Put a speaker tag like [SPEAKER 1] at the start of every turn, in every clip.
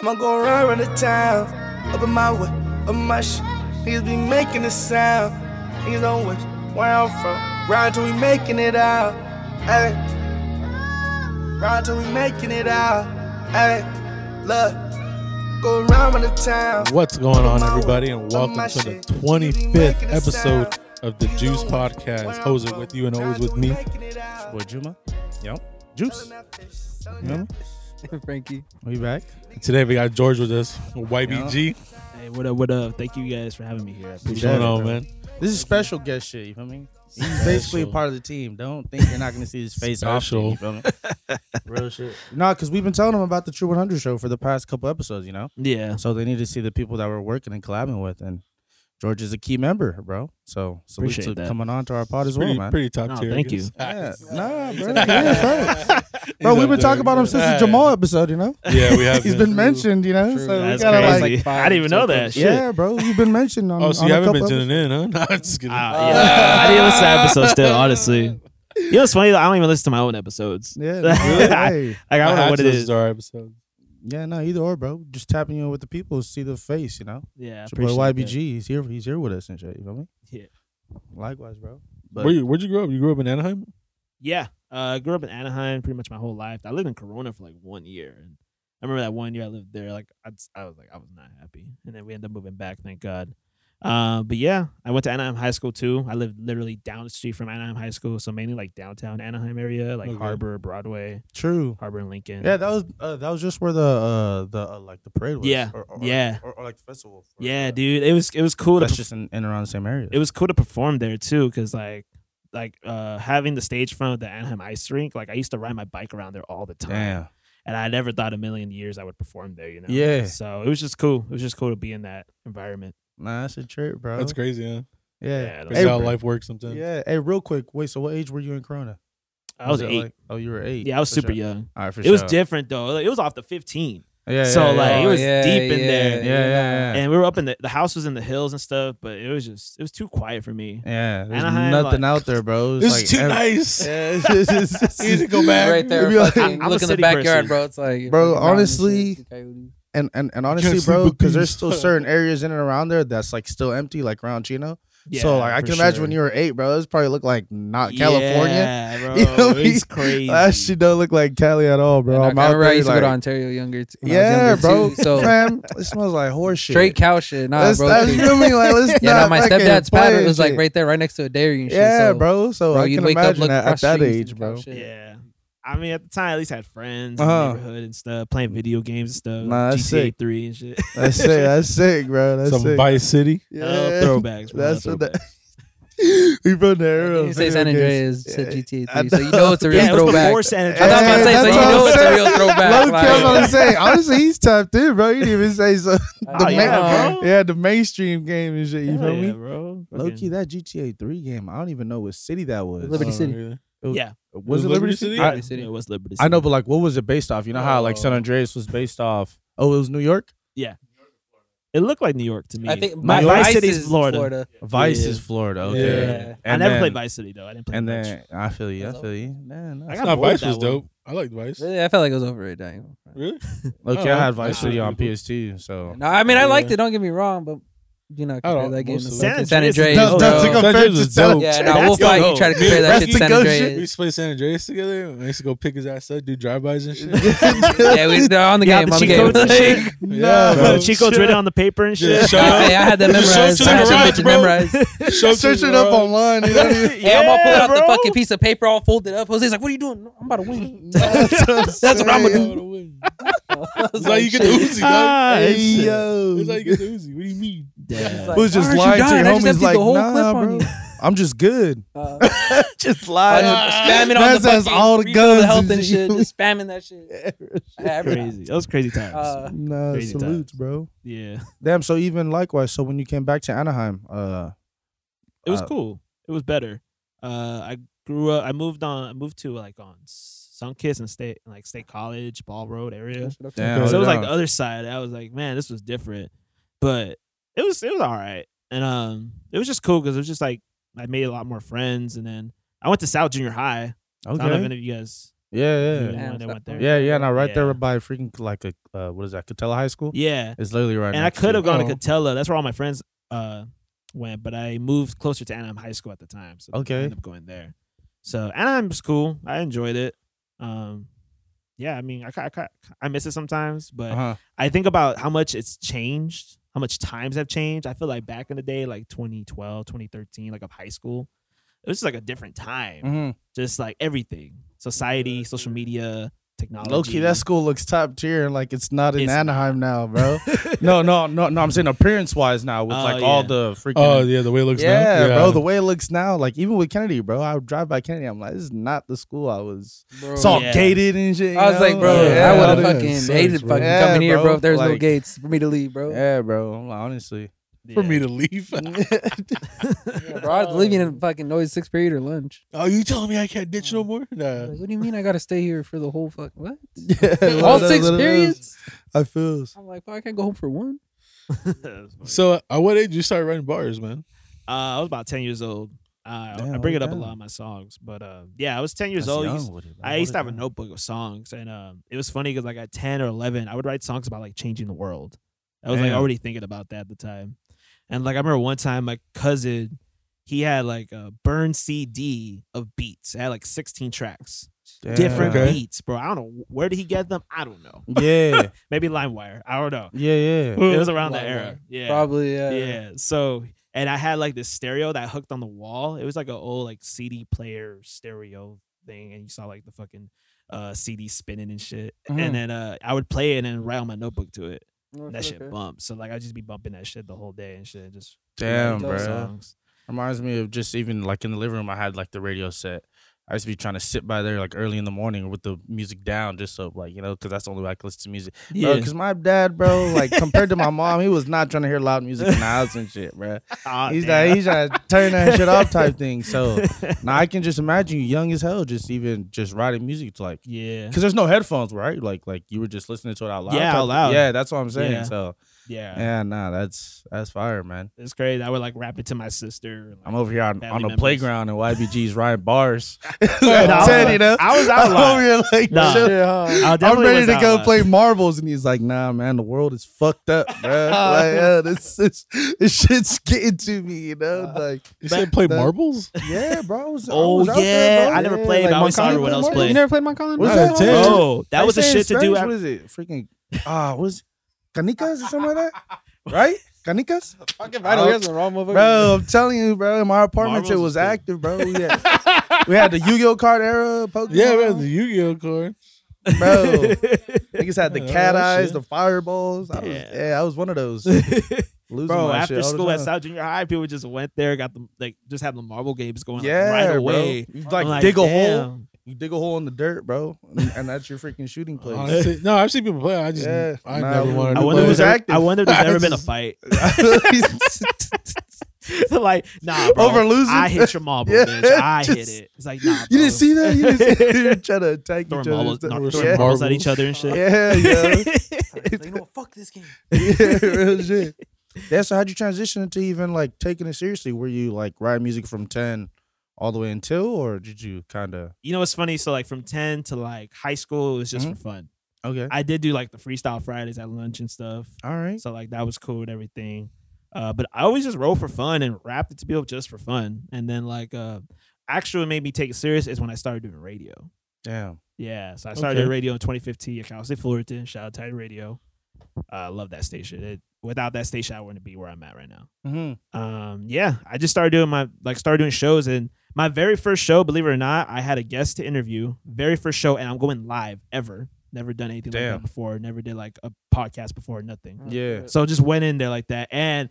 [SPEAKER 1] I'ma go run around the town. Up in my way, up my shit. Niggas be making a sound. Niggas don't wish where I'm from. Ride till we making it out. Hey. Ride till we making it out. Hey. Look. Go around the town.
[SPEAKER 2] What's going on, everybody, and welcome to the 25th episode of the Juice Podcast. Hose it with you and always with me.
[SPEAKER 3] Boy Juma. Yep. Juice.
[SPEAKER 2] Remember?
[SPEAKER 4] Frankie.
[SPEAKER 3] We back.
[SPEAKER 2] And Today we got George with us, YBG.
[SPEAKER 5] Hey, what up, what up? Thank you guys for having me here. I appreciate
[SPEAKER 2] What's
[SPEAKER 3] Yeah,
[SPEAKER 2] going on,
[SPEAKER 3] bro.
[SPEAKER 2] man?
[SPEAKER 3] This is special guest shit, you feel me? He's basically a
[SPEAKER 2] Special.
[SPEAKER 3] part of the team. Don't think you're not gonna see his face
[SPEAKER 2] Special.
[SPEAKER 3] often, you feel me? Real shit. No, because we've been telling them about the True 100 show for the past couple episodes, you know?
[SPEAKER 5] it. Yeah.
[SPEAKER 3] So they need to see the people that we're working and collabing with. And George is a key member, bro. So salute
[SPEAKER 5] Appreciate
[SPEAKER 3] to
[SPEAKER 5] that.
[SPEAKER 3] coming on to our pod as well,
[SPEAKER 2] Pretty,
[SPEAKER 3] man.
[SPEAKER 2] pretty top
[SPEAKER 5] No,
[SPEAKER 2] tier. I
[SPEAKER 5] thank you.
[SPEAKER 2] guess.
[SPEAKER 3] Yeah. Nah, bro. Yeah, facts. bro, we've been talking about him since the
[SPEAKER 2] Yeah.
[SPEAKER 3] Jamal episode, you know?
[SPEAKER 2] Yeah, we have.
[SPEAKER 3] He's
[SPEAKER 2] been.
[SPEAKER 3] been mentioned, you know? So
[SPEAKER 5] That's
[SPEAKER 3] we gotta
[SPEAKER 5] crazy.
[SPEAKER 3] like
[SPEAKER 5] I didn't even know that. Shit.
[SPEAKER 3] Yeah, bro, you've been mentioned on.
[SPEAKER 2] Oh, so
[SPEAKER 3] on
[SPEAKER 2] you
[SPEAKER 3] a
[SPEAKER 2] haven't been
[SPEAKER 3] couple
[SPEAKER 2] tuning in, huh? No, I'm just kidding.
[SPEAKER 5] Uh, yeah. I didn't listen to episodes still, honestly. You know what's funny though? I don't even listen to my own episodes.
[SPEAKER 3] episodes.
[SPEAKER 5] I,
[SPEAKER 3] Yeah,
[SPEAKER 5] like,
[SPEAKER 3] hey.
[SPEAKER 5] I don't know what it is.
[SPEAKER 2] Our episode.
[SPEAKER 3] yeah, no, either or, bro. Just tapping you in with the people, see the face, you know.
[SPEAKER 5] Yeah, I
[SPEAKER 3] It's your boy
[SPEAKER 5] appreciate
[SPEAKER 3] YBG, he's here, he's here with us and shit. You feel me?
[SPEAKER 5] Yeah.
[SPEAKER 3] Likewise, bro. But
[SPEAKER 2] Where you, where'd you grow up? You grew up in Anaheim?
[SPEAKER 5] that. Yeah, uh, I grew up in Anaheim pretty much my whole life. I lived in Corona for like one year, and I remember that one year I lived there. Like I, just- I was like I was not happy, and then we ended up moving back. Thank God. Uh, but yeah, I went to Anaheim High School too. I lived literally down the street from Anaheim High School, so mainly like downtown Anaheim area, like
[SPEAKER 2] Okay.
[SPEAKER 5] Harbor, Broadway,
[SPEAKER 3] true.
[SPEAKER 5] Harbor and Lincoln.
[SPEAKER 3] Yeah, that was uh, that was just where the uh, the uh, like the parade was.
[SPEAKER 5] Yeah,
[SPEAKER 3] or, or,
[SPEAKER 5] yeah.
[SPEAKER 3] or, or, like the festival. for,
[SPEAKER 5] Yeah,
[SPEAKER 3] uh,
[SPEAKER 5] dude, it was it was cool to
[SPEAKER 3] That's
[SPEAKER 5] perf-
[SPEAKER 3] just in, in around the same area.
[SPEAKER 5] it was cool to perform there too, cause like like uh having the stage front of the Anaheim Ice Rink, like I used to ride my bike around there all the time,
[SPEAKER 3] Damn.
[SPEAKER 5] and I never thought a million years I would perform there, you know?
[SPEAKER 3] Yeah.
[SPEAKER 5] So it was just cool. It was just cool to be in that environment.
[SPEAKER 3] Nah, that's a trip, bro.
[SPEAKER 2] That's crazy, huh?
[SPEAKER 3] Yeah.
[SPEAKER 5] Yeah, that
[SPEAKER 2] That's
[SPEAKER 5] was
[SPEAKER 2] how
[SPEAKER 5] great.
[SPEAKER 2] life works sometimes.
[SPEAKER 3] Yeah. Hey, real quick. Wait. So, what age were you in Corona?
[SPEAKER 5] I was,
[SPEAKER 3] it
[SPEAKER 5] eight.
[SPEAKER 3] like- oh, you were eight.
[SPEAKER 5] yeah, I was
[SPEAKER 3] For
[SPEAKER 5] super
[SPEAKER 3] sure.
[SPEAKER 5] young.
[SPEAKER 3] All right, for
[SPEAKER 5] It
[SPEAKER 3] sure.
[SPEAKER 5] was different though. Like, it was off the fifteen,
[SPEAKER 3] Yeah.
[SPEAKER 5] So,
[SPEAKER 3] yeah,
[SPEAKER 5] like,
[SPEAKER 3] yeah.
[SPEAKER 5] it was deep in there.
[SPEAKER 3] Yeah, yeah, yeah.
[SPEAKER 5] and we were up in the the house was in the hills and stuff, but it was just it was too quiet for me.
[SPEAKER 3] Yeah, there's
[SPEAKER 5] Anaheim,
[SPEAKER 3] nothing
[SPEAKER 5] like-
[SPEAKER 3] out there, bro. It's
[SPEAKER 2] This
[SPEAKER 3] like
[SPEAKER 2] is too
[SPEAKER 3] ev-
[SPEAKER 2] nice.
[SPEAKER 4] Yeah, it's just, it's just-
[SPEAKER 2] You need to go back.
[SPEAKER 4] right there.
[SPEAKER 3] It'd be like-
[SPEAKER 4] fucking
[SPEAKER 5] I'm a
[SPEAKER 4] look in the
[SPEAKER 5] city person.
[SPEAKER 4] backyard, bro. It's like
[SPEAKER 3] Bro,
[SPEAKER 4] fucking mountains and
[SPEAKER 3] honestly-
[SPEAKER 4] shit, coyotes.
[SPEAKER 3] And and, and honestly,
[SPEAKER 2] sleep
[SPEAKER 3] bro,
[SPEAKER 2] with
[SPEAKER 3] because
[SPEAKER 2] peace.
[SPEAKER 3] there's still certain areas in and around there that's like still empty, like around Chino.
[SPEAKER 5] Yeah,
[SPEAKER 3] so like I
[SPEAKER 5] for
[SPEAKER 3] can imagine
[SPEAKER 5] sure.
[SPEAKER 3] when you were eight, bro, this probably looked like not California.
[SPEAKER 5] Yeah, bro,
[SPEAKER 3] You know what I mean?
[SPEAKER 5] it's crazy.
[SPEAKER 3] That shit don't look like Cali at all, bro.
[SPEAKER 4] And I
[SPEAKER 3] I'm out
[SPEAKER 4] remember I
[SPEAKER 3] there,
[SPEAKER 4] used to
[SPEAKER 3] like,
[SPEAKER 4] go to Ontario younger. T- when I was
[SPEAKER 3] yeah,
[SPEAKER 4] younger,
[SPEAKER 3] bro.
[SPEAKER 4] too, so
[SPEAKER 3] fam, it smells like horse shit.
[SPEAKER 4] straight cow shit. Nah,
[SPEAKER 3] That's-
[SPEAKER 4] bro.
[SPEAKER 3] that's
[SPEAKER 4] dude.
[SPEAKER 3] really, like, let's
[SPEAKER 4] yeah,
[SPEAKER 3] not
[SPEAKER 4] nah, my
[SPEAKER 3] fucking
[SPEAKER 4] stepdad's
[SPEAKER 3] play
[SPEAKER 4] pattern
[SPEAKER 3] and
[SPEAKER 4] was like
[SPEAKER 3] shit.
[SPEAKER 4] right there, right next to a dairy and shit.
[SPEAKER 3] Yeah,
[SPEAKER 4] so,
[SPEAKER 3] bro. So I
[SPEAKER 4] you'd
[SPEAKER 3] can
[SPEAKER 4] wake up,
[SPEAKER 3] imagine
[SPEAKER 4] look
[SPEAKER 3] that at
[SPEAKER 4] across
[SPEAKER 3] that
[SPEAKER 4] streets
[SPEAKER 3] age,
[SPEAKER 4] and
[SPEAKER 3] bro.
[SPEAKER 4] cow shit.
[SPEAKER 5] Yeah. I mean, at the time, at least I had friends
[SPEAKER 3] Uh-huh.
[SPEAKER 5] in the neighborhood and stuff, playing video games and stuff.
[SPEAKER 3] Nah, that's
[SPEAKER 5] GTA
[SPEAKER 3] sick.
[SPEAKER 5] 3 and shit.
[SPEAKER 3] That's sick. That's sick, bro. That's
[SPEAKER 2] Some
[SPEAKER 3] sick.
[SPEAKER 2] Vice City.
[SPEAKER 3] Yeah.
[SPEAKER 5] Hell, throwbacks. Bro,
[SPEAKER 3] That's
[SPEAKER 5] hell
[SPEAKER 3] what that.
[SPEAKER 5] throwbacks.
[SPEAKER 3] we from the
[SPEAKER 4] You
[SPEAKER 3] era. of
[SPEAKER 4] didn't say
[SPEAKER 3] video
[SPEAKER 4] San
[SPEAKER 3] games.
[SPEAKER 4] Andreas,
[SPEAKER 3] Yeah.
[SPEAKER 4] said GTA
[SPEAKER 3] I
[SPEAKER 4] 3, so you
[SPEAKER 3] know.
[SPEAKER 4] know it's a real
[SPEAKER 5] Yeah, it was
[SPEAKER 4] throwback.
[SPEAKER 5] before San
[SPEAKER 4] I was
[SPEAKER 5] Andreas.
[SPEAKER 4] about to
[SPEAKER 3] Hey,
[SPEAKER 4] say, so
[SPEAKER 3] that's
[SPEAKER 4] you
[SPEAKER 3] what
[SPEAKER 4] know
[SPEAKER 3] I'm
[SPEAKER 4] it's a
[SPEAKER 3] saying.
[SPEAKER 4] real
[SPEAKER 3] Low
[SPEAKER 4] throwback.
[SPEAKER 3] key,
[SPEAKER 4] like-
[SPEAKER 3] I'm gonna say. Honestly, he's tapped in, bro. You didn't even say so.
[SPEAKER 5] Oh,
[SPEAKER 3] the
[SPEAKER 5] yeah,
[SPEAKER 4] Nah,
[SPEAKER 5] bro.
[SPEAKER 3] Yeah, the mainstream game and shit. You
[SPEAKER 5] Hell
[SPEAKER 3] feel
[SPEAKER 5] yeah,
[SPEAKER 3] me?
[SPEAKER 5] bro.
[SPEAKER 3] Low
[SPEAKER 5] Fucking-
[SPEAKER 3] key, that GTA Three game. I don't even know what city that was. Uh,
[SPEAKER 4] Liberty
[SPEAKER 2] I don't
[SPEAKER 4] City.
[SPEAKER 5] Oh,
[SPEAKER 2] know either.
[SPEAKER 5] Yeah.
[SPEAKER 3] Was
[SPEAKER 2] Was
[SPEAKER 3] it
[SPEAKER 2] it
[SPEAKER 3] Liberty
[SPEAKER 2] Liberty
[SPEAKER 3] City?
[SPEAKER 2] City?
[SPEAKER 3] I-
[SPEAKER 4] Liberty City.
[SPEAKER 5] It was Liberty City.
[SPEAKER 3] I know, but like, what was it based off? You know how like
[SPEAKER 2] Oh.
[SPEAKER 3] San Andreas was based off. Oh, it was New York.
[SPEAKER 5] It looked like New York to me.
[SPEAKER 4] I think
[SPEAKER 5] my
[SPEAKER 4] my
[SPEAKER 5] Vice
[SPEAKER 4] Vice
[SPEAKER 5] City's
[SPEAKER 4] is
[SPEAKER 5] Florida.
[SPEAKER 3] Vice
[SPEAKER 5] Yeah.
[SPEAKER 3] is Florida. Okay.
[SPEAKER 2] Yeah.
[SPEAKER 5] I
[SPEAKER 3] And
[SPEAKER 5] never
[SPEAKER 3] then-
[SPEAKER 5] played Vice City, though. I didn't play
[SPEAKER 3] And
[SPEAKER 5] much.
[SPEAKER 3] then I feel you. I
[SPEAKER 4] That's
[SPEAKER 3] feel you. Man,
[SPEAKER 5] I
[SPEAKER 3] no.
[SPEAKER 5] got
[SPEAKER 2] Nah,
[SPEAKER 5] bored
[SPEAKER 2] Vice
[SPEAKER 5] that
[SPEAKER 2] was
[SPEAKER 5] one.
[SPEAKER 2] dope. I liked Vice.
[SPEAKER 4] Really, I felt like it was overrated.
[SPEAKER 2] Really?
[SPEAKER 3] Okay,
[SPEAKER 2] Oh,
[SPEAKER 3] I had
[SPEAKER 2] I
[SPEAKER 3] Vice
[SPEAKER 2] see.
[SPEAKER 3] City on PS2, so
[SPEAKER 4] No, I mean I
[SPEAKER 2] Yeah.
[SPEAKER 4] liked it. Don't get me wrong, but you know, compare
[SPEAKER 2] don't-
[SPEAKER 4] that game to
[SPEAKER 2] most of
[SPEAKER 4] fucking
[SPEAKER 5] it.
[SPEAKER 4] San
[SPEAKER 5] San Andreas is
[SPEAKER 4] Andreas.
[SPEAKER 5] dope.
[SPEAKER 4] bro.
[SPEAKER 3] Not to
[SPEAKER 2] San
[SPEAKER 3] compare
[SPEAKER 2] Andreas
[SPEAKER 3] to
[SPEAKER 2] is
[SPEAKER 3] San-
[SPEAKER 2] dope.
[SPEAKER 4] Yeah,
[SPEAKER 5] Dude,
[SPEAKER 4] no, we'll
[SPEAKER 5] that's
[SPEAKER 4] fight.
[SPEAKER 5] dope.
[SPEAKER 4] You try to
[SPEAKER 2] Dude,
[SPEAKER 4] compare that
[SPEAKER 2] that's
[SPEAKER 4] shit
[SPEAKER 2] the
[SPEAKER 4] to San
[SPEAKER 2] good
[SPEAKER 4] Andreas.
[SPEAKER 2] shit. We used to play San Andreas together. and I used to go pick his ass up, do drive-bys and shit.
[SPEAKER 4] Yeah, we, they're on the
[SPEAKER 5] Yeah,
[SPEAKER 4] game.
[SPEAKER 5] the
[SPEAKER 4] on the
[SPEAKER 5] cheat
[SPEAKER 4] game.
[SPEAKER 5] codes and shit.
[SPEAKER 4] Like,
[SPEAKER 2] Yeah,
[SPEAKER 5] Uh,
[SPEAKER 2] bro.
[SPEAKER 5] Chico's written on the paper and shit.
[SPEAKER 2] Just show up.
[SPEAKER 4] Hey, I had that
[SPEAKER 2] Just
[SPEAKER 4] memorized.
[SPEAKER 2] show
[SPEAKER 4] I had
[SPEAKER 2] to the
[SPEAKER 4] that
[SPEAKER 2] right,
[SPEAKER 4] bitch
[SPEAKER 2] bro.
[SPEAKER 4] memorized.
[SPEAKER 2] Show up to
[SPEAKER 3] search
[SPEAKER 2] the
[SPEAKER 3] it up
[SPEAKER 2] garage.
[SPEAKER 3] online. You know what I mean?
[SPEAKER 4] Yeah, I'm gonna pull out the
[SPEAKER 5] bro.
[SPEAKER 4] fucking piece of paper all folded up. Jose's like, "What are you doing? I'm about to win."
[SPEAKER 3] That's
[SPEAKER 4] what I'ma do. I was
[SPEAKER 2] It's like you get the
[SPEAKER 4] "Shit."
[SPEAKER 2] Uzi, dog.
[SPEAKER 5] Ah,
[SPEAKER 3] Hey,
[SPEAKER 5] shit.
[SPEAKER 3] yo.
[SPEAKER 2] It's like you get the Uzi. What do you mean?
[SPEAKER 5] Damn.
[SPEAKER 4] Like,
[SPEAKER 3] Who's just
[SPEAKER 4] "Why
[SPEAKER 3] lying
[SPEAKER 4] aren't you
[SPEAKER 3] to your
[SPEAKER 4] dying? I just
[SPEAKER 3] homies like,
[SPEAKER 4] emptied the whole clip
[SPEAKER 3] nah,
[SPEAKER 4] on
[SPEAKER 3] bro.
[SPEAKER 4] you."
[SPEAKER 3] I'm just good.
[SPEAKER 4] Uh,
[SPEAKER 3] just
[SPEAKER 4] I
[SPEAKER 3] lying.
[SPEAKER 4] just spamming all the
[SPEAKER 3] That's us
[SPEAKER 4] fucking
[SPEAKER 3] all the
[SPEAKER 4] refill
[SPEAKER 3] guns
[SPEAKER 4] the health
[SPEAKER 3] and
[SPEAKER 4] and shit.
[SPEAKER 3] shit.
[SPEAKER 4] Just spamming that shit. I had everything.
[SPEAKER 5] Crazy. That was crazy times.
[SPEAKER 4] Uh,
[SPEAKER 3] Nah,
[SPEAKER 5] Crazy
[SPEAKER 3] salutes,
[SPEAKER 5] times.
[SPEAKER 3] bro.
[SPEAKER 5] yeah.
[SPEAKER 3] Damn. So even likewise, so when you came back to Anaheim, uh,
[SPEAKER 5] It was
[SPEAKER 3] Uh,
[SPEAKER 5] cool. It was better. Uh, I grew up. I moved on. I moved to like on Sunkiss and State, like State College, Ball Road area.
[SPEAKER 3] Damn,
[SPEAKER 2] hold
[SPEAKER 5] so it
[SPEAKER 3] it
[SPEAKER 5] was like
[SPEAKER 3] down.
[SPEAKER 5] the other side. I was like, man, this was different, but it was it was all right. And um, it was just cool because it was just like I made a lot more friends, and then I went to South Junior High. I don't know if
[SPEAKER 3] okay,
[SPEAKER 5] any of you guys.
[SPEAKER 3] Yeah,
[SPEAKER 5] The
[SPEAKER 3] yeah,
[SPEAKER 5] one
[SPEAKER 4] Yeah.
[SPEAKER 5] that went there.
[SPEAKER 3] yeah, yeah. Now right
[SPEAKER 5] Yeah.
[SPEAKER 3] there by freaking like a uh, what is that? Catella High School.
[SPEAKER 5] Yeah.
[SPEAKER 3] It's literally right.
[SPEAKER 5] And I
[SPEAKER 3] next
[SPEAKER 5] could
[SPEAKER 3] to
[SPEAKER 5] have
[SPEAKER 3] it.
[SPEAKER 5] gone to
[SPEAKER 4] Oh.
[SPEAKER 5] Catella. That's where all my friends uh went, but I moved closer to Anaheim High School at the time. So I
[SPEAKER 3] Okay.
[SPEAKER 5] ended up going there. So Anaheim was cool. I enjoyed it. Um yeah, I mean, I, ca- I, ca- I miss it sometimes, but
[SPEAKER 3] Uh-huh.
[SPEAKER 5] I think about how much it's changed, how much times have changed. I feel like back in the day, like 2012, 2013, like of high school, it was just like a different time.
[SPEAKER 2] Mm.
[SPEAKER 3] Mhm.
[SPEAKER 5] Just like everything, society, social media, technology.
[SPEAKER 3] Low key, that school looks top tier. Like it's not in
[SPEAKER 5] It's
[SPEAKER 3] Anaheim now, bro. no, no, no, no. I'm saying appearance wise now with
[SPEAKER 5] Oh,
[SPEAKER 3] like all
[SPEAKER 5] yeah.
[SPEAKER 3] the freaking.
[SPEAKER 2] Oh yeah, the way it looks now.
[SPEAKER 3] yeah, bro. The way it looks now, like even with Kennedy, bro. I would drive by Kennedy. I'm like, this is not the school I was.
[SPEAKER 4] Bro.
[SPEAKER 3] It's all
[SPEAKER 5] Yeah.
[SPEAKER 3] gated and shit. you
[SPEAKER 4] I was like,
[SPEAKER 3] know?
[SPEAKER 4] bro,
[SPEAKER 2] Yeah,
[SPEAKER 4] I
[SPEAKER 2] it
[SPEAKER 4] would have
[SPEAKER 2] is.
[SPEAKER 4] fucking
[SPEAKER 2] Sucks,
[SPEAKER 4] hated
[SPEAKER 2] bro.
[SPEAKER 4] fucking
[SPEAKER 3] Yeah,
[SPEAKER 4] coming here, bro.
[SPEAKER 3] bro,
[SPEAKER 4] If there's no
[SPEAKER 3] like-
[SPEAKER 4] gates for me to leave, bro.
[SPEAKER 3] Yeah, bro. I'm like, honestly.
[SPEAKER 2] For me to leave.
[SPEAKER 4] Yeah, bro, I was leaving in fucking noise sixth period or lunch.
[SPEAKER 2] oh, you telling me I can't ditch no more? Nah.
[SPEAKER 4] Like, what do you mean I gotta stay here for the whole fuck what? All
[SPEAKER 3] All
[SPEAKER 4] six periods?
[SPEAKER 3] I feels.
[SPEAKER 4] I'm like, well, I can't go home for one.
[SPEAKER 5] to.
[SPEAKER 2] So, at what age you start running bars, man?
[SPEAKER 5] Uh, I was about 10 years old. Uh, I
[SPEAKER 3] Damn,
[SPEAKER 5] bring it up a
[SPEAKER 3] damn.
[SPEAKER 5] lot in my songs, but uh, yeah, I was 10 years old. I used- I used to have a notebook of songs, and um, it was funny because like at 10 or 11, I would write songs about like changing the world. I was like
[SPEAKER 3] Damn.
[SPEAKER 5] already thinking about that at the time, and like I remember one time my cousin, he had like a burn CD of beats. It had like 16 tracks, different
[SPEAKER 2] Okay.
[SPEAKER 5] beats, bro. I don't know where did he get them. I don't know.
[SPEAKER 3] Yeah,
[SPEAKER 5] Maybe LimeWire. I don't know.
[SPEAKER 3] yeah, yeah.
[SPEAKER 5] It was around that
[SPEAKER 4] LimeWire.
[SPEAKER 5] era. Yeah.
[SPEAKER 4] Probably, yeah.
[SPEAKER 5] Yeah. So and I had like this stereo that hooked on the wall. It was like an old like CD player stereo thing, and you saw like the fucking uh CD spinning and shit.
[SPEAKER 3] Mhm.
[SPEAKER 5] And then uh I would play it and write on my notebook to it.
[SPEAKER 4] Okay,
[SPEAKER 5] That shit
[SPEAKER 4] okay.
[SPEAKER 5] bumped. So like I'd just be bumping that shit the whole day and shit. Just
[SPEAKER 3] Damn,
[SPEAKER 5] writing those
[SPEAKER 4] bro.
[SPEAKER 5] songs.
[SPEAKER 3] Reminds me of just even like in the living room, I had like the radio set. I used to be trying to sit by there like early in the morning with the music down, just so like you know, because that's the only way I could listen to music.
[SPEAKER 5] Yeah.
[SPEAKER 3] because my dad, bro, like compared to my mom, he was not trying to hear loud music in the house and shit, bro.
[SPEAKER 5] Aw,
[SPEAKER 3] He's
[SPEAKER 5] Ah, damn.
[SPEAKER 3] like, he's trying to turn that shit off, type thing. So now I can just imagine you, young as hell, just even just writing music to like
[SPEAKER 5] yeah.
[SPEAKER 3] Because there's no headphones, right? Like, like you were just listening to it out loud.
[SPEAKER 5] Yeah,
[SPEAKER 3] type
[SPEAKER 5] out
[SPEAKER 3] of-
[SPEAKER 5] loud.
[SPEAKER 3] Yeah, that's what I'm saying.
[SPEAKER 5] Yeah.
[SPEAKER 3] So,
[SPEAKER 5] Yeah.
[SPEAKER 3] yeah, nah, that's that's fire, man.
[SPEAKER 5] It's crazy. I would like rap it to my sister.
[SPEAKER 3] I'm over here on,
[SPEAKER 5] Family
[SPEAKER 3] on a
[SPEAKER 5] members.
[SPEAKER 3] playground and YBG's riding bars.
[SPEAKER 5] No, I was-
[SPEAKER 3] Ted, you know?
[SPEAKER 5] I was out
[SPEAKER 3] I'm over
[SPEAKER 5] loud.
[SPEAKER 3] here like,
[SPEAKER 5] Nah.
[SPEAKER 3] shit,
[SPEAKER 4] Shit, huh?
[SPEAKER 5] I
[SPEAKER 3] I'm
[SPEAKER 5] definitely
[SPEAKER 3] ready
[SPEAKER 5] was
[SPEAKER 3] to
[SPEAKER 5] out
[SPEAKER 3] go
[SPEAKER 5] loud.
[SPEAKER 3] play marbles, and he's like, "Nah, man, the world is fucked up, bro. like, yeah, this, this this shit's getting to me, you know.
[SPEAKER 5] Uh,
[SPEAKER 3] Like,
[SPEAKER 2] You said play
[SPEAKER 3] That-
[SPEAKER 2] marbles?
[SPEAKER 3] yeah, bro. I was, I
[SPEAKER 5] Oh,
[SPEAKER 3] was out
[SPEAKER 5] yeah,
[SPEAKER 3] there, bro.
[SPEAKER 5] I never played, but I always saw
[SPEAKER 3] Moncada
[SPEAKER 5] everyone
[SPEAKER 3] played
[SPEAKER 5] else
[SPEAKER 3] marbles.
[SPEAKER 5] play.
[SPEAKER 4] You never played Mon Colin?
[SPEAKER 3] What is
[SPEAKER 2] Nah,
[SPEAKER 3] that?
[SPEAKER 2] Ted.
[SPEAKER 3] Marbles?
[SPEAKER 5] Bro, that
[SPEAKER 3] They
[SPEAKER 5] was the
[SPEAKER 3] say in
[SPEAKER 5] shit to do.
[SPEAKER 3] Spanish,
[SPEAKER 5] after-
[SPEAKER 3] What is it? Freaking ah, what is it? canicas or something like that? Right? Canicas?
[SPEAKER 4] Fucking
[SPEAKER 3] Vital, here's
[SPEAKER 4] wrong motherfucker.
[SPEAKER 3] Bro, I'm telling you, bro. In my apartment, it
[SPEAKER 5] Marbles
[SPEAKER 3] was
[SPEAKER 5] is cool.
[SPEAKER 3] active, bro. We had, we had the Yu-Gi-Oh card era, Pokemon.
[SPEAKER 2] Yeah, man, the Yu-Gi-Oh card.
[SPEAKER 3] bro. Niggas had the
[SPEAKER 2] Yeah,
[SPEAKER 3] cat
[SPEAKER 2] that
[SPEAKER 3] eyes,
[SPEAKER 2] shit.
[SPEAKER 3] the fireballs. I was,
[SPEAKER 5] Damn.
[SPEAKER 3] yeah, I was one of those. Losing
[SPEAKER 5] Bro,
[SPEAKER 3] my
[SPEAKER 5] after
[SPEAKER 3] shit all the
[SPEAKER 5] school at
[SPEAKER 3] time.
[SPEAKER 5] South Junior High, people just went there, got them like just had the marble games going
[SPEAKER 3] yeah,
[SPEAKER 5] like, right
[SPEAKER 3] bro.
[SPEAKER 5] away.
[SPEAKER 3] You
[SPEAKER 5] I'm
[SPEAKER 3] like, dig a hole.
[SPEAKER 5] damn.
[SPEAKER 3] You dig a hole in the dirt, bro, and, and that's your freaking shooting place.
[SPEAKER 2] Honestly, no, I've seen people play. I just,
[SPEAKER 3] Yeah,
[SPEAKER 2] I
[SPEAKER 3] nah,
[SPEAKER 2] never
[SPEAKER 3] we-
[SPEAKER 2] wanted
[SPEAKER 5] I
[SPEAKER 2] to
[SPEAKER 5] wonder,
[SPEAKER 2] play.
[SPEAKER 5] if
[SPEAKER 3] was
[SPEAKER 5] there's ever-
[SPEAKER 3] active.
[SPEAKER 5] I wonder if there's ever been a
[SPEAKER 3] Just-
[SPEAKER 5] fight. like, nah, bro.
[SPEAKER 3] Over losing?
[SPEAKER 5] I hit your marble,
[SPEAKER 3] Yeah,
[SPEAKER 5] bitch. I hit
[SPEAKER 3] just-
[SPEAKER 5] it. It's like, nah,
[SPEAKER 3] You
[SPEAKER 5] bro.
[SPEAKER 3] didn't see that? You didn't see they were trying to attack
[SPEAKER 5] throwing
[SPEAKER 3] each
[SPEAKER 5] marbles,
[SPEAKER 3] other.
[SPEAKER 5] no,
[SPEAKER 2] Yeah.
[SPEAKER 5] throwing marbles at each other and shit.
[SPEAKER 3] Yeah, yeah.
[SPEAKER 4] you know what? Fuck this game.
[SPEAKER 3] yeah, real shit. Yeah, so how'd you transition into even like taking it seriously? Were you like writing music from ten all the way until, or did you kind of
[SPEAKER 5] You know what's funny? So like from ten to like high school, it was
[SPEAKER 3] Mm-hmm.
[SPEAKER 5] just for fun.
[SPEAKER 3] okay?
[SPEAKER 5] I did do like the freestyle Fridays at lunch and stuff.
[SPEAKER 3] All right,
[SPEAKER 5] So like that was cool and everything. Uh, but I always just roll for fun and rapped it to people just for fun. And then like uh actually what made me take it serious is when I started doing radio.
[SPEAKER 3] damn.
[SPEAKER 5] Yeah. So I started
[SPEAKER 2] Okay.
[SPEAKER 5] doing radio in 2015 at Cal State Fullerton. Shout out to Titan Radio. Uh, I love that station. It, without that station, I wouldn't be where I'm at right now.
[SPEAKER 3] Mm-hmm.
[SPEAKER 5] Um, yeah, I just started doing my like started doing shows and my very first show, believe it or not, I had a guest to interview. Very first show, and I'm going live ever. Never done anything
[SPEAKER 3] Damn.
[SPEAKER 5] like that before. Never did like a podcast before. Nothing.
[SPEAKER 3] Yeah.
[SPEAKER 5] So just went in there like that, and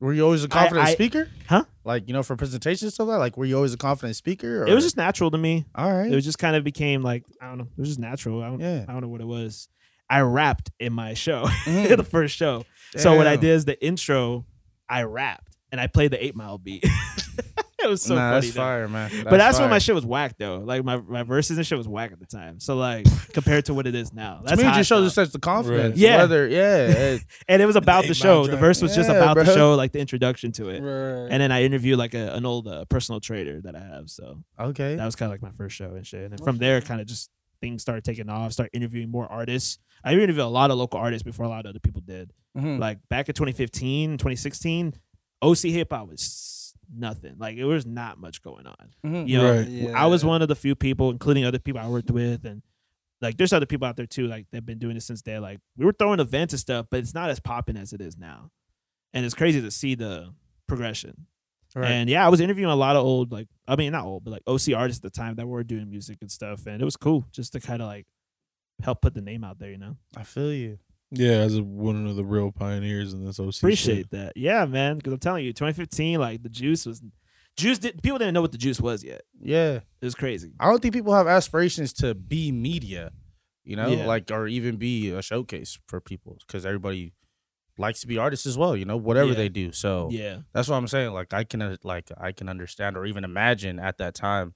[SPEAKER 3] Were you always a confident
[SPEAKER 5] I-
[SPEAKER 3] speaker?
[SPEAKER 5] Huh?
[SPEAKER 3] Like you know, for presentations and stuff like that. Like, were you always a confident speaker? Or?
[SPEAKER 5] it was just natural to me.
[SPEAKER 3] all right.
[SPEAKER 5] It was just kind of became like I don't know. It was just natural. I don't.
[SPEAKER 3] yeah.
[SPEAKER 5] I don't know what it was. I rapped in my show,
[SPEAKER 3] Mhm.
[SPEAKER 5] the first show. So what I
[SPEAKER 3] Damn.
[SPEAKER 5] did is the intro, I rapped and I played the Eight Mile beat. it was so
[SPEAKER 3] nah,
[SPEAKER 5] funny.
[SPEAKER 3] that's
[SPEAKER 5] though.
[SPEAKER 3] fire, man.
[SPEAKER 5] but that's
[SPEAKER 3] fire.
[SPEAKER 5] when my shit was whack though. Like my, my verses and shit was whack at the time. So like compared to what it is now,
[SPEAKER 3] To
[SPEAKER 5] that's
[SPEAKER 3] me, it
[SPEAKER 5] how I
[SPEAKER 3] just shows
[SPEAKER 5] felt.
[SPEAKER 3] a sense of confidence.
[SPEAKER 5] Right. Yeah.
[SPEAKER 3] Whether, yeah. it-
[SPEAKER 5] and it was about
[SPEAKER 2] Eight Mile
[SPEAKER 5] the show. The
[SPEAKER 2] Drive.
[SPEAKER 5] verse was just
[SPEAKER 3] Yeah,
[SPEAKER 5] about the
[SPEAKER 3] bro.
[SPEAKER 5] show, like the introduction to it.
[SPEAKER 4] Right.
[SPEAKER 5] And then I interviewed like a, an old uh, personal trader that I have. So
[SPEAKER 3] okay.
[SPEAKER 5] that was kind of like my first show and shit. And then from there, kind of just things started taking off. Start interviewing more artists. I interviewed a lot of local artists before a lot of other people did.
[SPEAKER 3] Mhm.
[SPEAKER 5] Like back in 2015, 2016, OC hip hop was nothing. Like it was not much going on.
[SPEAKER 3] Mhm.
[SPEAKER 5] You know,
[SPEAKER 2] Right.
[SPEAKER 5] I was one of the few people, including other people I worked with, and like there's other people out there too, like they've been doing this since they're like we were throwing events and stuff, but it's not as popping as it is now, and it's crazy to see the progression.
[SPEAKER 3] Right.
[SPEAKER 5] And yeah, I was interviewing a lot of old, like I mean not old, but like OC artists at the time that were doing music and stuff, and it was cool just to kind of like help put the name out there, you know.
[SPEAKER 3] I feel you.
[SPEAKER 2] Yeah, as a, one of the real pioneers in this OC. shit.
[SPEAKER 5] Appreciate that, yeah, man. Because I'm telling you, 2015, like the juice was, juice did people didn't know what the juice was yet.
[SPEAKER 3] Yeah.
[SPEAKER 5] It was crazy.
[SPEAKER 3] I don't think people have aspirations to be media, you know,
[SPEAKER 5] Yeah.
[SPEAKER 3] like or even be a showcase for people because everybody likes to be artists as well, you know, whatever
[SPEAKER 5] Yeah.
[SPEAKER 3] they do. So
[SPEAKER 5] Yeah,
[SPEAKER 3] that's what I'm saying. Like I can uh, like I can understand or even imagine at that time,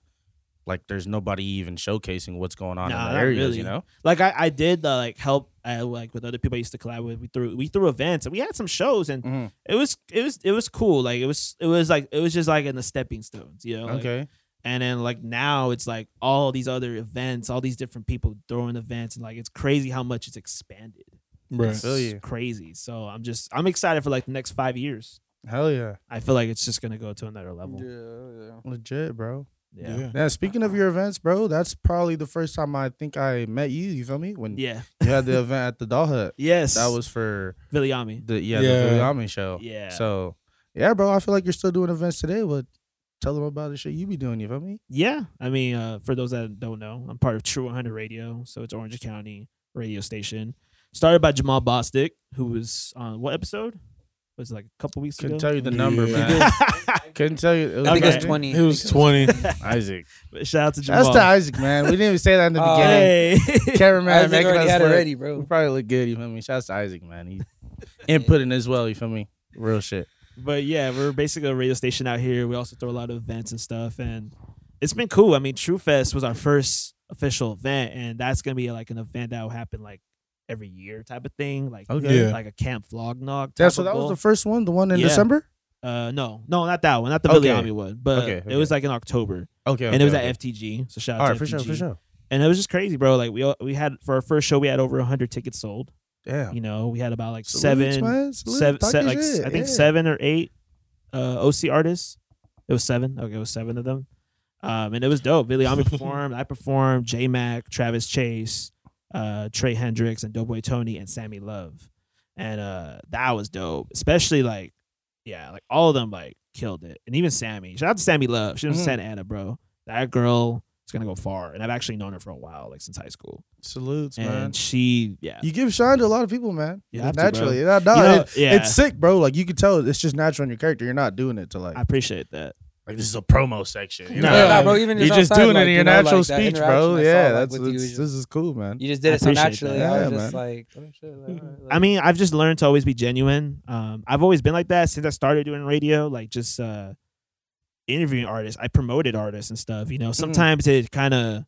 [SPEAKER 3] like there's nobody even showcasing what's going on
[SPEAKER 5] Nah,
[SPEAKER 3] in
[SPEAKER 5] not
[SPEAKER 3] the areas,
[SPEAKER 5] really.
[SPEAKER 3] you know.
[SPEAKER 5] like I, I did uh, like help uh, like with other people I used to collab with. We threw we threw events and we had some shows and
[SPEAKER 3] Mhm.
[SPEAKER 5] it was it was it was cool. Like it was it was like it was just like in the stepping stones, you know. like-
[SPEAKER 3] okay.
[SPEAKER 5] and then like now it's like all these other events, all these different people throwing events, and like it's crazy how much it's expanded.
[SPEAKER 2] Right.
[SPEAKER 5] It's
[SPEAKER 3] Feel you.
[SPEAKER 5] crazy. So I'm just I'm excited for like the next five years.
[SPEAKER 3] Hell yeah.
[SPEAKER 5] I feel like it's just gonna go to another level. Yeah.
[SPEAKER 4] Yeah,
[SPEAKER 3] Legit, bro.
[SPEAKER 5] Yeah.
[SPEAKER 2] Yeah.
[SPEAKER 3] Yeah, speaking of your events, bro, that's probably the first time I think I met you, you feel me? When you had the event at the doll hut.
[SPEAKER 5] Yes.
[SPEAKER 3] That was for
[SPEAKER 5] Viliami.
[SPEAKER 3] the yeah,
[SPEAKER 2] Yeah.
[SPEAKER 3] the Villami show.
[SPEAKER 5] Yeah.
[SPEAKER 3] So yeah, bro, I feel like you're still doing events today, but tell them about the shit you be doing. You feel me?
[SPEAKER 5] Yeah, I mean, uh, for those that don't know, I'm part of True 100 Radio, so it's Orange County radio station. Started by Jamal Bostic, who was on what episode? Was it like a couple weeks
[SPEAKER 3] Couldn't
[SPEAKER 5] ago?
[SPEAKER 3] tell you the number,
[SPEAKER 2] Yeah.
[SPEAKER 3] man. Couldn't tell you.
[SPEAKER 4] I think
[SPEAKER 5] Okay.
[SPEAKER 4] it was twenty.
[SPEAKER 2] It was 20.
[SPEAKER 3] Isaac.
[SPEAKER 5] But Shout out to Jamal.
[SPEAKER 3] That's to Isaac, man. We didn't even say that in the
[SPEAKER 4] Oh,
[SPEAKER 3] beginning.
[SPEAKER 5] Hey.
[SPEAKER 3] Cameraman
[SPEAKER 4] Isaac
[SPEAKER 3] making
[SPEAKER 4] already
[SPEAKER 3] us
[SPEAKER 4] had it
[SPEAKER 3] look.
[SPEAKER 4] ready,
[SPEAKER 3] We
[SPEAKER 4] bro.
[SPEAKER 3] probably look good. You feel me? Shouts to Isaac, man. He inputting as well. You feel me? Real shit.
[SPEAKER 5] but yeah, we're basically a radio station out here. We also throw a lot of events and stuff, and it's been cool. I mean, True Fest was our first official event, and that's gonna be like an event that will happen like every year type of thing, like
[SPEAKER 3] Okay.
[SPEAKER 2] Yeah.
[SPEAKER 5] like a camp vlog nog.
[SPEAKER 3] Yeah.
[SPEAKER 5] type
[SPEAKER 3] So
[SPEAKER 5] of
[SPEAKER 3] that was
[SPEAKER 5] goal.
[SPEAKER 3] the first one, the one in
[SPEAKER 5] Yeah.
[SPEAKER 3] December.
[SPEAKER 5] Uh, no, no, not that one, not the
[SPEAKER 3] Okay.
[SPEAKER 5] Billy Ami one, but
[SPEAKER 3] Okay,
[SPEAKER 5] it was like in October,
[SPEAKER 3] Okay.
[SPEAKER 5] and it was
[SPEAKER 3] okay, okay.
[SPEAKER 5] at FTG. So shout out
[SPEAKER 3] All
[SPEAKER 5] to
[SPEAKER 3] right, for sure,
[SPEAKER 5] FTG.
[SPEAKER 3] for sure.
[SPEAKER 5] And it was just crazy, bro. Like we all- we had for our first show, we had over hundred tickets sold.
[SPEAKER 3] Yeah.
[SPEAKER 5] You know, we had about like
[SPEAKER 3] Salutes,
[SPEAKER 5] seven,
[SPEAKER 3] man. Salute.
[SPEAKER 5] seven,
[SPEAKER 3] Talk
[SPEAKER 5] se-
[SPEAKER 3] your
[SPEAKER 5] like s-
[SPEAKER 3] shit.
[SPEAKER 5] I think
[SPEAKER 3] Yeah.
[SPEAKER 5] seven or eight uh, OC artists. It was seven. Okay, it was seven of them. Um, and it was dope. Billy Ami performed. I performed. J Mac, Travis Chase, uh, Trey Hendrix, and Doughboy Tony, and Sammy Love. And uh, that was dope. Especially like, yeah, like all of them like killed it. And even Sammy. Shout out to Sammy Love. She was
[SPEAKER 3] Mhm.
[SPEAKER 5] Santa Ana, bro. That girl is gonna go far. And I've actually known her for a while, like since high school.
[SPEAKER 3] Salutes,
[SPEAKER 5] and
[SPEAKER 3] man.
[SPEAKER 5] she, yeah,
[SPEAKER 3] You give shine to a lot of people, man.
[SPEAKER 5] You have to, bro.
[SPEAKER 3] naturally, Nah, nah,
[SPEAKER 5] You know,
[SPEAKER 3] it-
[SPEAKER 5] yeah.
[SPEAKER 3] it's sick, bro. Like you can tell, it's just natural in your character. You're not doing it to like,
[SPEAKER 5] I appreciate that.
[SPEAKER 3] like this is a promo section.
[SPEAKER 5] you know?
[SPEAKER 4] Yeah,
[SPEAKER 5] Nah,
[SPEAKER 4] nah, bro. Even
[SPEAKER 3] you're just
[SPEAKER 4] outside,
[SPEAKER 3] doing
[SPEAKER 4] like,
[SPEAKER 3] it in
[SPEAKER 4] you
[SPEAKER 3] your
[SPEAKER 4] know,
[SPEAKER 3] natural
[SPEAKER 4] like, that
[SPEAKER 3] speech,
[SPEAKER 4] interaction
[SPEAKER 3] bro.
[SPEAKER 4] I saw,
[SPEAKER 3] Yeah,
[SPEAKER 4] like,
[SPEAKER 3] that's,
[SPEAKER 4] with you
[SPEAKER 3] it's-
[SPEAKER 4] is
[SPEAKER 3] this
[SPEAKER 4] just-
[SPEAKER 3] is cool, man.
[SPEAKER 4] You just did
[SPEAKER 5] I
[SPEAKER 4] it so
[SPEAKER 5] appreciate
[SPEAKER 4] naturally.
[SPEAKER 5] that.
[SPEAKER 4] I
[SPEAKER 3] Yeah,
[SPEAKER 4] was just
[SPEAKER 3] man.
[SPEAKER 4] like, oh shit. like, alright,
[SPEAKER 5] I
[SPEAKER 4] like-
[SPEAKER 5] mean, I've just learned to always be genuine. Um, I've always been like that since I started doing radio, like just uh, interviewing artists. I promoted artists and stuff. You know, sometimes it kind of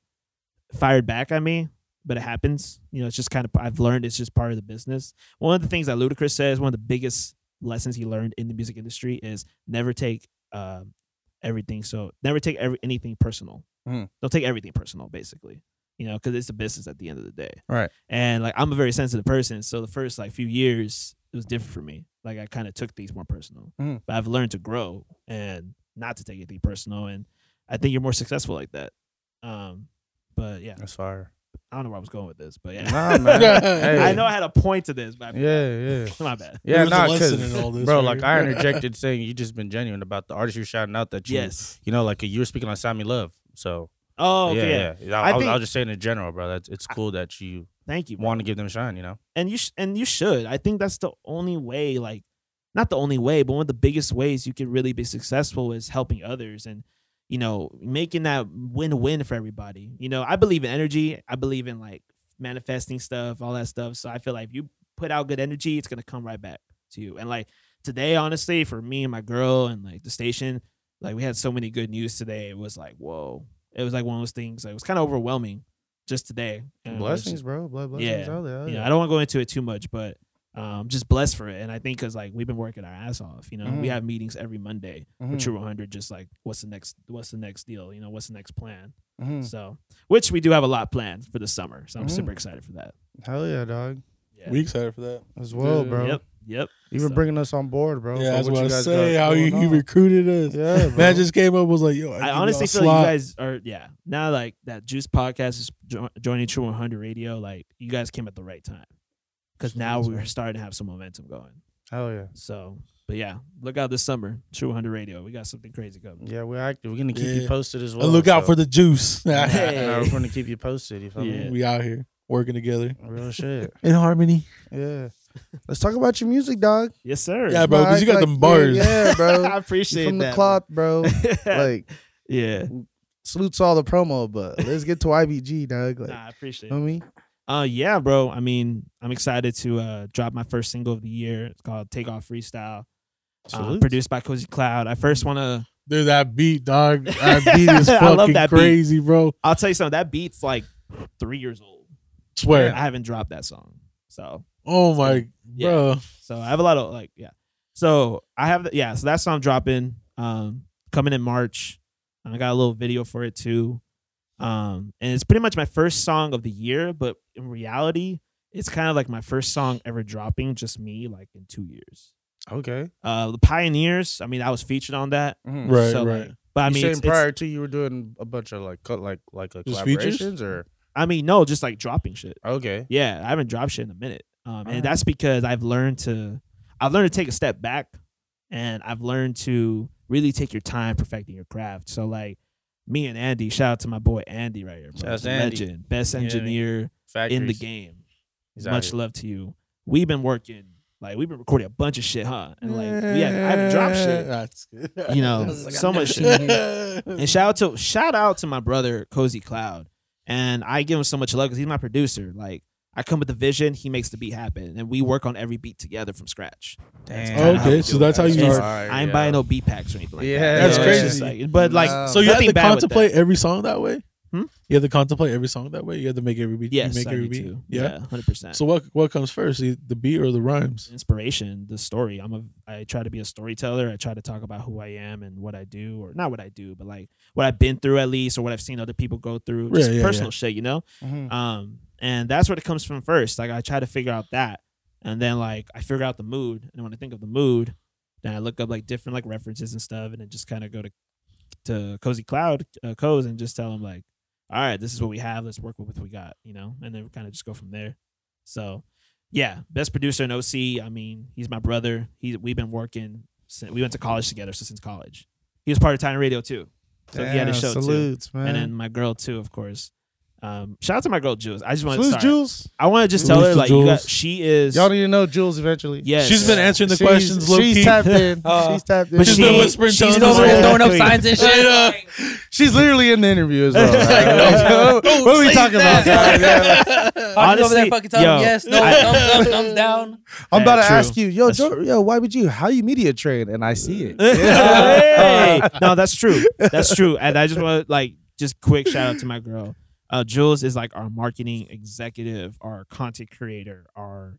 [SPEAKER 5] fired back at me, but it happens. You know, it's just kind of I've learned it's just part of the business. One of the things that Ludacris says, one of the biggest lessons he learned in the music industry is never take um, everything so never take every, anything personal.
[SPEAKER 3] Mm.
[SPEAKER 5] Don't take everything personal, basically. You know, because it's a business at the end of the day
[SPEAKER 3] Right.
[SPEAKER 5] and like I'm a very sensitive person, so the first like few years it was different for me. Like I kind of took things more personal,
[SPEAKER 3] Mhm.
[SPEAKER 5] but I've learned to grow and not to take anything personal, and I think you're more successful like that. Um, but yeah,
[SPEAKER 3] That's fire.
[SPEAKER 5] I don't know where I was going with this, but yeah,
[SPEAKER 3] Nah, man. Hey.
[SPEAKER 5] I know I had a point to this, but I forgot.
[SPEAKER 3] Yeah, yeah.
[SPEAKER 5] my bad.
[SPEAKER 3] Yeah,
[SPEAKER 2] There's a
[SPEAKER 3] nah,
[SPEAKER 2] lesson
[SPEAKER 3] 'cause,
[SPEAKER 2] in all this
[SPEAKER 3] bro,
[SPEAKER 2] right
[SPEAKER 3] like
[SPEAKER 2] here.
[SPEAKER 3] I interjected saying you just been genuine about the artist you're shouting out that you,
[SPEAKER 5] Yes.
[SPEAKER 3] you know, like you were speaking on Sammy Love. So,
[SPEAKER 5] Oh, okay, yeah.
[SPEAKER 3] yeah, yeah. I,
[SPEAKER 5] I
[SPEAKER 3] I, was, I
[SPEAKER 5] think-
[SPEAKER 3] was just saying in general, bro. That's it's cool that you
[SPEAKER 5] Thank you. bro.
[SPEAKER 3] want to give them shine. You know,
[SPEAKER 5] and you sh- and you should. I think that's the only way. Like, not the only way, but one of the biggest ways you can really be successful is helping others and you know making that win-win for everybody. You know, I believe in energy. I believe in like manifesting stuff, all that stuff. So I feel like if you put out good energy, it's gonna come right back to you. And like today, honestly, for me and my girl and like the station, Like we had so many good news today. It was like, whoa. It was like one of those things. Like, it was kind of overwhelming just today. And it was
[SPEAKER 3] Blessings, bro. Blood blessings
[SPEAKER 5] Yeah.
[SPEAKER 3] out there. out
[SPEAKER 5] you know,
[SPEAKER 3] there.
[SPEAKER 5] I don't want to go into it too much, but um, just blessed for it. And I think because like we've been working our ass off, you know,
[SPEAKER 3] Mhm.
[SPEAKER 5] we have meetings every Monday
[SPEAKER 3] Mhm,
[SPEAKER 5] with True 100, just like what's the next, what's the next deal, you know, what's the next plan.
[SPEAKER 3] mhm.
[SPEAKER 5] So, which we do have a lot planned for the summer, so I'm
[SPEAKER 3] Mhm.
[SPEAKER 5] super excited for that.
[SPEAKER 3] Hell yeah, dog.
[SPEAKER 5] Yeah.
[SPEAKER 2] We excited for that.
[SPEAKER 3] As well,
[SPEAKER 4] Dude.
[SPEAKER 3] bro.
[SPEAKER 5] Yep, yep.
[SPEAKER 3] You were
[SPEAKER 5] So-
[SPEAKER 3] bringing us on board, bro.
[SPEAKER 2] yeah,
[SPEAKER 3] for
[SPEAKER 2] that's what, I
[SPEAKER 3] you guys
[SPEAKER 2] say.
[SPEAKER 3] got
[SPEAKER 2] How he,
[SPEAKER 3] going
[SPEAKER 2] he
[SPEAKER 3] on.
[SPEAKER 2] recruited us.
[SPEAKER 3] Yeah, bro.
[SPEAKER 2] Man just came up was like, yo,
[SPEAKER 5] I honestly feel like you guys are yeah. Now like that Juice podcast is jo- joining True 100 Radio. Like you guys came at the right time because now
[SPEAKER 3] Sounds
[SPEAKER 5] we're
[SPEAKER 3] right.
[SPEAKER 5] starting to have some momentum going.
[SPEAKER 3] Hell yeah.
[SPEAKER 5] So, but yeah, look out this summer, True 100 Radio. We got something crazy coming.
[SPEAKER 3] Yeah, we're active. We're gonna keep
[SPEAKER 2] Yeah.
[SPEAKER 3] you posted as well.
[SPEAKER 2] And look out
[SPEAKER 3] so-
[SPEAKER 2] for the juice.
[SPEAKER 3] Yeah,
[SPEAKER 5] Hey.
[SPEAKER 3] we're gonna keep you posted. You feel me?
[SPEAKER 5] Yeah.
[SPEAKER 2] we out here working together
[SPEAKER 3] Real shit.
[SPEAKER 2] in harmony.
[SPEAKER 3] Yeah. Let's talk about your music, dog.
[SPEAKER 5] Yes, sir.
[SPEAKER 2] Yeah, bro, 'cause you got
[SPEAKER 3] Like,
[SPEAKER 2] them bars.
[SPEAKER 3] Yeah, yeah, bro.
[SPEAKER 5] I appreciate
[SPEAKER 3] You from
[SPEAKER 5] that.
[SPEAKER 3] the cloth, bro. like,
[SPEAKER 5] yeah,
[SPEAKER 3] salutes all the promo, but let's get to IBG, dog. Like, um,
[SPEAKER 5] nah, I appreciate.
[SPEAKER 3] you
[SPEAKER 5] it.
[SPEAKER 3] know me?
[SPEAKER 5] Uh, yeah, bro. I mean, I'm excited to uh, drop my first single of the year. It's called "Take Off Freestyle," uh, produced by Cozy Cloud. I first want to.
[SPEAKER 2] Dude, that beat, dog. That beat is
[SPEAKER 5] I
[SPEAKER 2] fucking
[SPEAKER 5] love that beat.
[SPEAKER 2] crazy, bro.
[SPEAKER 5] I'll tell you something. That beat's like three years old.
[SPEAKER 2] Swear.
[SPEAKER 5] I haven't dropped that song. So,
[SPEAKER 2] oh my,
[SPEAKER 5] Yeah.
[SPEAKER 2] bro.
[SPEAKER 5] so I have a lot of like, yeah. So I have, yeah. So that's what I'm dropping. Um, coming in March. I got a little video for it too. Um, and it's pretty much my first song of the year, but in reality, it's kind of like my first song ever dropping, just me, like in two years.
[SPEAKER 3] Okay.
[SPEAKER 5] Uh, the Pioneers. I mean, I was featured on that.
[SPEAKER 3] Mm.
[SPEAKER 2] Right,
[SPEAKER 5] so,
[SPEAKER 2] right.
[SPEAKER 5] like, but I
[SPEAKER 3] I
[SPEAKER 5] mean,
[SPEAKER 3] mean,
[SPEAKER 5] it's- it's-
[SPEAKER 3] prior to you were doing a bunch of like, co- like, like uh,
[SPEAKER 2] Just features?
[SPEAKER 3] collaborations or
[SPEAKER 5] I mean, no, just like dropping shit.
[SPEAKER 3] okay.
[SPEAKER 5] Yeah, I haven't dropped shit in a minute, um, and
[SPEAKER 3] Alright.
[SPEAKER 5] that's because I've learned to, I've learned to take a step back, and I've learned to really take your time perfecting your craft. So like, me and Andy, shout out to my boy Andy right here, bro.
[SPEAKER 3] Shout out to
[SPEAKER 5] The
[SPEAKER 3] Andy.
[SPEAKER 5] legend, best
[SPEAKER 3] You know what I mean?
[SPEAKER 5] engineer in the
[SPEAKER 3] Factories.
[SPEAKER 5] game.
[SPEAKER 3] He's out
[SPEAKER 5] Much
[SPEAKER 3] here.
[SPEAKER 5] love to you. We've been working, like we've been recording a bunch of shit, huh? And like, we have, I haven't dropped shit.
[SPEAKER 2] That's good.
[SPEAKER 5] You know,
[SPEAKER 4] was like,
[SPEAKER 5] so
[SPEAKER 4] I've never
[SPEAKER 5] much
[SPEAKER 4] seen
[SPEAKER 5] shit.
[SPEAKER 4] that.
[SPEAKER 5] And shout out to shout out to my brother Cozy Cloud, and I give him so much love because he's my producer. Like I come with the vision, he makes the beat happen, and we work on every beat together from scratch.
[SPEAKER 3] Damn.
[SPEAKER 5] kinda how
[SPEAKER 2] okay,
[SPEAKER 5] we
[SPEAKER 2] so
[SPEAKER 5] do it.
[SPEAKER 2] that's how you
[SPEAKER 5] It's-
[SPEAKER 2] start.
[SPEAKER 3] Alright,
[SPEAKER 5] I ain't
[SPEAKER 3] yeah.
[SPEAKER 5] buying no beat packs or anything like
[SPEAKER 3] Yeah,
[SPEAKER 5] that.
[SPEAKER 2] That's
[SPEAKER 5] it's just
[SPEAKER 2] crazy.
[SPEAKER 5] like- but like,
[SPEAKER 3] Wow.
[SPEAKER 2] So you have
[SPEAKER 5] nothing
[SPEAKER 2] to
[SPEAKER 5] bad with
[SPEAKER 2] contemplate
[SPEAKER 5] that.
[SPEAKER 2] every song that way.
[SPEAKER 5] Hmm?
[SPEAKER 2] You have to contemplate every song that way. You have to make every beat. you
[SPEAKER 5] yes,
[SPEAKER 2] make
[SPEAKER 5] I
[SPEAKER 2] every
[SPEAKER 5] do
[SPEAKER 2] beat.
[SPEAKER 5] too.
[SPEAKER 2] Yeah.
[SPEAKER 5] Yeah, hundred percent.
[SPEAKER 2] So what what comes first, the the beat or the rhymes?
[SPEAKER 5] inspiration, the story. I'm a I try to be a storyteller. I try to talk about who I am and what I do, or not what I do, but like what I've been through at least, or what I've seen other people go through. Just
[SPEAKER 2] Yeah, Mm-hmm. yeah,
[SPEAKER 5] personal shit, you know.
[SPEAKER 3] Mhm.
[SPEAKER 5] um and that's what it comes from first like i try to figure out that and then like i figure out the mood and when i think of the mood then i look up like different like references and stuff and then just kind of go to to cozy cloud uh, coz and just tell them like all right this is what we have let's work with what we got you know and then we kind of just go from there so yeah best producer in oc i mean he's my brother he we've been working since we went to college together so since college he was part of Titan radio too so he had a
[SPEAKER 3] Damn,
[SPEAKER 5] show too
[SPEAKER 3] Salutes, man.
[SPEAKER 5] and then my girl too, of course. Um, shout out to my girl Jules. I just want to
[SPEAKER 3] salutes, Jules.
[SPEAKER 5] I want to just
[SPEAKER 2] Salute
[SPEAKER 5] tell her
[SPEAKER 2] to
[SPEAKER 5] like you got,
[SPEAKER 2] Jules.
[SPEAKER 5] she is.
[SPEAKER 3] Y'all need to know Jules eventually.
[SPEAKER 5] yes,
[SPEAKER 2] She's been answering the
[SPEAKER 3] She's-
[SPEAKER 2] questions low
[SPEAKER 3] She's
[SPEAKER 2] key.
[SPEAKER 3] tapped in.
[SPEAKER 4] Uh,
[SPEAKER 3] she's tapped in.
[SPEAKER 5] but
[SPEAKER 2] She's
[SPEAKER 5] she,
[SPEAKER 2] been whispering
[SPEAKER 5] she's
[SPEAKER 2] tongues
[SPEAKER 4] He's
[SPEAKER 5] the
[SPEAKER 4] over
[SPEAKER 5] one
[SPEAKER 4] there
[SPEAKER 5] that-
[SPEAKER 4] throwing up signs and shit.
[SPEAKER 3] She's literally in the interview as well.
[SPEAKER 5] oh,
[SPEAKER 3] right?
[SPEAKER 2] Don't
[SPEAKER 3] what are we
[SPEAKER 2] say
[SPEAKER 3] talking about?
[SPEAKER 2] that.
[SPEAKER 3] dog? Yeah.
[SPEAKER 4] I'm over there
[SPEAKER 5] Honestly,
[SPEAKER 4] fucking telling
[SPEAKER 5] yo,
[SPEAKER 4] him yes, no,
[SPEAKER 5] I-
[SPEAKER 4] thumbs up, thumbs down.
[SPEAKER 3] I'm about to
[SPEAKER 5] Yeah, true. Uh,
[SPEAKER 3] ask you, yo,
[SPEAKER 5] That's
[SPEAKER 3] Joe, yo, why would you? How you media train? And I see it.
[SPEAKER 5] hey! No, that's true. That's true. And I just want to like just quick shout out to my girl. Uh, Jules is like our marketing executive, our content creator, our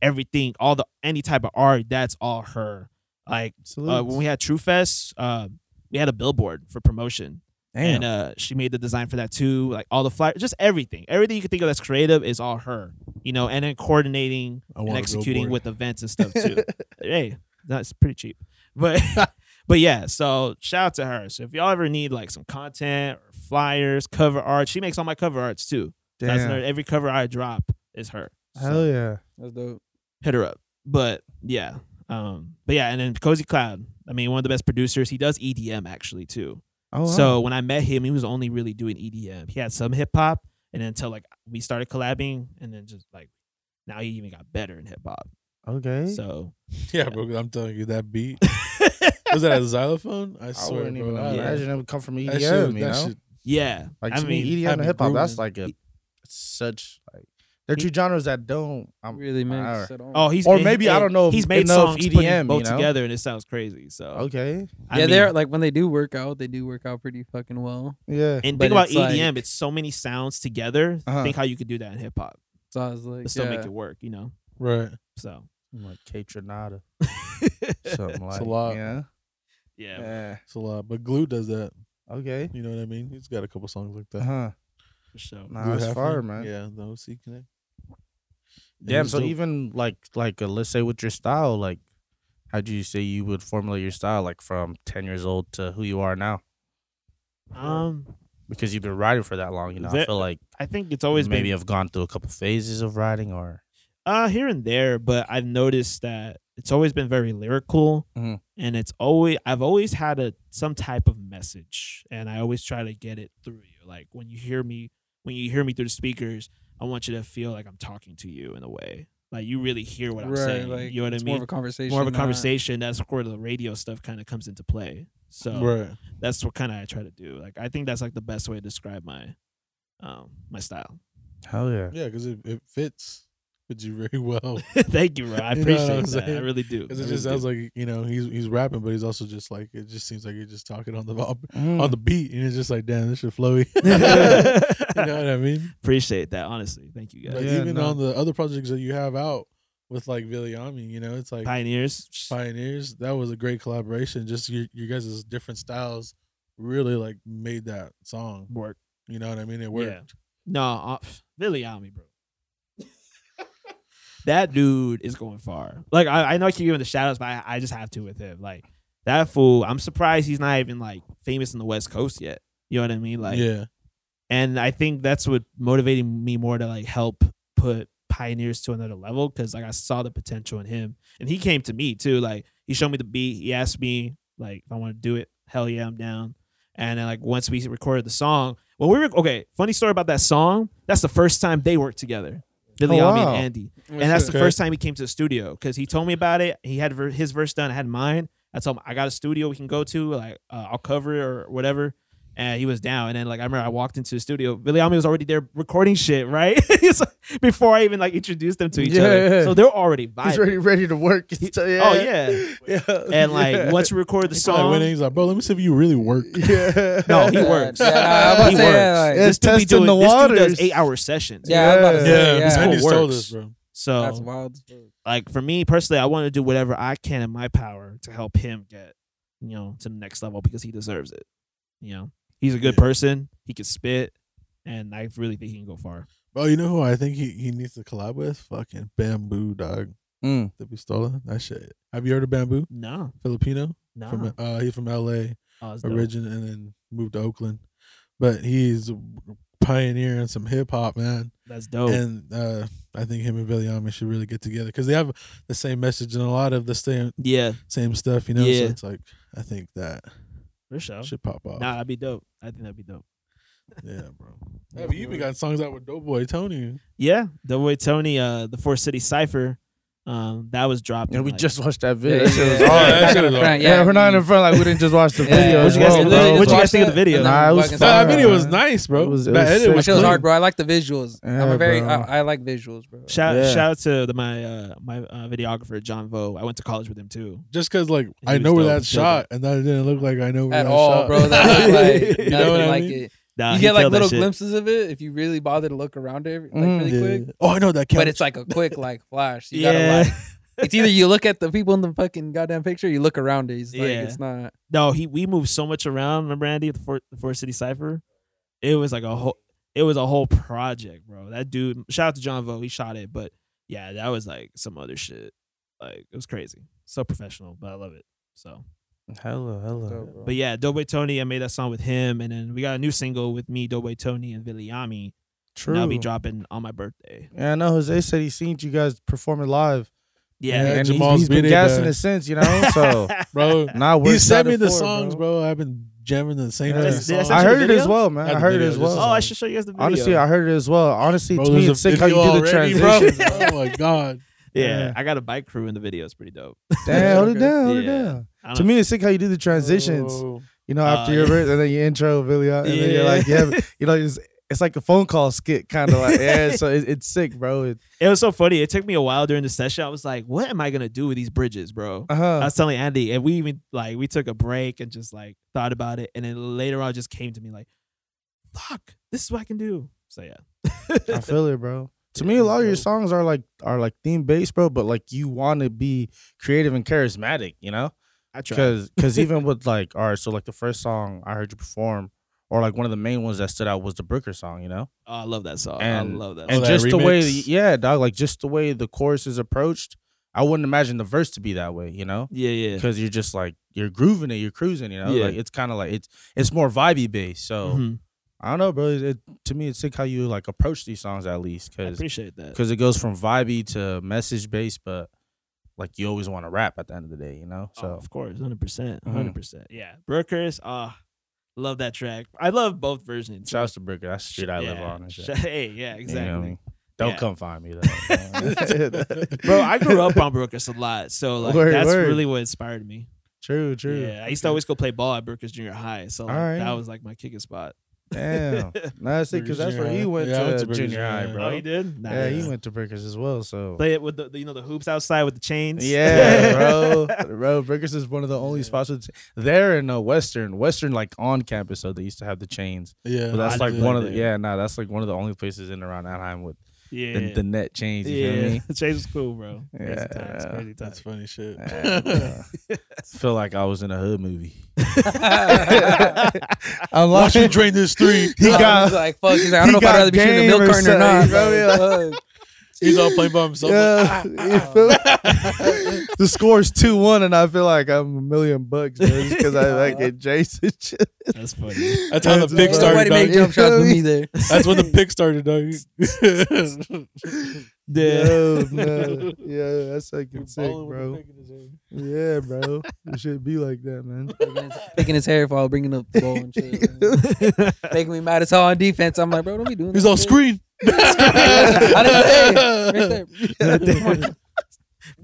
[SPEAKER 5] everything, all the any type of art. That's all her. Like uh, when we had True Fest, uh, we had a billboard for promotion. And uh, she made the design for that too. Like all the flyers, just everything. Everything you can think of that's creative is all her, you know, and then coordinating
[SPEAKER 2] I
[SPEAKER 5] and
[SPEAKER 2] want a
[SPEAKER 5] executing
[SPEAKER 2] billboard.
[SPEAKER 5] with events and stuff too. hey, that's pretty cheap. But but yeah, so shout out to her. So if y'all ever need like some content or flyers, cover art, she makes all my cover arts too. So that's another-
[SPEAKER 3] Damn.
[SPEAKER 5] every cover I drop is her. So
[SPEAKER 3] Hell yeah.
[SPEAKER 4] That's dope.
[SPEAKER 5] hit her up. But yeah. Um, but yeah, and then Cozy Cloud. I mean, one of the best producers. He does EDM actually too.
[SPEAKER 3] Oh, wow.
[SPEAKER 5] So when I met him, he was only really doing EDM. He had some hip hop, and then until like we started collabing, and then just like now he even got better in hip hop.
[SPEAKER 3] Oh, okay.
[SPEAKER 5] So
[SPEAKER 2] Yeah, bro. I'm telling you, that beat was that a xylophone? I
[SPEAKER 3] I
[SPEAKER 2] swear,
[SPEAKER 3] wouldn't
[SPEAKER 2] bro.
[SPEAKER 3] even
[SPEAKER 2] I-
[SPEAKER 3] imagine it would come from
[SPEAKER 2] that shit-
[SPEAKER 3] EDM. you
[SPEAKER 2] that
[SPEAKER 3] know,
[SPEAKER 2] shit-
[SPEAKER 5] yeah,
[SPEAKER 3] like E
[SPEAKER 5] I
[SPEAKER 3] to me,
[SPEAKER 5] mean,
[SPEAKER 3] EDM
[SPEAKER 2] I'd
[SPEAKER 3] and
[SPEAKER 2] be
[SPEAKER 3] hip hop. That's
[SPEAKER 2] grooving.
[SPEAKER 3] like a such like They're two genres that don't. I'm,
[SPEAKER 4] really mix at all.
[SPEAKER 5] Oh, he's
[SPEAKER 3] Or
[SPEAKER 5] he-
[SPEAKER 3] maybe,
[SPEAKER 5] hey,
[SPEAKER 3] I don't know,
[SPEAKER 5] He's made
[SPEAKER 3] enough
[SPEAKER 5] songs putting
[SPEAKER 3] EDM,
[SPEAKER 5] both
[SPEAKER 3] you know? Oh,
[SPEAKER 5] together, and it sounds crazy. So
[SPEAKER 3] okay.
[SPEAKER 5] I
[SPEAKER 4] yeah,
[SPEAKER 5] mean-
[SPEAKER 4] they're like when they do work out, they do work out pretty fucking well.
[SPEAKER 3] Yeah.
[SPEAKER 5] And
[SPEAKER 4] But
[SPEAKER 5] think about
[SPEAKER 4] it's like-
[SPEAKER 5] EDM; it's so many sounds together.
[SPEAKER 3] Uh-huh.
[SPEAKER 5] Think how you could do that in hip hop,
[SPEAKER 4] So I was like,
[SPEAKER 5] but still
[SPEAKER 4] yeah.
[SPEAKER 5] make it work. You know,
[SPEAKER 2] Right.
[SPEAKER 5] so
[SPEAKER 3] I'm like K Tronada. Something like
[SPEAKER 2] a lot.
[SPEAKER 3] Yeah.
[SPEAKER 5] yeah.
[SPEAKER 3] Yeah.
[SPEAKER 2] It's a lot. But Glue does that.
[SPEAKER 3] Okay.
[SPEAKER 2] You know what I mean? He's got a couple songs like
[SPEAKER 3] Uh
[SPEAKER 2] that.
[SPEAKER 3] huh.
[SPEAKER 5] for sure.
[SPEAKER 3] Nah,
[SPEAKER 2] Glue
[SPEAKER 3] that's
[SPEAKER 2] Hefner,
[SPEAKER 3] fire, man.
[SPEAKER 2] Yeah, the OC Connect. And
[SPEAKER 3] Damn.
[SPEAKER 2] he's
[SPEAKER 3] So
[SPEAKER 2] dope.
[SPEAKER 3] even like like uh, let's say with your style, like how do you say you would formulate your style, like from ten years old to who you are now?
[SPEAKER 5] Um,
[SPEAKER 3] Because you've been writing for that long, you know. I
[SPEAKER 5] That-
[SPEAKER 3] feel like
[SPEAKER 5] I think it's
[SPEAKER 3] always
[SPEAKER 5] always
[SPEAKER 3] maybe
[SPEAKER 5] been
[SPEAKER 3] have gone through a couple phases of writing, or
[SPEAKER 5] uh here and there, but I've noticed that it's always been very lyrical,
[SPEAKER 3] Mhm.
[SPEAKER 5] and it's always I've always had a some type of message, and I always try to get it through you. Like when you hear me, when you hear me through the speakers, I want you to feel like I'm talking to you in a way, like you really hear what I'm
[SPEAKER 4] right,
[SPEAKER 5] saying.
[SPEAKER 4] like
[SPEAKER 5] you know what I
[SPEAKER 4] it's
[SPEAKER 5] mean?
[SPEAKER 4] More of a conversation.
[SPEAKER 5] more of a
[SPEAKER 4] not-
[SPEAKER 5] conversation. That's where the radio stuff kind of comes into play. So
[SPEAKER 2] Right.
[SPEAKER 5] that's what kind of I try to do. Like I think that's like the best way to describe my um my style.
[SPEAKER 3] hell yeah.
[SPEAKER 2] Yeah, because it, it fits. Fits you very well.
[SPEAKER 5] Thank you, bro. I
[SPEAKER 2] You know what
[SPEAKER 5] appreciate
[SPEAKER 2] I'm
[SPEAKER 5] that. I
[SPEAKER 2] saying?
[SPEAKER 5] really do.
[SPEAKER 2] Because
[SPEAKER 5] I
[SPEAKER 2] it
[SPEAKER 5] really
[SPEAKER 2] just
[SPEAKER 5] do.
[SPEAKER 2] sounds like you know he's he's rapping, but he's also just like it just seems like he's just talking on the on
[SPEAKER 3] Mm.
[SPEAKER 2] the beat, and it's just like damn, this shit flowy. you know what I mean?
[SPEAKER 5] appreciate that. Honestly, thank you guys.
[SPEAKER 2] Like
[SPEAKER 3] Yeah,
[SPEAKER 2] even
[SPEAKER 3] no.
[SPEAKER 2] on the other projects that you have out with like Viliami, you know, it's like
[SPEAKER 5] Pioneers.
[SPEAKER 2] Pioneers. That was a great collaboration. Just your you guys' different styles really like made that song.
[SPEAKER 5] Work.
[SPEAKER 2] You know what I mean? It worked.
[SPEAKER 5] Yeah. No, uh, pff, Viliami, bro. that dude is going far. Like I, I know I keep giving the shout outs, but I, I just have to with him. Like that fool. I'm surprised he's not even like famous in the West Coast yet. You know what I mean? Like
[SPEAKER 2] yeah.
[SPEAKER 5] and I think that's what motivated me more to like help put pioneers to another level because like I saw the potential in him, and he came to me too. Like he showed me the beat, he asked me like if I want to do it. Hell yeah, I'm down. And then like once we recorded the song, when we were okay, funny story about that song. That's the first time they worked together, Billy
[SPEAKER 3] Oh,
[SPEAKER 5] Almy
[SPEAKER 3] wow.
[SPEAKER 5] and Andy,
[SPEAKER 4] Oh,
[SPEAKER 5] and that's
[SPEAKER 2] shit.
[SPEAKER 5] the
[SPEAKER 2] Okay.
[SPEAKER 5] first time he came to the studio because he told me about it. He had ver- his verse done, I had mine. I told him I got a studio we can go to, like uh, I'll cover it or whatever and he was down. And then like I remember I walked into the studio. Billy Ami was already there recording shit, right? It's like, before I even like introduced them to each
[SPEAKER 3] Yeah,
[SPEAKER 5] other.
[SPEAKER 3] yeah.
[SPEAKER 5] So they're already vibing.
[SPEAKER 3] He's already ready to work. So,
[SPEAKER 5] Oh yeah.
[SPEAKER 3] yeah.
[SPEAKER 5] And like
[SPEAKER 3] yeah.
[SPEAKER 5] once we recorded the
[SPEAKER 2] He's probably winning.
[SPEAKER 5] song.
[SPEAKER 2] He's like, bro, let me see if you really work.
[SPEAKER 3] Yeah.
[SPEAKER 5] No, he
[SPEAKER 4] Yeah,
[SPEAKER 5] works.
[SPEAKER 4] yeah, nah, I was about
[SPEAKER 5] he works.
[SPEAKER 4] to say, like-
[SPEAKER 5] this
[SPEAKER 3] It's
[SPEAKER 5] dude be
[SPEAKER 3] testing
[SPEAKER 5] doing,
[SPEAKER 3] the
[SPEAKER 5] This dude
[SPEAKER 3] waters.
[SPEAKER 5] does eight hour sessions.
[SPEAKER 4] Yeah, I was about to say,
[SPEAKER 2] Yeah,
[SPEAKER 4] yeah,
[SPEAKER 5] this
[SPEAKER 2] Andy's
[SPEAKER 5] whole
[SPEAKER 2] told
[SPEAKER 5] works.
[SPEAKER 2] us, bro.
[SPEAKER 5] So
[SPEAKER 4] that's wild. as fuck.
[SPEAKER 5] like for me personally, I want to do whatever I can in my power to help him get, you know, to the next level because he deserves it. You know, he's a good
[SPEAKER 2] Yeah.
[SPEAKER 5] person. He can spit, and I really think he can go far.
[SPEAKER 2] Bro, you know who I think he, he needs to collab with? Fucking Bamboo, dog.
[SPEAKER 3] Mm.
[SPEAKER 2] That be stolen. That shit. Have you heard of Bamboo?
[SPEAKER 5] No,
[SPEAKER 2] Filipino.
[SPEAKER 5] no.
[SPEAKER 2] From uh, he's from L.A.
[SPEAKER 5] Oh, it's dope.
[SPEAKER 2] origin and then moved to Oakland, but he's pioneering some hip hop, man.
[SPEAKER 5] That's dope.
[SPEAKER 2] And uh, I think him and Viliami should really get together because they have the same message and a lot of the same
[SPEAKER 5] yeah,
[SPEAKER 2] same stuff, you know.
[SPEAKER 5] Yeah.
[SPEAKER 2] So it's like I think that
[SPEAKER 5] for sure.
[SPEAKER 2] should pop off.
[SPEAKER 5] Nah, that'd be dope. I think that'd be dope.
[SPEAKER 2] Yeah, bro. Yeah, but you even got songs out with Doughboy Tony.
[SPEAKER 5] Yeah, the way Tony, uh, the Four City Cipher, um, that was dropped.
[SPEAKER 3] And
[SPEAKER 5] in,
[SPEAKER 3] we
[SPEAKER 5] like-
[SPEAKER 3] just watched that
[SPEAKER 4] Yeah,
[SPEAKER 3] video. That shit was
[SPEAKER 2] yeah.
[SPEAKER 3] hard.
[SPEAKER 2] Yeah, that shit was
[SPEAKER 4] Yeah,
[SPEAKER 2] hard.
[SPEAKER 3] Yeah, we're not
[SPEAKER 4] mm.
[SPEAKER 3] in front. Like we didn't just watch the
[SPEAKER 4] Yeah.
[SPEAKER 3] video.
[SPEAKER 5] What you
[SPEAKER 3] as
[SPEAKER 5] guys
[SPEAKER 3] well,
[SPEAKER 5] think-
[SPEAKER 3] bro.
[SPEAKER 5] what you guys think of the
[SPEAKER 4] Watch
[SPEAKER 5] video?
[SPEAKER 4] that,
[SPEAKER 3] Nah, it was
[SPEAKER 4] fucking-
[SPEAKER 3] fire,
[SPEAKER 2] Nah, that video was
[SPEAKER 3] man.
[SPEAKER 2] nice, bro.
[SPEAKER 3] It was- it
[SPEAKER 2] That
[SPEAKER 3] was
[SPEAKER 2] edit
[SPEAKER 3] sick.
[SPEAKER 4] That shit was
[SPEAKER 2] clean.
[SPEAKER 4] hard, bro. I like the visuals. I'm
[SPEAKER 3] Yeah,
[SPEAKER 4] a very
[SPEAKER 3] bro.
[SPEAKER 4] I, I like visuals, bro.
[SPEAKER 5] Shout
[SPEAKER 3] Yeah.
[SPEAKER 5] shout out to the, my uh, my uh, videographer John Vo. I went to college with him too.
[SPEAKER 2] Just because, like, I
[SPEAKER 5] was
[SPEAKER 2] know where
[SPEAKER 5] dope.
[SPEAKER 2] that's
[SPEAKER 5] He killed
[SPEAKER 2] shot, and that didn't look like I know where
[SPEAKER 4] At
[SPEAKER 2] that
[SPEAKER 4] all,
[SPEAKER 2] shot.
[SPEAKER 4] bro. That was like
[SPEAKER 5] You
[SPEAKER 4] you
[SPEAKER 5] know
[SPEAKER 2] what I
[SPEAKER 4] like
[SPEAKER 2] mean?
[SPEAKER 4] it.
[SPEAKER 5] Nah,
[SPEAKER 4] you
[SPEAKER 5] he
[SPEAKER 4] get like
[SPEAKER 5] killed that
[SPEAKER 4] little
[SPEAKER 5] shit.
[SPEAKER 4] glimpses of it if you really bother to look around it like
[SPEAKER 3] Mm.
[SPEAKER 4] really
[SPEAKER 2] Yeah.
[SPEAKER 4] quick.
[SPEAKER 2] Oh, I know that couch.
[SPEAKER 4] But it's like a quick like flash. You
[SPEAKER 5] Yeah.
[SPEAKER 4] gotta like it's either you look at the people in the fucking goddamn picture, you look around it. It's like
[SPEAKER 5] Yeah.
[SPEAKER 4] it's not
[SPEAKER 5] No, he we moved so much around. Remember Andy at the Four, the Four City Cipher? It was like a whole it was a whole project, bro. That dude shout out to John Vo, he shot it, but yeah, that was like some other shit. Like it was crazy. So professional, but I love it. So
[SPEAKER 3] Hello,
[SPEAKER 4] so,
[SPEAKER 3] hello.
[SPEAKER 4] bro.
[SPEAKER 5] but yeah, Doughboy Tony, I made that song with him, and then we got a new single with me, Doughboy Tony, and Viliami.
[SPEAKER 3] True.
[SPEAKER 5] And that'll be dropping on my birthday.
[SPEAKER 3] Yeah, I know. Jose said he seen you guys performing live.
[SPEAKER 5] Yeah.
[SPEAKER 3] and
[SPEAKER 2] Jamal's
[SPEAKER 3] he's, he's been
[SPEAKER 2] been it,
[SPEAKER 3] gassing
[SPEAKER 2] uh,
[SPEAKER 3] it since, you know. So
[SPEAKER 2] bro.
[SPEAKER 3] now we're
[SPEAKER 2] He sent
[SPEAKER 3] excited
[SPEAKER 2] me the
[SPEAKER 3] for it,
[SPEAKER 2] songs, bro. I've been jamming the same
[SPEAKER 3] Yeah.
[SPEAKER 2] type of
[SPEAKER 5] That's- that's
[SPEAKER 2] songs.
[SPEAKER 3] I
[SPEAKER 5] Sent you
[SPEAKER 3] heard
[SPEAKER 5] the
[SPEAKER 3] it as
[SPEAKER 5] video?
[SPEAKER 3] well, man.
[SPEAKER 2] Had
[SPEAKER 3] I
[SPEAKER 2] the
[SPEAKER 3] heard it
[SPEAKER 2] video, this
[SPEAKER 3] as
[SPEAKER 2] is
[SPEAKER 5] Oh,
[SPEAKER 3] well.
[SPEAKER 2] on-
[SPEAKER 5] I should show you guys the video.
[SPEAKER 3] Honestly, I heard it as well. Honestly,
[SPEAKER 2] Bro,
[SPEAKER 3] to
[SPEAKER 2] there's
[SPEAKER 3] me,
[SPEAKER 2] a
[SPEAKER 3] it's sick how you
[SPEAKER 2] video
[SPEAKER 3] do the
[SPEAKER 2] already,
[SPEAKER 3] transition.
[SPEAKER 2] bro. oh my god,
[SPEAKER 5] yeah,
[SPEAKER 3] yeah.
[SPEAKER 5] I got a bike crew in the video. It's pretty dope.
[SPEAKER 3] Damn, hold it
[SPEAKER 2] Okay.
[SPEAKER 3] down, hold it
[SPEAKER 5] Yeah.
[SPEAKER 3] down.
[SPEAKER 5] I don't
[SPEAKER 3] To me, it's sick how you do the transitions.
[SPEAKER 2] Oh.
[SPEAKER 3] You know, after
[SPEAKER 5] Uh,
[SPEAKER 3] your uh,
[SPEAKER 5] yeah.
[SPEAKER 3] verse, and then you intro Billy, out, and then you're like, yeah, you know, just
[SPEAKER 1] it's like a phone call skit, kind of like yeah. So it, it's sick, bro. It,
[SPEAKER 5] It was so funny. It took me a while during the session. I was like, what am I gonna do with these bridges, bro? I
[SPEAKER 1] uh-huh.
[SPEAKER 5] was telling Andy, and we even like we took a break and just like thought about it, and then later on it just came to me like, "Fuck, this is what I can do." So yeah,
[SPEAKER 1] I feel it, bro. To me, a lot of your songs are like are like theme based, bro. But like you want to be creative and charismatic, you know?
[SPEAKER 5] I tried.
[SPEAKER 3] Because because even with like all right, so like the first song I heard you perform, or like one of the main ones that stood out was the Brooker song, you know,
[SPEAKER 5] Oh, I love that song. I
[SPEAKER 3] And-
[SPEAKER 5] love Oh, that.
[SPEAKER 3] and
[SPEAKER 5] song.
[SPEAKER 2] that
[SPEAKER 3] just the way
[SPEAKER 2] remix?
[SPEAKER 3] yeah, dog, like just the way the chorus is approached, I wouldn't imagine the verse to be that way, you know,
[SPEAKER 5] yeah, yeah.
[SPEAKER 3] because you're just like you're grooving it, you're cruising, you know,
[SPEAKER 5] Yeah.
[SPEAKER 3] like it's kind of like it's it's more vibey based. So
[SPEAKER 5] Mhm.
[SPEAKER 3] I don't know, bro. It, it- to me, it's sick how you like approach these songs at least,
[SPEAKER 5] I
[SPEAKER 3] because
[SPEAKER 5] appreciate that.
[SPEAKER 3] because it goes from vibey to message based, but like you always want to rap at the end of the day, you know.
[SPEAKER 5] So
[SPEAKER 3] So
[SPEAKER 5] Oh, of course, hundred percent,
[SPEAKER 3] Mhm.
[SPEAKER 5] hundred percent. Yeah, Brookers. Ah, love that track. I love both versions.
[SPEAKER 3] shouts to Brooker. That's the street I live
[SPEAKER 5] Yeah.
[SPEAKER 3] on. And shit.
[SPEAKER 5] Sh- Hey, yeah,
[SPEAKER 3] You know what I
[SPEAKER 5] exactly.
[SPEAKER 3] mean? Don't
[SPEAKER 5] Yeah.
[SPEAKER 3] come find me though.
[SPEAKER 5] Bro, I grew up on Brookers a lot, so like
[SPEAKER 1] Word,
[SPEAKER 5] that's
[SPEAKER 1] word.
[SPEAKER 5] really what inspired me.
[SPEAKER 1] True, true.
[SPEAKER 5] Yeah, I used to always go play ball at Brookers Junior High, so like,
[SPEAKER 1] Alright.
[SPEAKER 5] that was like my kicking spot.
[SPEAKER 1] Damn. No, that's it, because that's where he
[SPEAKER 2] Junior high.
[SPEAKER 1] went
[SPEAKER 2] Yeah, I
[SPEAKER 1] to,
[SPEAKER 2] went to Brooklyn
[SPEAKER 1] junior
[SPEAKER 2] Junior
[SPEAKER 1] high,
[SPEAKER 2] high.
[SPEAKER 1] bro.
[SPEAKER 5] Oh, you did? Nah,
[SPEAKER 1] yeah, he went to Brickers as well, so.
[SPEAKER 5] Play it with the, the you know the hoops outside with the chains.
[SPEAKER 1] yeah, bro. Bro, Brickers is one of the only spots with there in uh, Western, Western like on campus. So they used to have the chains.
[SPEAKER 2] Yeah,
[SPEAKER 3] But that's
[SPEAKER 5] I'd
[SPEAKER 3] like
[SPEAKER 5] be
[SPEAKER 3] one
[SPEAKER 5] Oh, like
[SPEAKER 3] of the
[SPEAKER 5] that.
[SPEAKER 3] yeah, nah, that's like one of the only places in around Anaheim with
[SPEAKER 5] yeah.
[SPEAKER 3] the, the net chains. You
[SPEAKER 5] yeah,
[SPEAKER 3] feel me?
[SPEAKER 5] the chains was cool, bro. Crazy
[SPEAKER 3] Yeah.
[SPEAKER 5] times, crazy
[SPEAKER 2] That's
[SPEAKER 5] times.
[SPEAKER 2] funny shit.
[SPEAKER 3] Yeah, bro. feel like I was in a hood movie.
[SPEAKER 1] I'm
[SPEAKER 2] Watch me
[SPEAKER 1] lying.
[SPEAKER 2] drain this three.
[SPEAKER 1] He got
[SPEAKER 4] He's like, fuck. He's like, I
[SPEAKER 1] he
[SPEAKER 4] don't know if I'd rather
[SPEAKER 1] got
[SPEAKER 4] be shooting a
[SPEAKER 1] game
[SPEAKER 4] milk
[SPEAKER 1] or
[SPEAKER 4] carton or not.
[SPEAKER 1] something, bro.
[SPEAKER 4] Like, fuck.
[SPEAKER 2] He's all playing by himself.
[SPEAKER 1] yeah,
[SPEAKER 5] "Ah,
[SPEAKER 1] you feel it? the score is two one, and I feel like I'm a million bucks because I like it, Jason.
[SPEAKER 5] That's funny.
[SPEAKER 2] That's how the pick
[SPEAKER 1] Sorry,
[SPEAKER 2] started.
[SPEAKER 4] Nobody make
[SPEAKER 2] dog.
[SPEAKER 1] you
[SPEAKER 4] jump shots
[SPEAKER 1] feel
[SPEAKER 4] with
[SPEAKER 1] me?
[SPEAKER 4] me there.
[SPEAKER 2] That's when the pick started. Dog.
[SPEAKER 1] Yeah, no. yeah, that's fucking sick, bro. Yeah, bro, it should be like that, man.
[SPEAKER 4] Picking his, picking his hair while bringing up the ball and shit. Making me mad as hell on defense. I'm like, bro, don't be doing
[SPEAKER 2] He's
[SPEAKER 4] that
[SPEAKER 2] all
[SPEAKER 4] shit.
[SPEAKER 2] screen.
[SPEAKER 4] I didn't say. Right there. Come on.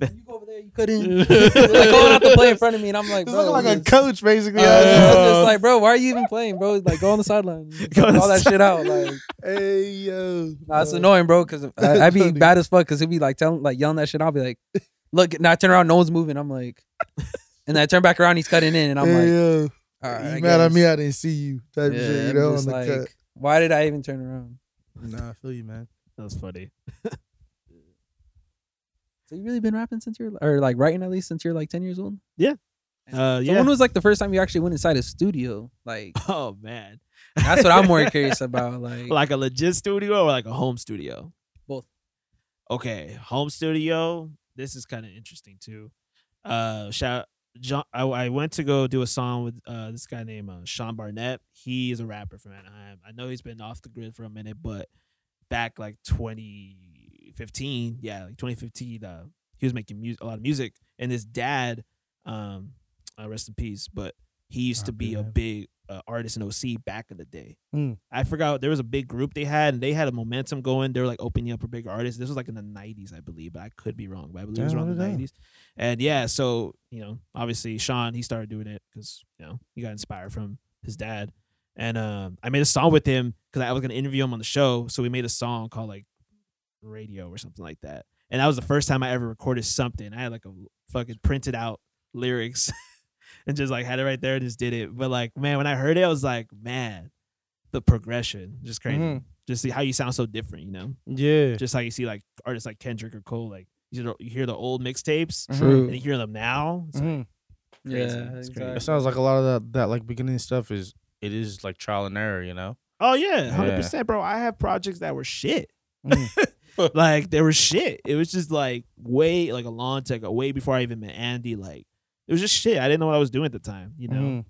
[SPEAKER 4] You go over there, you couldn't. Like, going out to play in front of me, and I'm like,
[SPEAKER 1] He's
[SPEAKER 4] bro,
[SPEAKER 1] looking like a
[SPEAKER 4] this-
[SPEAKER 1] coach, basically.
[SPEAKER 4] I'm
[SPEAKER 2] Uh,
[SPEAKER 4] just like, bro, why are you even playing, bro? Like, go on the sideline,
[SPEAKER 5] Go on
[SPEAKER 4] all
[SPEAKER 5] the
[SPEAKER 4] that shit out. Like,
[SPEAKER 1] hey, yo,
[SPEAKER 4] nah, it's
[SPEAKER 1] bro.
[SPEAKER 4] annoying, bro, because I'd be
[SPEAKER 1] Funny.
[SPEAKER 4] bad as fuck because he'd be like telling, like yelling that shit. I'll be like, look, now I turn around, no one's moving. I'm like, and then I turn back around, he's cutting in, and I'm
[SPEAKER 1] hey,
[SPEAKER 4] like,
[SPEAKER 1] yo.
[SPEAKER 4] all right, I
[SPEAKER 1] you mad at
[SPEAKER 4] guess.
[SPEAKER 1] me? I didn't see you. Type
[SPEAKER 4] Yeah,
[SPEAKER 1] of shit, you
[SPEAKER 4] I'm
[SPEAKER 1] know, on
[SPEAKER 4] just
[SPEAKER 1] the
[SPEAKER 4] like,
[SPEAKER 1] cut.
[SPEAKER 4] why did I even turn around?
[SPEAKER 1] Nah, I feel you, man.
[SPEAKER 5] That's funny.
[SPEAKER 4] So you really been rapping since you're, or like writing at least since you're like ten years old?
[SPEAKER 5] Uh,
[SPEAKER 4] So
[SPEAKER 5] yeah.
[SPEAKER 4] when was like the first time you actually went inside a studio? Like
[SPEAKER 5] oh man,
[SPEAKER 4] that's what I'm more curious about. Like,
[SPEAKER 5] like a legit studio or like a home studio?
[SPEAKER 4] Both.
[SPEAKER 5] Okay, home studio. This is kind of interesting too. Uh, shout John. I, I went to go do a song with uh this guy named uh, Sean Barnett. He is a rapper from Anaheim. I know he's been off the grid for a minute, but back like 2015, yeah, like 2015, uh, he was making music, a lot of music. And his dad, um, uh, rest in peace, but he used to
[SPEAKER 1] R.I.P.,
[SPEAKER 5] be a
[SPEAKER 1] man.
[SPEAKER 5] big uh, artist in OC back in the day.
[SPEAKER 1] Mm.
[SPEAKER 5] I forgot there was a big group they had, and they had a momentum going. They were like opening up for big artists. This was like in the '90s, I believe, but I could be wrong. But I believe it was
[SPEAKER 1] Yeah,
[SPEAKER 5] around
[SPEAKER 1] look
[SPEAKER 5] the
[SPEAKER 1] at that.
[SPEAKER 5] '90s. And yeah, so you know, obviously Sean he started doing it because you know he got inspired from his dad. And um, I made a song with him because I was gonna interview him on the show. So we made a song called like Radio or something like that. And that was the first time I ever recorded something. I had like a fucking printed out lyrics and just like had it right there and just did it. But like, man, when I heard it, I was like, man, the progression, just crazy.
[SPEAKER 1] Mhm.
[SPEAKER 5] Just see how you sound so different, you know.
[SPEAKER 1] Yeah,
[SPEAKER 5] Just how you see like artists like Kendrick or Cole, like you hear the, you hear the old mixtapes
[SPEAKER 4] True.
[SPEAKER 5] and you hear them now. It's like,
[SPEAKER 4] Mm-hmm.
[SPEAKER 1] Mhm.
[SPEAKER 5] crazy.
[SPEAKER 4] yeah,
[SPEAKER 5] It's crazy.
[SPEAKER 4] exactly.
[SPEAKER 3] It sounds like a lot of that that like beginning stuff is it is like trial and error, you know.
[SPEAKER 5] Oh yeah, hundred percent, bro. I have projects that were shit.
[SPEAKER 1] Mm.
[SPEAKER 5] like they were shit. It was just like way like a long time ago, way before I even met Andy. Like it was just shit. I didn't know what I was doing at the time. You know.
[SPEAKER 1] Mhm.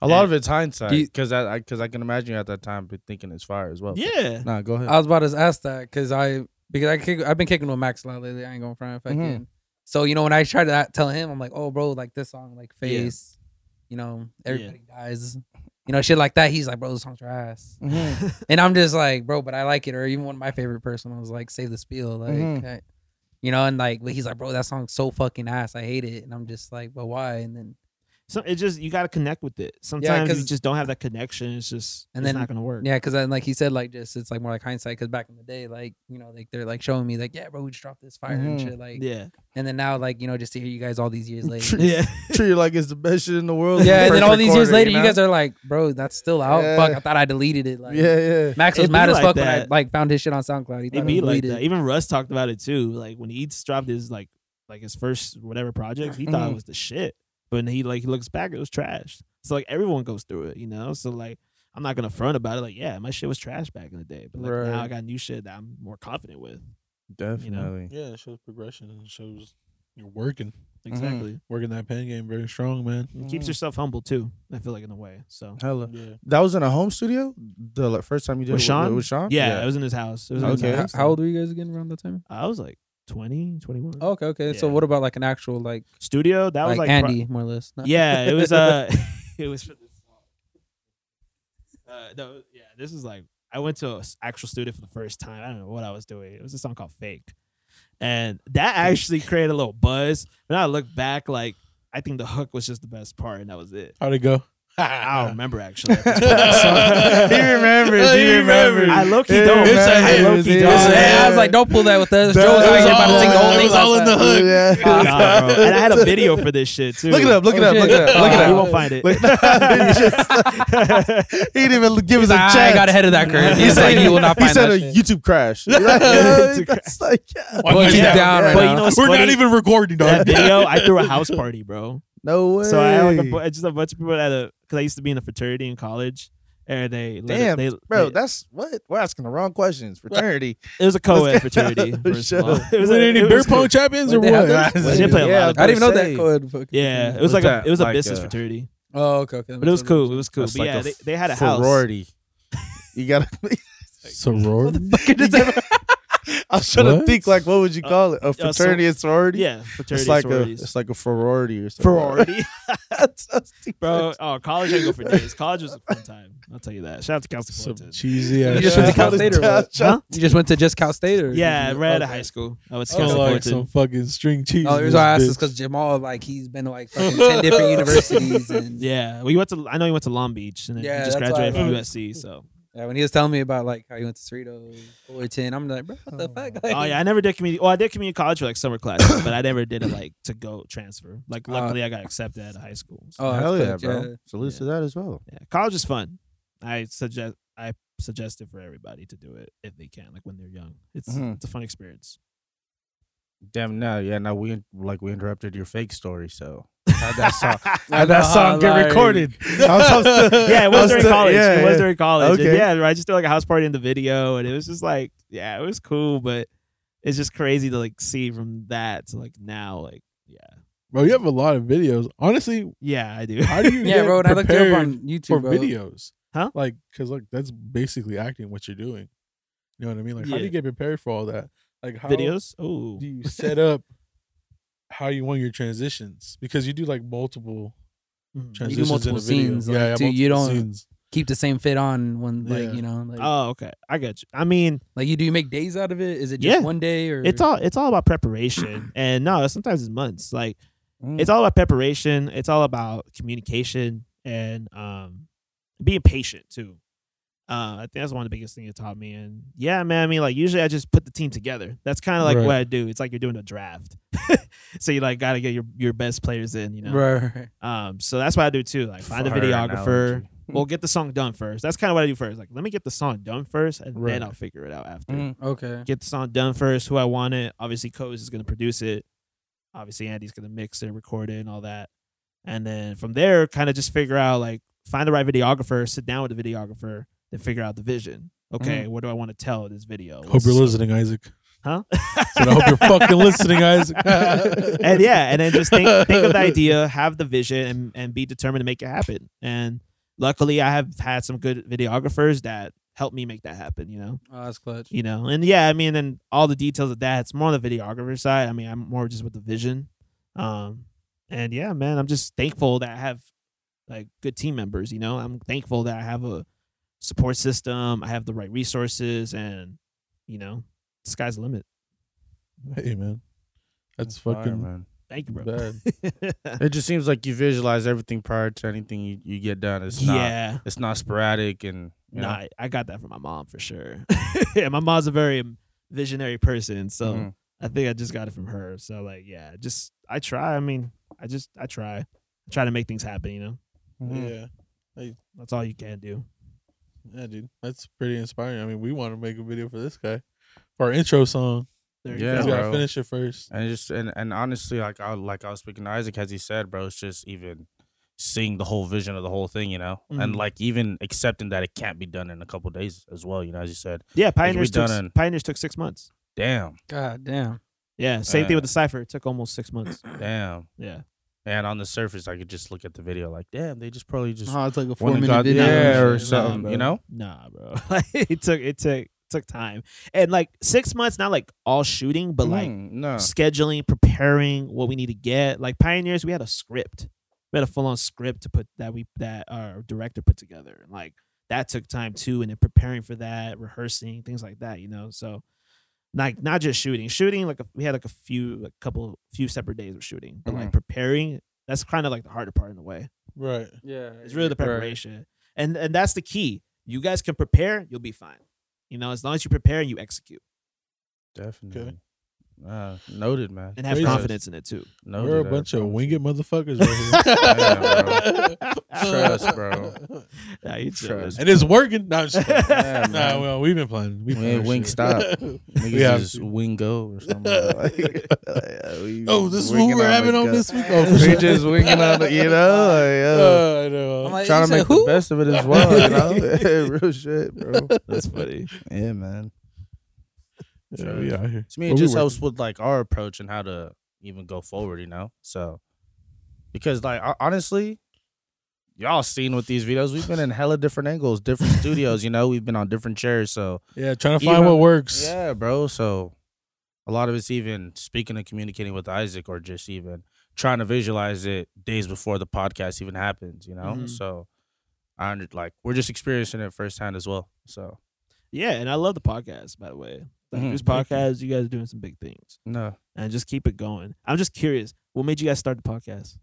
[SPEAKER 3] A lot
[SPEAKER 5] And-
[SPEAKER 3] of it's hindsight
[SPEAKER 4] Do you-
[SPEAKER 3] because I because I, can imagine you at that time be thinking it's fire as well.
[SPEAKER 5] Yeah.
[SPEAKER 1] Nah, go ahead.
[SPEAKER 4] I was about to ask that because I because I kick, I've been kicking with Max a lot lately. I ain't going front if I
[SPEAKER 5] Mm-hmm.
[SPEAKER 1] Mhm.
[SPEAKER 4] can. So you know when I try to a- tell him, I'm like, oh bro, like this song, like
[SPEAKER 5] Yeah.
[SPEAKER 4] face, you know, everybody dies, you know, shit like that. He's like, bro, this song's ass,
[SPEAKER 1] Mhm.
[SPEAKER 4] and I'm just like, bro, but I like it. Or even one of my favorite person was like, save the spiel, like.
[SPEAKER 5] Mm-hmm.
[SPEAKER 1] Mhm.
[SPEAKER 4] I- you know, and like, but he's like, bro, that song's so fucking ass. I hate it. And I'm just like, but why? And then
[SPEAKER 5] So it just you got to connect with it. Sometimes you
[SPEAKER 4] 'cause-
[SPEAKER 5] just don't have that connection. It's just
[SPEAKER 4] And
[SPEAKER 5] and then,
[SPEAKER 4] then-
[SPEAKER 5] it's not gonna work.
[SPEAKER 4] Yeah, because then, like he said, like just it's like more like hindsight. Because back in the day, like you know, like they're like showing me, like yeah, bro, we just dropped this fire and
[SPEAKER 3] Mhm.
[SPEAKER 4] shit, like.
[SPEAKER 5] yeah,
[SPEAKER 4] And then now, like you know, just to hear you guys all these years later.
[SPEAKER 5] yeah.
[SPEAKER 3] Treat it like it's the best shit in the world.
[SPEAKER 4] yeah, and
[SPEAKER 3] First
[SPEAKER 4] then all these years
[SPEAKER 3] recorder,
[SPEAKER 4] later, you,
[SPEAKER 3] know?
[SPEAKER 4] guys are like, bro, that's still out.
[SPEAKER 3] Yeah.
[SPEAKER 4] Fuck, I thought I deleted it. Like,
[SPEAKER 3] yeah, yeah.
[SPEAKER 4] Max was
[SPEAKER 5] It'd
[SPEAKER 4] mad
[SPEAKER 5] be
[SPEAKER 4] as
[SPEAKER 5] like
[SPEAKER 4] fuck when I
[SPEAKER 5] that.
[SPEAKER 4] like found his shit on SoundCloud. He thought
[SPEAKER 5] It
[SPEAKER 4] it
[SPEAKER 5] be
[SPEAKER 4] was
[SPEAKER 5] like
[SPEAKER 4] deleted.
[SPEAKER 5] that. Even Russ talked about it too. Like when Eads dropped his like like his first whatever project, he thought it
[SPEAKER 4] Mm-hmm.
[SPEAKER 3] Mhm.
[SPEAKER 5] was the shit. But then he like he looks back, it was trash. So like everyone goes through it, you know. So like I'm not gonna front about it. Like yeah, my shit was trash back in the day, but like now I
[SPEAKER 3] Right.
[SPEAKER 5] got new shit that I'm more confident with.
[SPEAKER 3] Definitely.
[SPEAKER 2] Yeah, it shows progression and shows you're working,
[SPEAKER 4] Mm-hmm.
[SPEAKER 5] Exactly.
[SPEAKER 2] working that pen game very strong, man.
[SPEAKER 5] It keeps yourself humble too. I feel like in a way. So
[SPEAKER 3] Hella.
[SPEAKER 2] Yeah.
[SPEAKER 3] That was in a home studio. The like, first time you did
[SPEAKER 5] with
[SPEAKER 3] it
[SPEAKER 5] Sean,
[SPEAKER 3] With, with Sean.
[SPEAKER 5] yeah, it was in his house. It was in his
[SPEAKER 3] Okay.
[SPEAKER 5] house.
[SPEAKER 4] How old were you guys again around that time?
[SPEAKER 5] I was like 20, 21.
[SPEAKER 4] Oh, okay, okay. So
[SPEAKER 5] Yeah.
[SPEAKER 4] what about like an actual like
[SPEAKER 5] Studio. That was
[SPEAKER 4] like,
[SPEAKER 5] like, pro-
[SPEAKER 4] Andy more or less? No.
[SPEAKER 5] yeah, it was uh it was for this song. Uh no, yeah, this is like I went to an actual studio for the first time. I don't know what I was doing. It was a song called Fake. And that actually created a little buzz. But now I look back like I think the hook was just the best part and that was it.
[SPEAKER 2] How'd it go?
[SPEAKER 5] I don't remember actually. at this point,
[SPEAKER 2] He
[SPEAKER 5] so-
[SPEAKER 3] remembers.
[SPEAKER 2] he remembers.
[SPEAKER 5] I low key
[SPEAKER 2] It
[SPEAKER 5] don't.
[SPEAKER 2] remembers,
[SPEAKER 5] I
[SPEAKER 2] it
[SPEAKER 5] low key
[SPEAKER 2] was-
[SPEAKER 5] don't.
[SPEAKER 2] it
[SPEAKER 4] Oh, yeah, I was like, don't pull that with us.
[SPEAKER 2] That
[SPEAKER 4] Joe was out
[SPEAKER 2] was
[SPEAKER 4] here about to
[SPEAKER 2] all-
[SPEAKER 4] sing the whole
[SPEAKER 2] that
[SPEAKER 4] thing.
[SPEAKER 2] was all in the hook.
[SPEAKER 3] Yeah.
[SPEAKER 5] Nah, bro. And I had a video for this shit too.
[SPEAKER 3] Look it up. Look
[SPEAKER 4] Oh,
[SPEAKER 3] it up. Look it
[SPEAKER 5] Uh,
[SPEAKER 3] up. Look it
[SPEAKER 5] You
[SPEAKER 3] up.
[SPEAKER 5] won't find it.
[SPEAKER 3] he didn't even give us a chance.
[SPEAKER 4] I got ahead of that curve. He's like, you will not
[SPEAKER 3] he
[SPEAKER 4] find
[SPEAKER 3] said
[SPEAKER 4] that
[SPEAKER 3] a
[SPEAKER 4] shit.
[SPEAKER 3] YouTube crash. That's like, yeah.
[SPEAKER 2] Why
[SPEAKER 4] Well,
[SPEAKER 2] not?
[SPEAKER 4] he's
[SPEAKER 5] yeah,
[SPEAKER 4] down
[SPEAKER 5] yeah.
[SPEAKER 4] right
[SPEAKER 5] But
[SPEAKER 4] now.
[SPEAKER 5] you know what's
[SPEAKER 2] We're not
[SPEAKER 5] funny?
[SPEAKER 2] even recording,
[SPEAKER 5] that
[SPEAKER 2] dog.
[SPEAKER 5] video, I threw a house party, bro.
[SPEAKER 3] No way.
[SPEAKER 5] So I had like a, bu- just a bunch of people at a because I used to be in a fraternity in college, and they let it-
[SPEAKER 3] Damn,
[SPEAKER 5] they,
[SPEAKER 3] bro,
[SPEAKER 5] they-
[SPEAKER 3] that's what we're asking the wrong questions. Fraternity.
[SPEAKER 5] it was a co-ed fraternity.
[SPEAKER 3] Shut
[SPEAKER 5] First of all.
[SPEAKER 3] up.
[SPEAKER 5] It was
[SPEAKER 2] Was it
[SPEAKER 5] a-
[SPEAKER 2] any
[SPEAKER 5] it
[SPEAKER 2] beer
[SPEAKER 5] was-
[SPEAKER 2] pong champions or
[SPEAKER 4] Wait, they had
[SPEAKER 2] what?
[SPEAKER 4] that?
[SPEAKER 2] Nah,
[SPEAKER 5] They didn't play a lot.
[SPEAKER 4] I didn't even know that
[SPEAKER 3] say.
[SPEAKER 4] code. fuck.
[SPEAKER 5] Yeah, it
[SPEAKER 3] What's
[SPEAKER 5] was like
[SPEAKER 3] that?
[SPEAKER 5] a, it was a
[SPEAKER 3] Like,
[SPEAKER 5] business
[SPEAKER 3] uh,
[SPEAKER 5] fraternity,
[SPEAKER 4] Oh, okay, okay.
[SPEAKER 5] but it was cool. It was cool.
[SPEAKER 3] That's
[SPEAKER 5] But
[SPEAKER 3] like
[SPEAKER 5] yeah,
[SPEAKER 3] a
[SPEAKER 5] they, they had a house.
[SPEAKER 3] Sorority. You gotta.
[SPEAKER 2] Sorority?
[SPEAKER 3] I was trying to
[SPEAKER 2] What?
[SPEAKER 3] think like, what would you
[SPEAKER 5] Uh,
[SPEAKER 3] call it? A fraternity and sorority.
[SPEAKER 5] Yeah, fraternity
[SPEAKER 3] it's like
[SPEAKER 5] sororities.
[SPEAKER 3] a it's like a sorority or something.
[SPEAKER 5] sorority,
[SPEAKER 3] That's so stupid.
[SPEAKER 5] bro. Oh, college I go for days. College was a fun time. I'll tell you that. Shout out to Council
[SPEAKER 2] Some
[SPEAKER 5] Fullerton.
[SPEAKER 2] cheesy ass.
[SPEAKER 4] You just went to Cal State or what?
[SPEAKER 5] Huh?
[SPEAKER 4] You just went to just Cal State, or
[SPEAKER 5] Yeah, right out of
[SPEAKER 4] Okay.
[SPEAKER 5] high school. I was
[SPEAKER 2] Oh,
[SPEAKER 5] Council
[SPEAKER 2] like
[SPEAKER 5] Fullerton.
[SPEAKER 2] some fucking string cheese.
[SPEAKER 4] Oh,
[SPEAKER 2] in
[SPEAKER 4] the reason
[SPEAKER 2] this
[SPEAKER 4] why I asked is
[SPEAKER 2] bitch.
[SPEAKER 4] because Jamal, like, he's been to like fucking ten different universities, and yeah.
[SPEAKER 5] Yeah, well, you went to. I know you went to Long Beach, and then
[SPEAKER 4] Yeah,
[SPEAKER 5] you just
[SPEAKER 4] that's why I
[SPEAKER 5] graduated from
[SPEAKER 4] know.
[SPEAKER 5] USC. So,
[SPEAKER 4] when he was telling me about like how he went to Cerritos, Fullerton, I'm like, bro, what the fuck? Like,
[SPEAKER 5] oh yeah, I never did community. Well, I did community college for like summer classes, but I never did it like to go transfer. Like,
[SPEAKER 4] Uh,
[SPEAKER 5] luckily, I got accepted out of high school. So,
[SPEAKER 4] Oh, that's
[SPEAKER 3] Hell yeah,
[SPEAKER 4] cooked,
[SPEAKER 3] bro.
[SPEAKER 4] yeah.
[SPEAKER 3] Salute to that as well.
[SPEAKER 5] yeah, college is fun. I suggest. I suggest it for everybody to do it if they can, like when they're young. It's
[SPEAKER 3] Mhm.
[SPEAKER 5] it's a fun experience.
[SPEAKER 3] Damn, now yeah, now we like we interrupted your fake story, so how'd that song,
[SPEAKER 4] I
[SPEAKER 3] how'd that
[SPEAKER 4] know,
[SPEAKER 3] song get
[SPEAKER 4] like-
[SPEAKER 3] recorded? I was- I was still-
[SPEAKER 5] Yeah, it
[SPEAKER 3] I
[SPEAKER 5] was during
[SPEAKER 3] still-
[SPEAKER 5] college.
[SPEAKER 3] yeah,
[SPEAKER 5] it was
[SPEAKER 3] yeah.
[SPEAKER 5] during college. And
[SPEAKER 3] Okay.
[SPEAKER 5] yeah, right. I just did like a house party in the video, and it was just like, yeah, it was cool, but it's just crazy to like see from that to like now, like yeah,
[SPEAKER 2] bro, you have a lot of videos. Honestly,
[SPEAKER 5] yeah, I do.
[SPEAKER 2] how do you
[SPEAKER 4] yeah,
[SPEAKER 2] get
[SPEAKER 4] bro. When I looked you
[SPEAKER 2] prepared
[SPEAKER 4] up on YouTube,
[SPEAKER 2] for
[SPEAKER 4] bro,
[SPEAKER 2] videos?
[SPEAKER 5] Huh?
[SPEAKER 2] Like, cause like that's basically acting what you're doing. You know what I mean? Like, how do
[SPEAKER 5] Yeah.
[SPEAKER 2] you get prepared for all that? Like, how
[SPEAKER 5] videos. Oh,
[SPEAKER 2] do you set up how you want your transitions? Because you do like multiple
[SPEAKER 5] Mm-hmm.
[SPEAKER 4] do
[SPEAKER 2] transitions in
[SPEAKER 4] multiple
[SPEAKER 2] a video.
[SPEAKER 4] scenes,
[SPEAKER 2] yeah,
[SPEAKER 4] like,
[SPEAKER 2] yeah,
[SPEAKER 4] dude, you
[SPEAKER 2] multiple
[SPEAKER 4] don't-
[SPEAKER 2] scenes.
[SPEAKER 4] keep the same fit on when, like,
[SPEAKER 2] Yeah.
[SPEAKER 4] you know, like,
[SPEAKER 5] Oh, okay. I got you. I mean,
[SPEAKER 4] like you do you make days out of it? Is it just
[SPEAKER 5] Yeah.
[SPEAKER 4] one day or
[SPEAKER 5] it's all it's all about preparation, and no, sometimes it's months. Like
[SPEAKER 3] Mm.
[SPEAKER 5] it's all about preparation. It's all about communication and um, being patient too. Uh, I think that's one of the biggest things it taught me. And yeah, man, I mean, like usually I just put the team together. That's kind of like what
[SPEAKER 2] Right.
[SPEAKER 5] I do. It's like you're doing a draft, so you like got to get your your best players in, you know.
[SPEAKER 4] Right.
[SPEAKER 5] Um, so that's what I do too. Like find a
[SPEAKER 3] Fire
[SPEAKER 5] videographer.
[SPEAKER 3] analogy.
[SPEAKER 5] We'll get the song done first. That's kind of what I do first. Like let me get the song done first, and
[SPEAKER 2] Right.
[SPEAKER 5] then I'll figure it out after.
[SPEAKER 3] Mm.
[SPEAKER 4] Okay.
[SPEAKER 5] Get the song done first. Who I want it. Obviously, Coase is gonna produce it. Obviously, Andy's gonna mix it, record it, and all that. And then from there, kind of just figure out like find the right videographer, sit down with the videographer, then figure out the vision. Okay, what do I want to tell in this video?
[SPEAKER 2] Mm. Hope
[SPEAKER 5] What's
[SPEAKER 2] you're
[SPEAKER 5] the-
[SPEAKER 2] listening, Isaac.
[SPEAKER 5] Huh?
[SPEAKER 2] Said, I hope you're fucking listening, Isaac.
[SPEAKER 5] and yeah, and then just think think of the idea, have the vision, and and be determined to make it happen. And luckily, I have had some good videographers that helped me make that happen. You know,
[SPEAKER 4] Oh, that's clutch.
[SPEAKER 5] you know, and yeah, I mean, and all the details of that. It's more on the videographer side. I mean, I'm more just with the vision. Um, and yeah, man, I'm just thankful that I have like good team members. You know, I'm thankful that I have a support system. I have the right resources, and you know, the sky's the limit.
[SPEAKER 2] hey man, that's
[SPEAKER 3] Fire,
[SPEAKER 2] fucking
[SPEAKER 3] man.
[SPEAKER 5] Thank you, bro.
[SPEAKER 2] Bad.
[SPEAKER 3] It just seems like you visualize everything prior to anything you, you get done. It's not
[SPEAKER 5] yeah.
[SPEAKER 3] it's not sporadic and you know.
[SPEAKER 5] Nah, I got that from my mom for sure. yeah, my mom's a very visionary person, so
[SPEAKER 3] Mhm.
[SPEAKER 5] I think I just got it from her. So like, yeah, just I try. I mean, I just I try, I try to make things happen. You know,
[SPEAKER 3] Mhm.
[SPEAKER 2] Yeah,
[SPEAKER 5] that's all you can do.
[SPEAKER 2] yeah, dude. That's pretty inspiring. I mean, we want to make a video for this guy for our intro song.
[SPEAKER 5] There
[SPEAKER 3] Yeah,
[SPEAKER 2] He's
[SPEAKER 5] go.
[SPEAKER 2] got to
[SPEAKER 3] bro.
[SPEAKER 2] finish it first.
[SPEAKER 3] And it's just and, and honestly, like I like I was speaking to Isaac as he said, bro, it's just even seeing the whole vision of the whole thing, you know, and
[SPEAKER 5] Mhm.
[SPEAKER 3] like even accepting that it can't be done in a couple days as well, you know, as you said,
[SPEAKER 5] Yeah, pioneers
[SPEAKER 3] done
[SPEAKER 5] took s-
[SPEAKER 3] in-
[SPEAKER 5] pioneers took six months.
[SPEAKER 3] damn,
[SPEAKER 4] God damn.
[SPEAKER 5] Yeah, same thing
[SPEAKER 3] Uh,
[SPEAKER 5] with the cipher. It took almost six months.
[SPEAKER 3] damn,
[SPEAKER 5] Yeah,
[SPEAKER 3] and on the surface, I could just look at the video like, damn, they just probably just
[SPEAKER 4] Oh, it's like a four
[SPEAKER 3] went and
[SPEAKER 4] minute
[SPEAKER 3] got
[SPEAKER 4] video.
[SPEAKER 3] there or
[SPEAKER 5] Nah,
[SPEAKER 3] something,
[SPEAKER 5] bro.
[SPEAKER 3] you know?
[SPEAKER 5] nah, bro. Like it took it took took time, and like six months, not like all shooting, but like
[SPEAKER 3] Mm, no,
[SPEAKER 5] scheduling, preparing what we need to get. Like pioneers, we had a script. We had a full on script to put that we that our director put together. Like that took time too, and then preparing for that, rehearsing, things like that. You know, so like not just shooting, shooting like a, we had like a few, a couple, few separate days of shooting, but like preparing. That's kind of like the harder part in a way.
[SPEAKER 2] Right.
[SPEAKER 4] Yeah.
[SPEAKER 5] It's really the preparation, and and that's the key. You guys can prepare, you'll be fine. You know, as long as you prepare and you execute
[SPEAKER 3] definitely. Uh, noted, man.
[SPEAKER 5] and have
[SPEAKER 2] Crazy.
[SPEAKER 5] confidence in it too.
[SPEAKER 3] Noted, uh,
[SPEAKER 2] We're a
[SPEAKER 3] I
[SPEAKER 2] bunch of
[SPEAKER 3] promise
[SPEAKER 2] winged
[SPEAKER 3] you.
[SPEAKER 2] motherfuckers right here.
[SPEAKER 3] Trust, bro.
[SPEAKER 5] Nah, you
[SPEAKER 3] Trust.
[SPEAKER 5] chillin'.
[SPEAKER 2] And it's working. No, I'm just kidding.
[SPEAKER 3] Yeah,
[SPEAKER 2] nah,
[SPEAKER 3] man.
[SPEAKER 2] well, we've been playing. We've
[SPEAKER 3] We
[SPEAKER 2] been
[SPEAKER 3] ain't wing stop. Niggas
[SPEAKER 2] We have
[SPEAKER 3] is
[SPEAKER 2] to.
[SPEAKER 3] wingo or something. Like,
[SPEAKER 2] oh, this is what we're having on this week. Oh, for
[SPEAKER 3] We
[SPEAKER 2] sure.
[SPEAKER 3] just winging on the, you know,
[SPEAKER 2] Uh, I know. Like,
[SPEAKER 4] I'm like,
[SPEAKER 3] trying
[SPEAKER 4] you
[SPEAKER 3] to
[SPEAKER 4] said
[SPEAKER 3] make
[SPEAKER 4] who?
[SPEAKER 3] the best of it as well. You know, real shit, bro.
[SPEAKER 5] That's funny.
[SPEAKER 3] Yeah, man.
[SPEAKER 2] yeah, we out here.
[SPEAKER 3] To me,
[SPEAKER 2] What we
[SPEAKER 3] it just
[SPEAKER 2] working-
[SPEAKER 3] helps with like our approach and how to even go forward. You know, so because like ho- honestly, y'all seen with these videos, we've been in hella different angles, different studios. You know, we've been on different chairs, so
[SPEAKER 2] Yeah, trying to find
[SPEAKER 3] Even-
[SPEAKER 2] what works.
[SPEAKER 3] Yeah, bro. So a lot of it's even speaking and communicating with Isaac or just even trying to visualize it days before the podcast even happens, you know?
[SPEAKER 5] Mhm.
[SPEAKER 3] So I under, like we're just experiencing it firsthand as well. So
[SPEAKER 5] Yeah, and I love the podcast, by the way. Like
[SPEAKER 2] Mm-hmm.
[SPEAKER 3] Mhm,
[SPEAKER 5] this
[SPEAKER 3] thank you.
[SPEAKER 5] podcast, you guys are doing some big things.
[SPEAKER 3] no.
[SPEAKER 5] And just keep it going. I'm just curious, what made you guys start the podcast?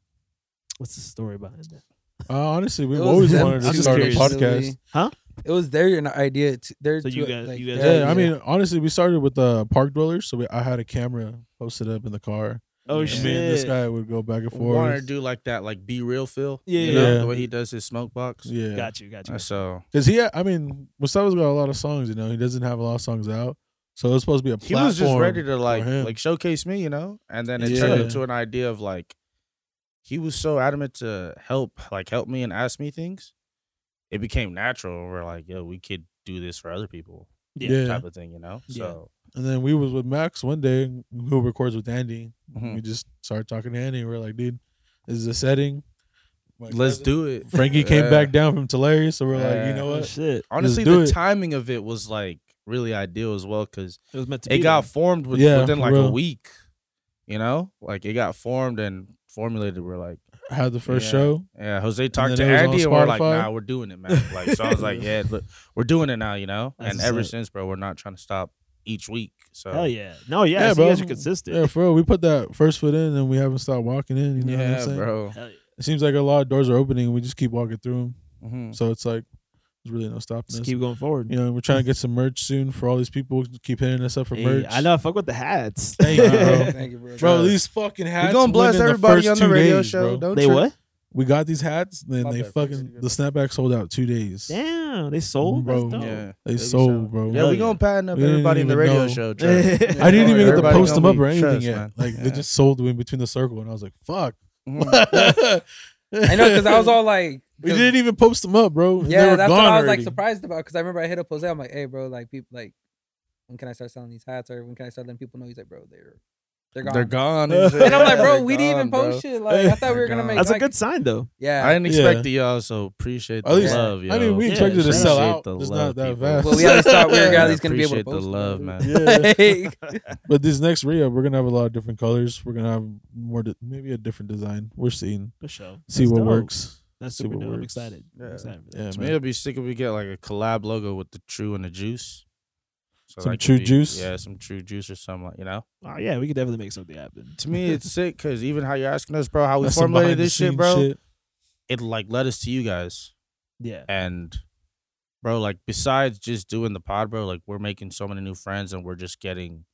[SPEAKER 5] What's the story behind that?
[SPEAKER 2] Uh, honestly,
[SPEAKER 4] It
[SPEAKER 2] we've
[SPEAKER 4] was
[SPEAKER 2] always
[SPEAKER 4] them
[SPEAKER 2] wanted to
[SPEAKER 5] I'm just
[SPEAKER 2] start a
[SPEAKER 5] curious.
[SPEAKER 2] podcast.
[SPEAKER 4] Really.
[SPEAKER 5] Huh?
[SPEAKER 4] It was their an idea. To, their
[SPEAKER 5] So
[SPEAKER 4] to-
[SPEAKER 5] you guys- you guys-
[SPEAKER 4] their
[SPEAKER 2] Yeah, I
[SPEAKER 4] idea.
[SPEAKER 2] mean, honestly, we started with uh, park dwellers. So we, I had a camera posted up in the car.
[SPEAKER 5] Oh
[SPEAKER 2] And me and this
[SPEAKER 5] shit.
[SPEAKER 2] guy would go back and
[SPEAKER 3] Want to
[SPEAKER 2] forth.
[SPEAKER 3] do like that, like be real feel.
[SPEAKER 5] Yeah.
[SPEAKER 3] You know,
[SPEAKER 2] Yeah.
[SPEAKER 3] the way he does his smoke box.
[SPEAKER 2] Yeah,
[SPEAKER 5] Got you, got you.
[SPEAKER 3] Uh, So
[SPEAKER 2] Because he, had- I mean, Mustafa's got a lot of songs. You know, he doesn't have a lot of songs out, so it's supposed to be a
[SPEAKER 3] he
[SPEAKER 2] platform.
[SPEAKER 3] was just ready to
[SPEAKER 2] for
[SPEAKER 3] like
[SPEAKER 2] him.
[SPEAKER 3] like showcase me, you know, and then it
[SPEAKER 2] Yeah.
[SPEAKER 3] turned into an idea of like he was so adamant to help, like help me and ask me things. It became natural. We're like, yo, we could do this for other people,
[SPEAKER 5] yeah.
[SPEAKER 2] yeah.
[SPEAKER 3] type of thing, you know.
[SPEAKER 5] Yeah.
[SPEAKER 3] So
[SPEAKER 2] And then we was with Max one day, who records with Andy.
[SPEAKER 3] Mhm.
[SPEAKER 2] We just started talking to Andy. We're like, dude, this is a setting. My
[SPEAKER 3] let's
[SPEAKER 2] cousin-
[SPEAKER 3] do it.
[SPEAKER 2] Frankie came
[SPEAKER 3] Yeah.
[SPEAKER 2] back down from Tulare, so we're like, you know
[SPEAKER 5] Oh
[SPEAKER 2] what?
[SPEAKER 5] shit.
[SPEAKER 3] Honestly,
[SPEAKER 2] do
[SPEAKER 3] the
[SPEAKER 2] it.
[SPEAKER 3] timing of it was like really ideal as well because
[SPEAKER 5] It was meant to
[SPEAKER 3] it
[SPEAKER 5] be
[SPEAKER 3] got
[SPEAKER 5] there.
[SPEAKER 3] formed with,
[SPEAKER 2] Yeah,
[SPEAKER 3] within
[SPEAKER 2] for
[SPEAKER 3] like a
[SPEAKER 2] real.
[SPEAKER 3] week. You know, like it got formed and formulated. We're like.
[SPEAKER 2] I had the first
[SPEAKER 3] Yeah.
[SPEAKER 2] show.
[SPEAKER 3] Yeah, Jose
[SPEAKER 2] then
[SPEAKER 3] talked to
[SPEAKER 2] it was on
[SPEAKER 3] Andy, and we're like,
[SPEAKER 2] Spotify.
[SPEAKER 3] "Nah, we're doing it, man." Like, so I was like, "Yeah, look, we're doing it now," you know.
[SPEAKER 5] That's
[SPEAKER 3] and
[SPEAKER 5] what's
[SPEAKER 3] ever
[SPEAKER 5] up.
[SPEAKER 3] since, bro, we're not trying to stop each week. So
[SPEAKER 5] Hell yeah. No, yeah,
[SPEAKER 2] Yeah,
[SPEAKER 5] so you guys
[SPEAKER 2] bro.
[SPEAKER 5] are consistent.
[SPEAKER 2] Yeah, for real. We put that first foot in, and we haven't stopped walking in. You know what I'm
[SPEAKER 3] yeah,
[SPEAKER 2] saying?
[SPEAKER 3] bro.
[SPEAKER 5] Hell yeah.
[SPEAKER 2] It seems like a lot of doors are opening, and we just keep walking through them.
[SPEAKER 3] Mhm.
[SPEAKER 2] So it's like there's really no stopping
[SPEAKER 5] Just
[SPEAKER 2] us.
[SPEAKER 5] keep going forward.
[SPEAKER 2] you know, we're trying to get some merch soon for all these people. Keep hitting us up for
[SPEAKER 5] Hey,
[SPEAKER 2] merch.
[SPEAKER 5] I know I fuck with the hats.
[SPEAKER 2] Thank you, bro.
[SPEAKER 4] Thank you, bro.
[SPEAKER 2] uh, Bro, these fucking hats.
[SPEAKER 3] We gonna bless
[SPEAKER 2] went in
[SPEAKER 3] everybody
[SPEAKER 2] first
[SPEAKER 3] on the
[SPEAKER 2] two
[SPEAKER 3] radio
[SPEAKER 2] days, bro.
[SPEAKER 3] show. Don't
[SPEAKER 5] they
[SPEAKER 3] trip.
[SPEAKER 5] what?
[SPEAKER 2] We got these hats, then
[SPEAKER 4] My
[SPEAKER 2] they
[SPEAKER 4] bad, bro.
[SPEAKER 2] fucking the snapback sold out two days.
[SPEAKER 5] Damn, they sold.
[SPEAKER 2] Bro.
[SPEAKER 5] That's dope.
[SPEAKER 3] Yeah,
[SPEAKER 2] They
[SPEAKER 3] Baby
[SPEAKER 2] sold,
[SPEAKER 3] shower.
[SPEAKER 2] bro.
[SPEAKER 3] yeah. We gonna patent up
[SPEAKER 2] We didn't
[SPEAKER 3] everybody in the
[SPEAKER 2] even
[SPEAKER 3] radio
[SPEAKER 2] know.
[SPEAKER 3] show. Trip.
[SPEAKER 2] I didn't even get to
[SPEAKER 3] Everybody
[SPEAKER 2] post them
[SPEAKER 3] gonna
[SPEAKER 2] up or
[SPEAKER 3] be
[SPEAKER 2] anything
[SPEAKER 3] trust,
[SPEAKER 2] yet.
[SPEAKER 3] man.
[SPEAKER 2] Like they
[SPEAKER 3] Yeah.
[SPEAKER 2] just sold in between the circle, and I was like, "Fuck."
[SPEAKER 3] Mhm.
[SPEAKER 4] I know because I was all like,
[SPEAKER 2] we didn't even post them up, bro. and they
[SPEAKER 4] yeah,
[SPEAKER 2] were
[SPEAKER 4] that's
[SPEAKER 2] gone
[SPEAKER 4] what I was
[SPEAKER 2] already.
[SPEAKER 4] like surprised about because I remember I hit up Jose. I'm like, hey, bro, like people like, when can I start selling these hats or when can I start letting people know? He's like, bro, they're they're gone.
[SPEAKER 3] They're gone.
[SPEAKER 4] And I'm like,
[SPEAKER 3] Yeah,
[SPEAKER 4] bro,
[SPEAKER 3] they're
[SPEAKER 4] we didn't
[SPEAKER 3] gone,
[SPEAKER 4] even
[SPEAKER 3] bro.
[SPEAKER 4] post shit. Like I thought we
[SPEAKER 3] They're
[SPEAKER 4] were gonna
[SPEAKER 3] gone.
[SPEAKER 4] make.
[SPEAKER 5] That's a
[SPEAKER 4] like-
[SPEAKER 5] good sign though.
[SPEAKER 4] Yeah,
[SPEAKER 3] I didn't
[SPEAKER 2] Yeah.
[SPEAKER 3] expect it, y'all. So appreciate the
[SPEAKER 2] At least-
[SPEAKER 3] love.
[SPEAKER 2] I mean,
[SPEAKER 3] yo.
[SPEAKER 2] we
[SPEAKER 5] Yeah,
[SPEAKER 2] expected to sell
[SPEAKER 3] appreciate
[SPEAKER 2] out.
[SPEAKER 3] the
[SPEAKER 2] It's not
[SPEAKER 3] love,
[SPEAKER 2] that
[SPEAKER 3] people.
[SPEAKER 2] fast.
[SPEAKER 4] Well, we always thought we were
[SPEAKER 3] Yeah,
[SPEAKER 4] at least gonna be able to
[SPEAKER 3] appreciate the
[SPEAKER 4] post
[SPEAKER 3] love,
[SPEAKER 4] them.
[SPEAKER 3] man.
[SPEAKER 2] Yeah.
[SPEAKER 4] Like,
[SPEAKER 2] But this next re-up, we're gonna have a lot of different colors. We're gonna have more, di- maybe a different design. We're seeing,
[SPEAKER 5] For sure.
[SPEAKER 2] see
[SPEAKER 5] That's
[SPEAKER 2] what
[SPEAKER 5] dope.
[SPEAKER 2] works.
[SPEAKER 5] That's
[SPEAKER 2] See
[SPEAKER 5] super
[SPEAKER 2] what
[SPEAKER 5] dope. I'm
[SPEAKER 2] works.
[SPEAKER 5] excited. I'm
[SPEAKER 3] Yeah.
[SPEAKER 5] excited for that.
[SPEAKER 2] Yeah,
[SPEAKER 3] To me,
[SPEAKER 2] man.
[SPEAKER 3] it'd be sick if we get like a collab logo with the True and the Juice. So
[SPEAKER 2] Some
[SPEAKER 3] that could
[SPEAKER 2] true
[SPEAKER 3] be-
[SPEAKER 2] juice?
[SPEAKER 3] Yeah, some true juice or something. like- You know.
[SPEAKER 5] Oh yeah, we could definitely make something happen.
[SPEAKER 3] To me, it's sick because even how you're asking us, bro, how we
[SPEAKER 2] That's some
[SPEAKER 3] formulated
[SPEAKER 2] behind the
[SPEAKER 3] this shit,
[SPEAKER 2] scenes
[SPEAKER 3] bro, it like led us to you guys.
[SPEAKER 5] Yeah.
[SPEAKER 3] And bro, like besides just doing the pod, bro, like we're making so many new friends and we're just getting.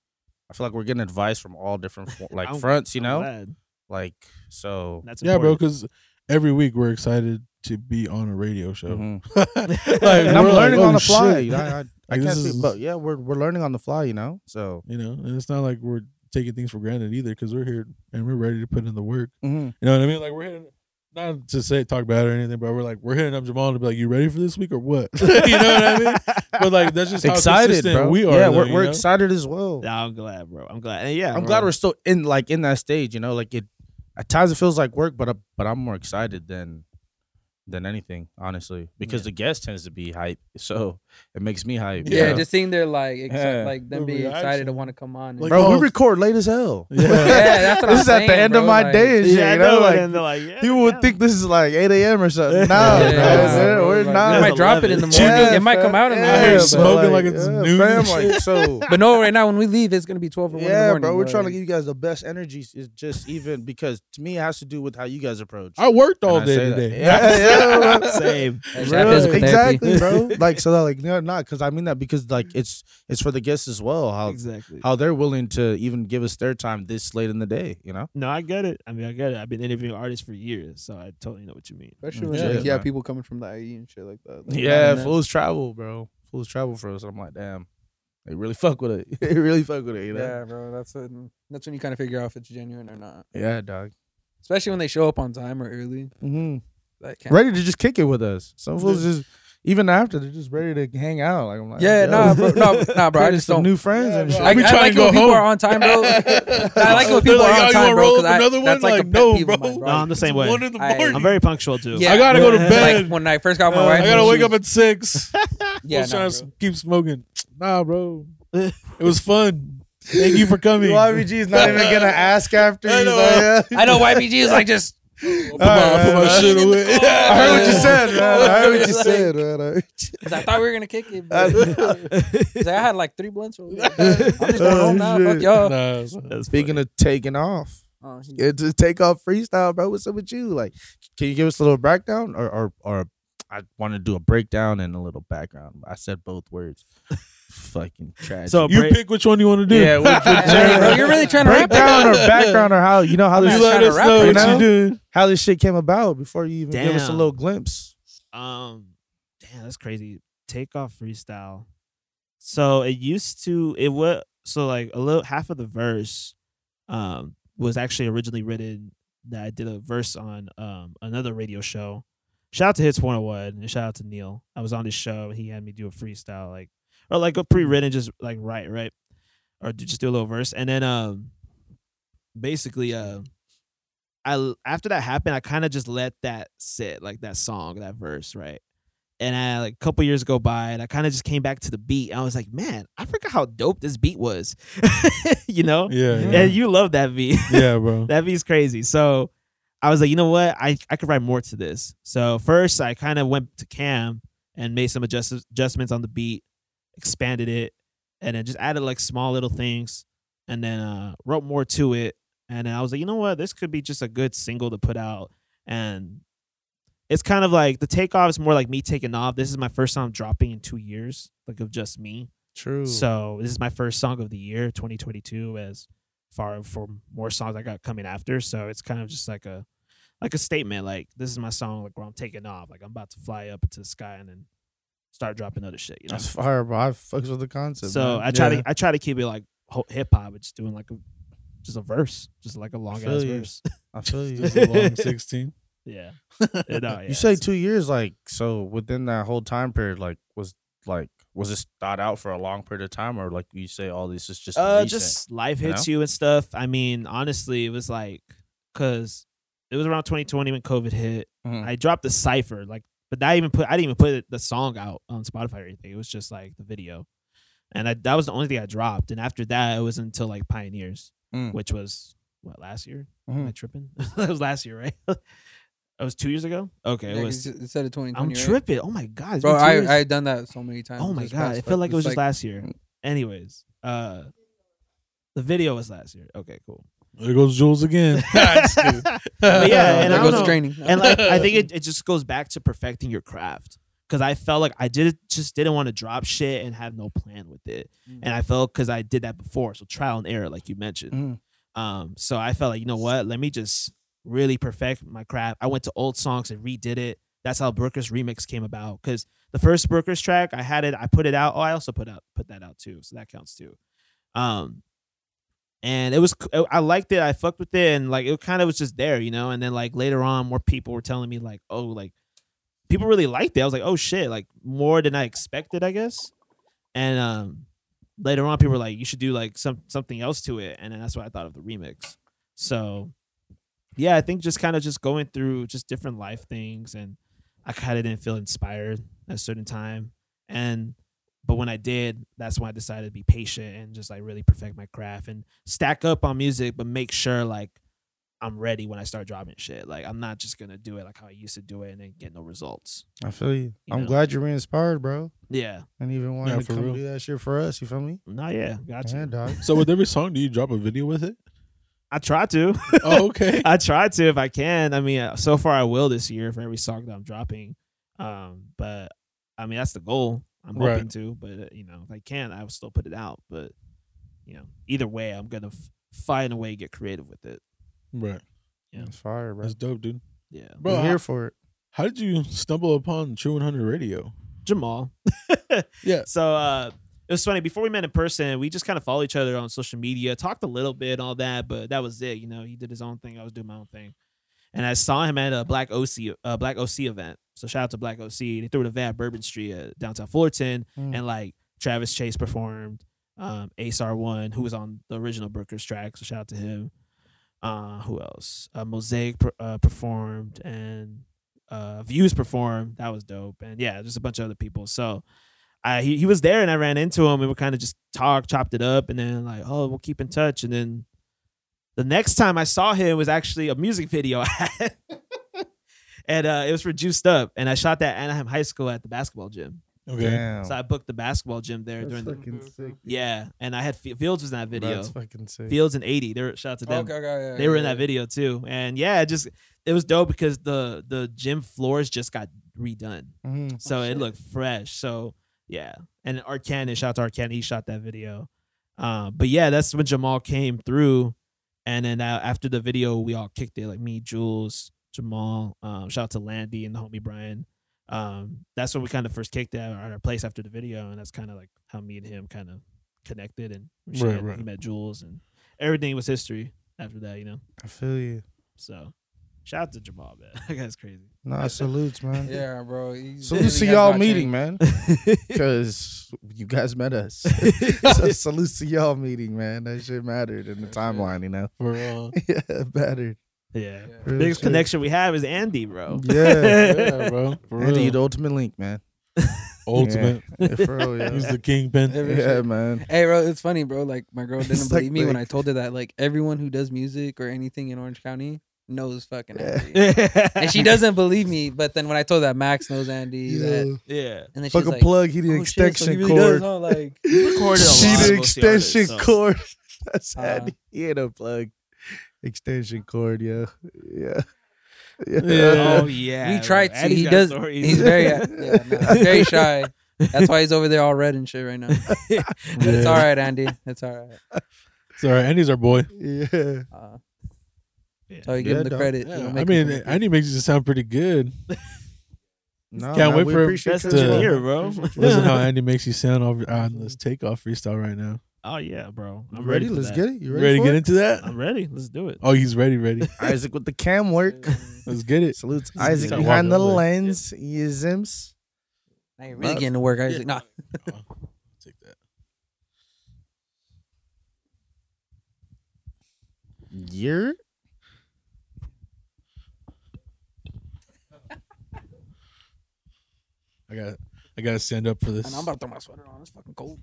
[SPEAKER 3] I feel like we're getting advice from all different fo- like
[SPEAKER 5] I'm-
[SPEAKER 3] fronts, you
[SPEAKER 5] I'm
[SPEAKER 3] know.
[SPEAKER 5] glad.
[SPEAKER 3] Like so.
[SPEAKER 5] That's
[SPEAKER 2] Yeah, bro.
[SPEAKER 5] important.
[SPEAKER 2] Because every week we're excited to be on a radio show.
[SPEAKER 3] Mhm.
[SPEAKER 2] Like,
[SPEAKER 3] and I'm
[SPEAKER 2] we're like,
[SPEAKER 3] learning
[SPEAKER 2] oh,
[SPEAKER 3] on the
[SPEAKER 2] shit.
[SPEAKER 3] fly. you know, I, I, I
[SPEAKER 2] Like,
[SPEAKER 3] can't
[SPEAKER 2] this
[SPEAKER 3] speak,
[SPEAKER 2] is-
[SPEAKER 3] but yeah, we're we're learning on the fly, you know. So
[SPEAKER 2] You know, and it's not like we're taking things for granted either, because we're here and we're ready to put in the work. You know what I mean? Like we're hitting not to say talk bad or anything, but we're like we're hitting up Jamal to be like, "You ready for this week or what?" you know what I mean? But like that's just how
[SPEAKER 3] excited,
[SPEAKER 2] consistent
[SPEAKER 3] bro.
[SPEAKER 2] we are.
[SPEAKER 3] Yeah,
[SPEAKER 2] though,
[SPEAKER 3] we're,
[SPEAKER 2] you
[SPEAKER 3] we're
[SPEAKER 2] know?
[SPEAKER 3] excited as well.
[SPEAKER 5] Nah, I'm glad, bro. I'm glad. And yeah,
[SPEAKER 3] I'm
[SPEAKER 5] bro.
[SPEAKER 3] glad we're still in like in that stage, you know. Like it, at times it feels like work, but I, but I'm more excited than than anything, honestly, because
[SPEAKER 5] Yeah.
[SPEAKER 3] the guest tends to be hype, so it makes me hype.
[SPEAKER 2] Yeah.
[SPEAKER 4] Yeah, just seeing their like, exci-
[SPEAKER 3] Yeah.
[SPEAKER 4] like them
[SPEAKER 2] The
[SPEAKER 4] being excited to
[SPEAKER 2] reaction.
[SPEAKER 4] want to come on. and-
[SPEAKER 2] Like,
[SPEAKER 3] bro,
[SPEAKER 2] oh,
[SPEAKER 3] we record late as hell.
[SPEAKER 2] Yeah.
[SPEAKER 4] yeah, that's what I'm
[SPEAKER 3] this is at the
[SPEAKER 4] saying,
[SPEAKER 3] end of
[SPEAKER 4] bro,
[SPEAKER 3] my
[SPEAKER 4] like-
[SPEAKER 3] day, and shit,
[SPEAKER 5] Yeah, I
[SPEAKER 3] you know.
[SPEAKER 5] know.
[SPEAKER 3] Like,
[SPEAKER 5] and they're like, yeah,
[SPEAKER 3] you would
[SPEAKER 5] yeah.
[SPEAKER 3] think this is like 8 a.m. or something.
[SPEAKER 5] Yeah,
[SPEAKER 3] Nah,
[SPEAKER 4] Yeah,
[SPEAKER 3] bro,
[SPEAKER 4] yeah,
[SPEAKER 3] dude, we're
[SPEAKER 4] bro, like,
[SPEAKER 3] not.
[SPEAKER 4] They might drop it
[SPEAKER 5] 11.
[SPEAKER 4] in the morning. it might come out in the
[SPEAKER 2] yeah,
[SPEAKER 4] morning.
[SPEAKER 2] but
[SPEAKER 4] but-
[SPEAKER 2] smoking like it's noon and
[SPEAKER 3] Fam, like, so
[SPEAKER 4] But no, right now when we leave, it's gonna be twelve or one in the
[SPEAKER 3] yeah,
[SPEAKER 4] morning.
[SPEAKER 3] bro, we're trying to give you guys the best energy. It's just even because to me it has to do with how you guys approach.
[SPEAKER 2] I worked all
[SPEAKER 3] And I
[SPEAKER 2] day
[SPEAKER 3] say that.
[SPEAKER 2] today.
[SPEAKER 3] Yeah, yeah, bro.
[SPEAKER 5] Same.
[SPEAKER 4] That
[SPEAKER 3] Really?
[SPEAKER 4] physical therapy.
[SPEAKER 3] exactly, bro. Like so, like no, not because I mean that because like it's it's for the guests as well. How
[SPEAKER 5] Exactly.
[SPEAKER 3] how they're willing to even give us their time this late in the day, you know?
[SPEAKER 5] No, I get it. I mean, I get it. I've been interviewing artists for years, so I totally know what you mean.
[SPEAKER 4] Especially when
[SPEAKER 2] Yeah,
[SPEAKER 4] yeah, like,
[SPEAKER 3] man.
[SPEAKER 4] yeah, people coming from the IE and shit like that. Like,
[SPEAKER 3] Yeah,
[SPEAKER 4] man,
[SPEAKER 3] fools travel, bro. Fools travel for us. I'm like, damn, they really fuck with it. they really fuck with it, you know?
[SPEAKER 4] yeah, bro. That's it. That's when you kind of figure out if it's genuine or not.
[SPEAKER 3] Yeah, dog.
[SPEAKER 4] Especially when they show up on time or early.
[SPEAKER 3] hmm
[SPEAKER 4] That can't.
[SPEAKER 3] Ready to just kick it with us. Some fools just even after they're just ready to hang out. Like I'm like,
[SPEAKER 4] Yeah,
[SPEAKER 3] yo,
[SPEAKER 4] nah, bro, nah, nah, bro. I
[SPEAKER 3] creating
[SPEAKER 4] just
[SPEAKER 3] some
[SPEAKER 4] don't.
[SPEAKER 3] new friends
[SPEAKER 2] Yeah,
[SPEAKER 3] and
[SPEAKER 2] bro.
[SPEAKER 3] shit.
[SPEAKER 4] I, I
[SPEAKER 2] We trying to
[SPEAKER 4] like
[SPEAKER 2] go
[SPEAKER 4] when people
[SPEAKER 2] home.
[SPEAKER 4] are on time, bro. I like when
[SPEAKER 2] They're
[SPEAKER 4] people
[SPEAKER 2] like,
[SPEAKER 4] are
[SPEAKER 2] "Oh,
[SPEAKER 4] on
[SPEAKER 2] you
[SPEAKER 4] time,
[SPEAKER 2] wanna
[SPEAKER 4] bro.
[SPEAKER 2] roll
[SPEAKER 4] Because
[SPEAKER 2] up another
[SPEAKER 4] I
[SPEAKER 2] one?
[SPEAKER 4] that's like a
[SPEAKER 2] Like,
[SPEAKER 4] pet
[SPEAKER 2] no,
[SPEAKER 4] peeve of
[SPEAKER 2] bro.
[SPEAKER 4] mine,
[SPEAKER 5] No, I'm the same way.
[SPEAKER 2] One in the
[SPEAKER 4] I-
[SPEAKER 2] morning.
[SPEAKER 5] I'm very punctual too.
[SPEAKER 4] Yeah,
[SPEAKER 2] I gotta go to
[SPEAKER 4] when-
[SPEAKER 2] bed.
[SPEAKER 4] Like when I first got my
[SPEAKER 2] Uh,
[SPEAKER 4] wife,
[SPEAKER 2] I gotta
[SPEAKER 4] and
[SPEAKER 2] wake
[SPEAKER 4] she
[SPEAKER 2] up
[SPEAKER 4] was-
[SPEAKER 2] at six. I
[SPEAKER 4] Yeah,
[SPEAKER 2] was
[SPEAKER 4] nah,
[SPEAKER 2] trying
[SPEAKER 4] bro.
[SPEAKER 2] to keep smoking. Nah, bro. it was fun. Thank you for coming.
[SPEAKER 3] YBG's not even gonna ask after
[SPEAKER 2] I
[SPEAKER 3] you.
[SPEAKER 2] know,
[SPEAKER 3] so, yeah.
[SPEAKER 4] I know YBG is like just.
[SPEAKER 2] Put my, put my shit away.
[SPEAKER 3] I heard what you said,
[SPEAKER 4] Yeah.
[SPEAKER 3] man. I heard what you said, man. I heard you.
[SPEAKER 4] 'Cause I thought we were gonna kick it. But, 'Cause I had like three blunts. over there. I'm just going
[SPEAKER 3] Oh,
[SPEAKER 4] home now. Fuck
[SPEAKER 3] shit.
[SPEAKER 4] y'all.
[SPEAKER 2] Nah, it's not.
[SPEAKER 5] That's
[SPEAKER 3] Speaking of taking off,
[SPEAKER 4] Oh, he-
[SPEAKER 3] get to take off freestyle, bro. What's up with you? Like, can you give us a little breakdown or or or I want to do a breakdown and a little background. I said both words. Fucking tragic.
[SPEAKER 5] So
[SPEAKER 2] you
[SPEAKER 5] break-
[SPEAKER 2] pick which one you want to do.
[SPEAKER 3] yeah, which, which,
[SPEAKER 4] Hey, bro, you're really trying to wrap it
[SPEAKER 3] breakdown or
[SPEAKER 4] up.
[SPEAKER 3] background or how you know how
[SPEAKER 4] I'm
[SPEAKER 3] this
[SPEAKER 2] you
[SPEAKER 4] not
[SPEAKER 2] let
[SPEAKER 3] shit,
[SPEAKER 4] trying to
[SPEAKER 2] us
[SPEAKER 4] rap
[SPEAKER 2] know
[SPEAKER 4] right
[SPEAKER 2] what
[SPEAKER 3] now.
[SPEAKER 2] you doing.
[SPEAKER 3] how this shit came about before you even give us a
[SPEAKER 5] Damn.
[SPEAKER 3] little glimpse.
[SPEAKER 5] um, damn, that's crazy. Takeoff freestyle. So it used to it was so like a little half of the verse, um, was actually originally written that I did a verse on um another radio show. Shout out to Hits 101 and shout out to Neil. I was on this show and he had me do a freestyle like or like a pre-written just like write right or do, just do a little verse and then um basically uh I after that happened I kind of just let that sit like that song that verse right and I like a couple years go by and I kind of just came back to the beat I was like man I forgot how dope this beat was you know
[SPEAKER 2] Yeah, yeah,
[SPEAKER 5] and you love that beat
[SPEAKER 2] yeah, bro.
[SPEAKER 5] that beat's crazy. So I was like, you know what? I, I could write more to this. So first I kind of went to Cam and made some adjust- adjustments on the beat, expanded it, and then just added like small little things and then uh, wrote more to it. And then I was like, you know what? This could be just a good single to put out. And it's kind of like the takeoff is more like me taking off. This is my first time dropping in two years, like of just me.
[SPEAKER 3] True.
[SPEAKER 5] So this is my first song of the year, 2022, as far from more songs I got coming after. So it's kind of just like a like a statement, like this is my song, like where I'm taking off, like I'm about to fly up into the sky and then start dropping other shit. You know.
[SPEAKER 3] that's fire, bro. I fucks with the concept.
[SPEAKER 5] So
[SPEAKER 3] man.
[SPEAKER 5] I try
[SPEAKER 2] Yeah.
[SPEAKER 5] to I try to keep it like hip hop, but just doing like a just a verse, just like a long
[SPEAKER 3] feel
[SPEAKER 5] ass
[SPEAKER 3] you.
[SPEAKER 5] verse.
[SPEAKER 3] I feel you.
[SPEAKER 2] This is a long sixteen.
[SPEAKER 5] yeah. No, yeah,
[SPEAKER 3] You say
[SPEAKER 5] it's-
[SPEAKER 3] two years, like so within that whole time period, like was like was this thought out for a long period of time, or like you say all this is just
[SPEAKER 5] uh,
[SPEAKER 3] recent?
[SPEAKER 5] just life
[SPEAKER 3] you
[SPEAKER 5] hits you, and stuff. I mean, honestly, it was like because it was around 2020 when COVID hit.
[SPEAKER 4] Mm-hmm.
[SPEAKER 3] Mhm.
[SPEAKER 5] I dropped the cipher, like, but that even put I didn't even put the song out on Spotify or anything. It was just like the video, and I, that was the only thing I dropped. And after that, it was until like Pioneers,
[SPEAKER 3] Mm.
[SPEAKER 5] which was what last year? Am
[SPEAKER 4] Mm-hmm.
[SPEAKER 5] I
[SPEAKER 3] Mhm.
[SPEAKER 5] tripping? that was last year, right? that was two years ago. Okay,
[SPEAKER 4] Yeah,
[SPEAKER 5] it
[SPEAKER 4] 'cause
[SPEAKER 5] was.
[SPEAKER 4] you said- it said it 2020.
[SPEAKER 5] I'm
[SPEAKER 4] right?
[SPEAKER 5] tripping. Oh my god, it's
[SPEAKER 4] Bro,
[SPEAKER 5] been two years.
[SPEAKER 4] I I've done that so many times.
[SPEAKER 5] oh my
[SPEAKER 4] this
[SPEAKER 5] god,
[SPEAKER 4] past
[SPEAKER 5] it
[SPEAKER 4] fuck-
[SPEAKER 5] felt like it
[SPEAKER 4] this,
[SPEAKER 5] was just last year. Anyways, uh, the video was last year. Okay, cool.
[SPEAKER 2] There goes Jules again. Just kidding.
[SPEAKER 5] But yeah, and
[SPEAKER 4] there
[SPEAKER 5] I don't
[SPEAKER 4] goes the
[SPEAKER 5] know.
[SPEAKER 4] training.
[SPEAKER 5] and like I think it, it just goes back to perfecting your craft because I felt like I did just didn't want to drop shit and have no plan with it, and I felt because I did that before, so trial and error, like you mentioned.
[SPEAKER 4] Mm.
[SPEAKER 5] Um, so I felt like you know what, let me just really perfect my craft. I went to old songs and redid it. That's how Brooker's remix came about because the first Brooker's track I had it, I put it out. Oh, I also put out put that out too, so that counts too. Um, and it was c- I liked it. I fucked with it, and like it kind of was just there, you know. And then like later on, more people were telling me like, oh, like people really liked it. I was like, oh shit, like more than I expected, I guess. And um later on, people were like, you should do like some something else to it, and then that's what I thought of the remix. So yeah, I think just kind of just going through just different life things, and I kind of didn't feel inspired at a certain time, and but when I did, that's when I decided to be patient and just like really perfect my craft and stack up on music, but make sure like I'm ready when I start dropping shit. Like I'm not just gonna do it like how I used to do it and then get no results.
[SPEAKER 3] I feel you.
[SPEAKER 5] You
[SPEAKER 3] I'm
[SPEAKER 5] know.
[SPEAKER 3] glad you're re-inspired, bro.
[SPEAKER 5] Yeah.
[SPEAKER 3] And even
[SPEAKER 2] Yeah,
[SPEAKER 3] wanting to
[SPEAKER 2] for
[SPEAKER 3] come
[SPEAKER 2] real.
[SPEAKER 3] do that shit for us. You feel me?
[SPEAKER 5] No, yeah. Gotcha.
[SPEAKER 3] Yeah, dog.
[SPEAKER 2] so with every song, do you drop a video with it?
[SPEAKER 5] I try to.
[SPEAKER 2] Oh, okay.
[SPEAKER 5] I try to if I can. I mean, uh, so far I will this year for every song that I'm dropping. Um, but I mean that's the goal. I'm
[SPEAKER 2] Right.
[SPEAKER 5] hoping to, but uh, you know, if I can, I will still put it out. But you know, either way, I'm gonna f- find a way to get creative with it.
[SPEAKER 2] right.
[SPEAKER 5] Yeah.
[SPEAKER 3] It's fire, bro.
[SPEAKER 2] That's dope, dude.
[SPEAKER 5] Yeah,
[SPEAKER 2] Bro,
[SPEAKER 3] We're
[SPEAKER 2] how,
[SPEAKER 3] here for it.
[SPEAKER 2] how did you stumble upon True 100 Radio?
[SPEAKER 5] Jamal.
[SPEAKER 2] Yeah.
[SPEAKER 5] So uh it was funny before we met in person, we just kind of followed each other on social media, talked a little bit, all that, but that was it. You know, he did his own thing, I was doing my own thing, and I saw him at a Black OC, uh, Black OC event. So shout out to Black OC. They threw an event at Bourbon Street, uh, downtown Fullerton,
[SPEAKER 3] Mm.
[SPEAKER 5] and like Travis Chase performed, um, Ace R One, who was on the original Brooker's track. So shout out to him. Uh, who else? Uh, Mosaic per- uh, performed and uh, Views performed. That was dope, and yeah, just a bunch of other people. So. I he, he was there and I ran into him and we kind of just talked, chopped it up, and then like, oh, we'll keep in touch. And then the next time I saw him was actually a music video I had. and uh, it was for Juiced Up. And I shot that at Anaheim High School at the basketball gym.
[SPEAKER 2] Okay.
[SPEAKER 3] Damn.
[SPEAKER 5] So I booked the basketball gym there
[SPEAKER 3] That's
[SPEAKER 5] during the
[SPEAKER 3] fucking sick. dude.
[SPEAKER 5] Yeah. And I had F- Fields was in that
[SPEAKER 3] Bro,
[SPEAKER 5] video.
[SPEAKER 3] That's fucking sick.
[SPEAKER 5] Fields and 80. They were shout out to them
[SPEAKER 4] Oh, okay, okay, yeah,
[SPEAKER 5] they were
[SPEAKER 4] yeah,
[SPEAKER 5] in that
[SPEAKER 4] yeah.
[SPEAKER 5] video too and yeah it just it was dope because the the gym floors just got redone
[SPEAKER 2] Oh,
[SPEAKER 3] Mhm.
[SPEAKER 5] so it looked fresh so yeah and art cannon shout out to art cannon he shot that video uh, but yeah that's when jamal came through and then uh, after the video we all kicked it like me jules jamal um, shout out to landy and the homie brian um, that's when we kind of first kicked it at our place after the video and that's kind of like how me and him kind of connected and we
[SPEAKER 2] Right,
[SPEAKER 5] shared-
[SPEAKER 2] right.
[SPEAKER 5] we met jules and everything was history after that you know
[SPEAKER 3] I feel you.
[SPEAKER 5] so shout out to Jamal, man. That guy's crazy.
[SPEAKER 3] Nah, salutes, man.
[SPEAKER 4] Yeah, bro. he
[SPEAKER 3] Salutes to
[SPEAKER 4] literally has
[SPEAKER 3] y'all
[SPEAKER 4] not
[SPEAKER 3] meeting,
[SPEAKER 4] changed.
[SPEAKER 3] man. Because you guys met us. so salutes to y'all meeting, man. That shit mattered in the timeline, you know?
[SPEAKER 2] For uh,
[SPEAKER 3] yeah, it mattered.
[SPEAKER 5] yeah.
[SPEAKER 3] Real
[SPEAKER 5] Biggest
[SPEAKER 3] shit.
[SPEAKER 5] connection we have is Andy, bro.
[SPEAKER 3] Yeah.
[SPEAKER 2] yeah, bro. For real.
[SPEAKER 3] Andy, the ultimate link, man.
[SPEAKER 2] Ultimate.
[SPEAKER 3] Yeah, for real, yeah.
[SPEAKER 2] He's the kingpin.
[SPEAKER 4] Every shit.
[SPEAKER 3] yeah, man.
[SPEAKER 4] Hey, bro, it's funny, bro. Like my girl didn't
[SPEAKER 3] It's
[SPEAKER 4] believe
[SPEAKER 3] like
[SPEAKER 4] me when
[SPEAKER 3] the-
[SPEAKER 4] I told her that. Like everyone who does music or anything in Orange County knows fucking
[SPEAKER 3] Yeah.
[SPEAKER 4] Andy, and she doesn't believe me. But then when I told her that Max knows Andy, that,
[SPEAKER 5] yeah.
[SPEAKER 4] and then she's
[SPEAKER 3] Fuck a
[SPEAKER 4] like,
[SPEAKER 3] plug. He did
[SPEAKER 4] "Oh, shit, so
[SPEAKER 3] extension
[SPEAKER 4] he really
[SPEAKER 3] cord.
[SPEAKER 4] does know, like,
[SPEAKER 5] recorded a
[SPEAKER 3] she
[SPEAKER 5] lot
[SPEAKER 3] did
[SPEAKER 5] of mostly artists,
[SPEAKER 3] extension
[SPEAKER 5] so-
[SPEAKER 3] cord. That's
[SPEAKER 4] Uh,
[SPEAKER 3] Andy. He had a plug. Extension cord, yeah. Yeah.
[SPEAKER 2] Yeah.
[SPEAKER 5] Oh yeah.
[SPEAKER 4] We tried
[SPEAKER 5] bro.
[SPEAKER 4] to-
[SPEAKER 5] Andy's
[SPEAKER 4] he
[SPEAKER 5] got
[SPEAKER 4] does-
[SPEAKER 5] stories.
[SPEAKER 4] he's very, yeah, no, he's very shy. That's why he's over there all red and shit right now. But It's all right, Andy. It's all right.
[SPEAKER 2] Sorry, Andy's our boy.
[SPEAKER 3] Yeah.
[SPEAKER 4] Uh,
[SPEAKER 5] Yeah.
[SPEAKER 4] so you give
[SPEAKER 3] Yeah,
[SPEAKER 4] him the
[SPEAKER 3] dog.
[SPEAKER 4] credit. you
[SPEAKER 2] Yeah,
[SPEAKER 4] know,
[SPEAKER 2] I
[SPEAKER 4] make him
[SPEAKER 2] mean,
[SPEAKER 4] feel like-
[SPEAKER 2] Andy makes you sound pretty good.
[SPEAKER 3] No,
[SPEAKER 2] Can't wait
[SPEAKER 3] we
[SPEAKER 2] for him
[SPEAKER 3] appreciate
[SPEAKER 5] Best
[SPEAKER 3] you as well.
[SPEAKER 5] engineer, bro.
[SPEAKER 2] Listen how Andy makes you sound off- on this takeoff freestyle right now.
[SPEAKER 5] oh yeah, bro.
[SPEAKER 3] You
[SPEAKER 5] I'm
[SPEAKER 3] ready?
[SPEAKER 5] ready. for
[SPEAKER 3] Let's
[SPEAKER 5] that.
[SPEAKER 3] get it. You
[SPEAKER 2] You
[SPEAKER 3] ready?
[SPEAKER 2] ready to
[SPEAKER 3] for
[SPEAKER 2] get
[SPEAKER 3] it?
[SPEAKER 2] into that?
[SPEAKER 5] I'm ready. Let's do it.
[SPEAKER 2] Oh, he's ready, ready.
[SPEAKER 3] Isaac with the cam work.
[SPEAKER 2] Let's get it.
[SPEAKER 3] Salutes
[SPEAKER 2] He's
[SPEAKER 3] Isaac
[SPEAKER 2] gonna
[SPEAKER 3] behind
[SPEAKER 2] walk
[SPEAKER 3] the
[SPEAKER 2] away.
[SPEAKER 3] lens. You Zims.
[SPEAKER 4] I ain't really getting to work. I was like, nah.
[SPEAKER 2] Take that.
[SPEAKER 3] Year?
[SPEAKER 2] I got. I gotta stand up for this.
[SPEAKER 4] And I'm about to throw my sweater on. It's fucking cold.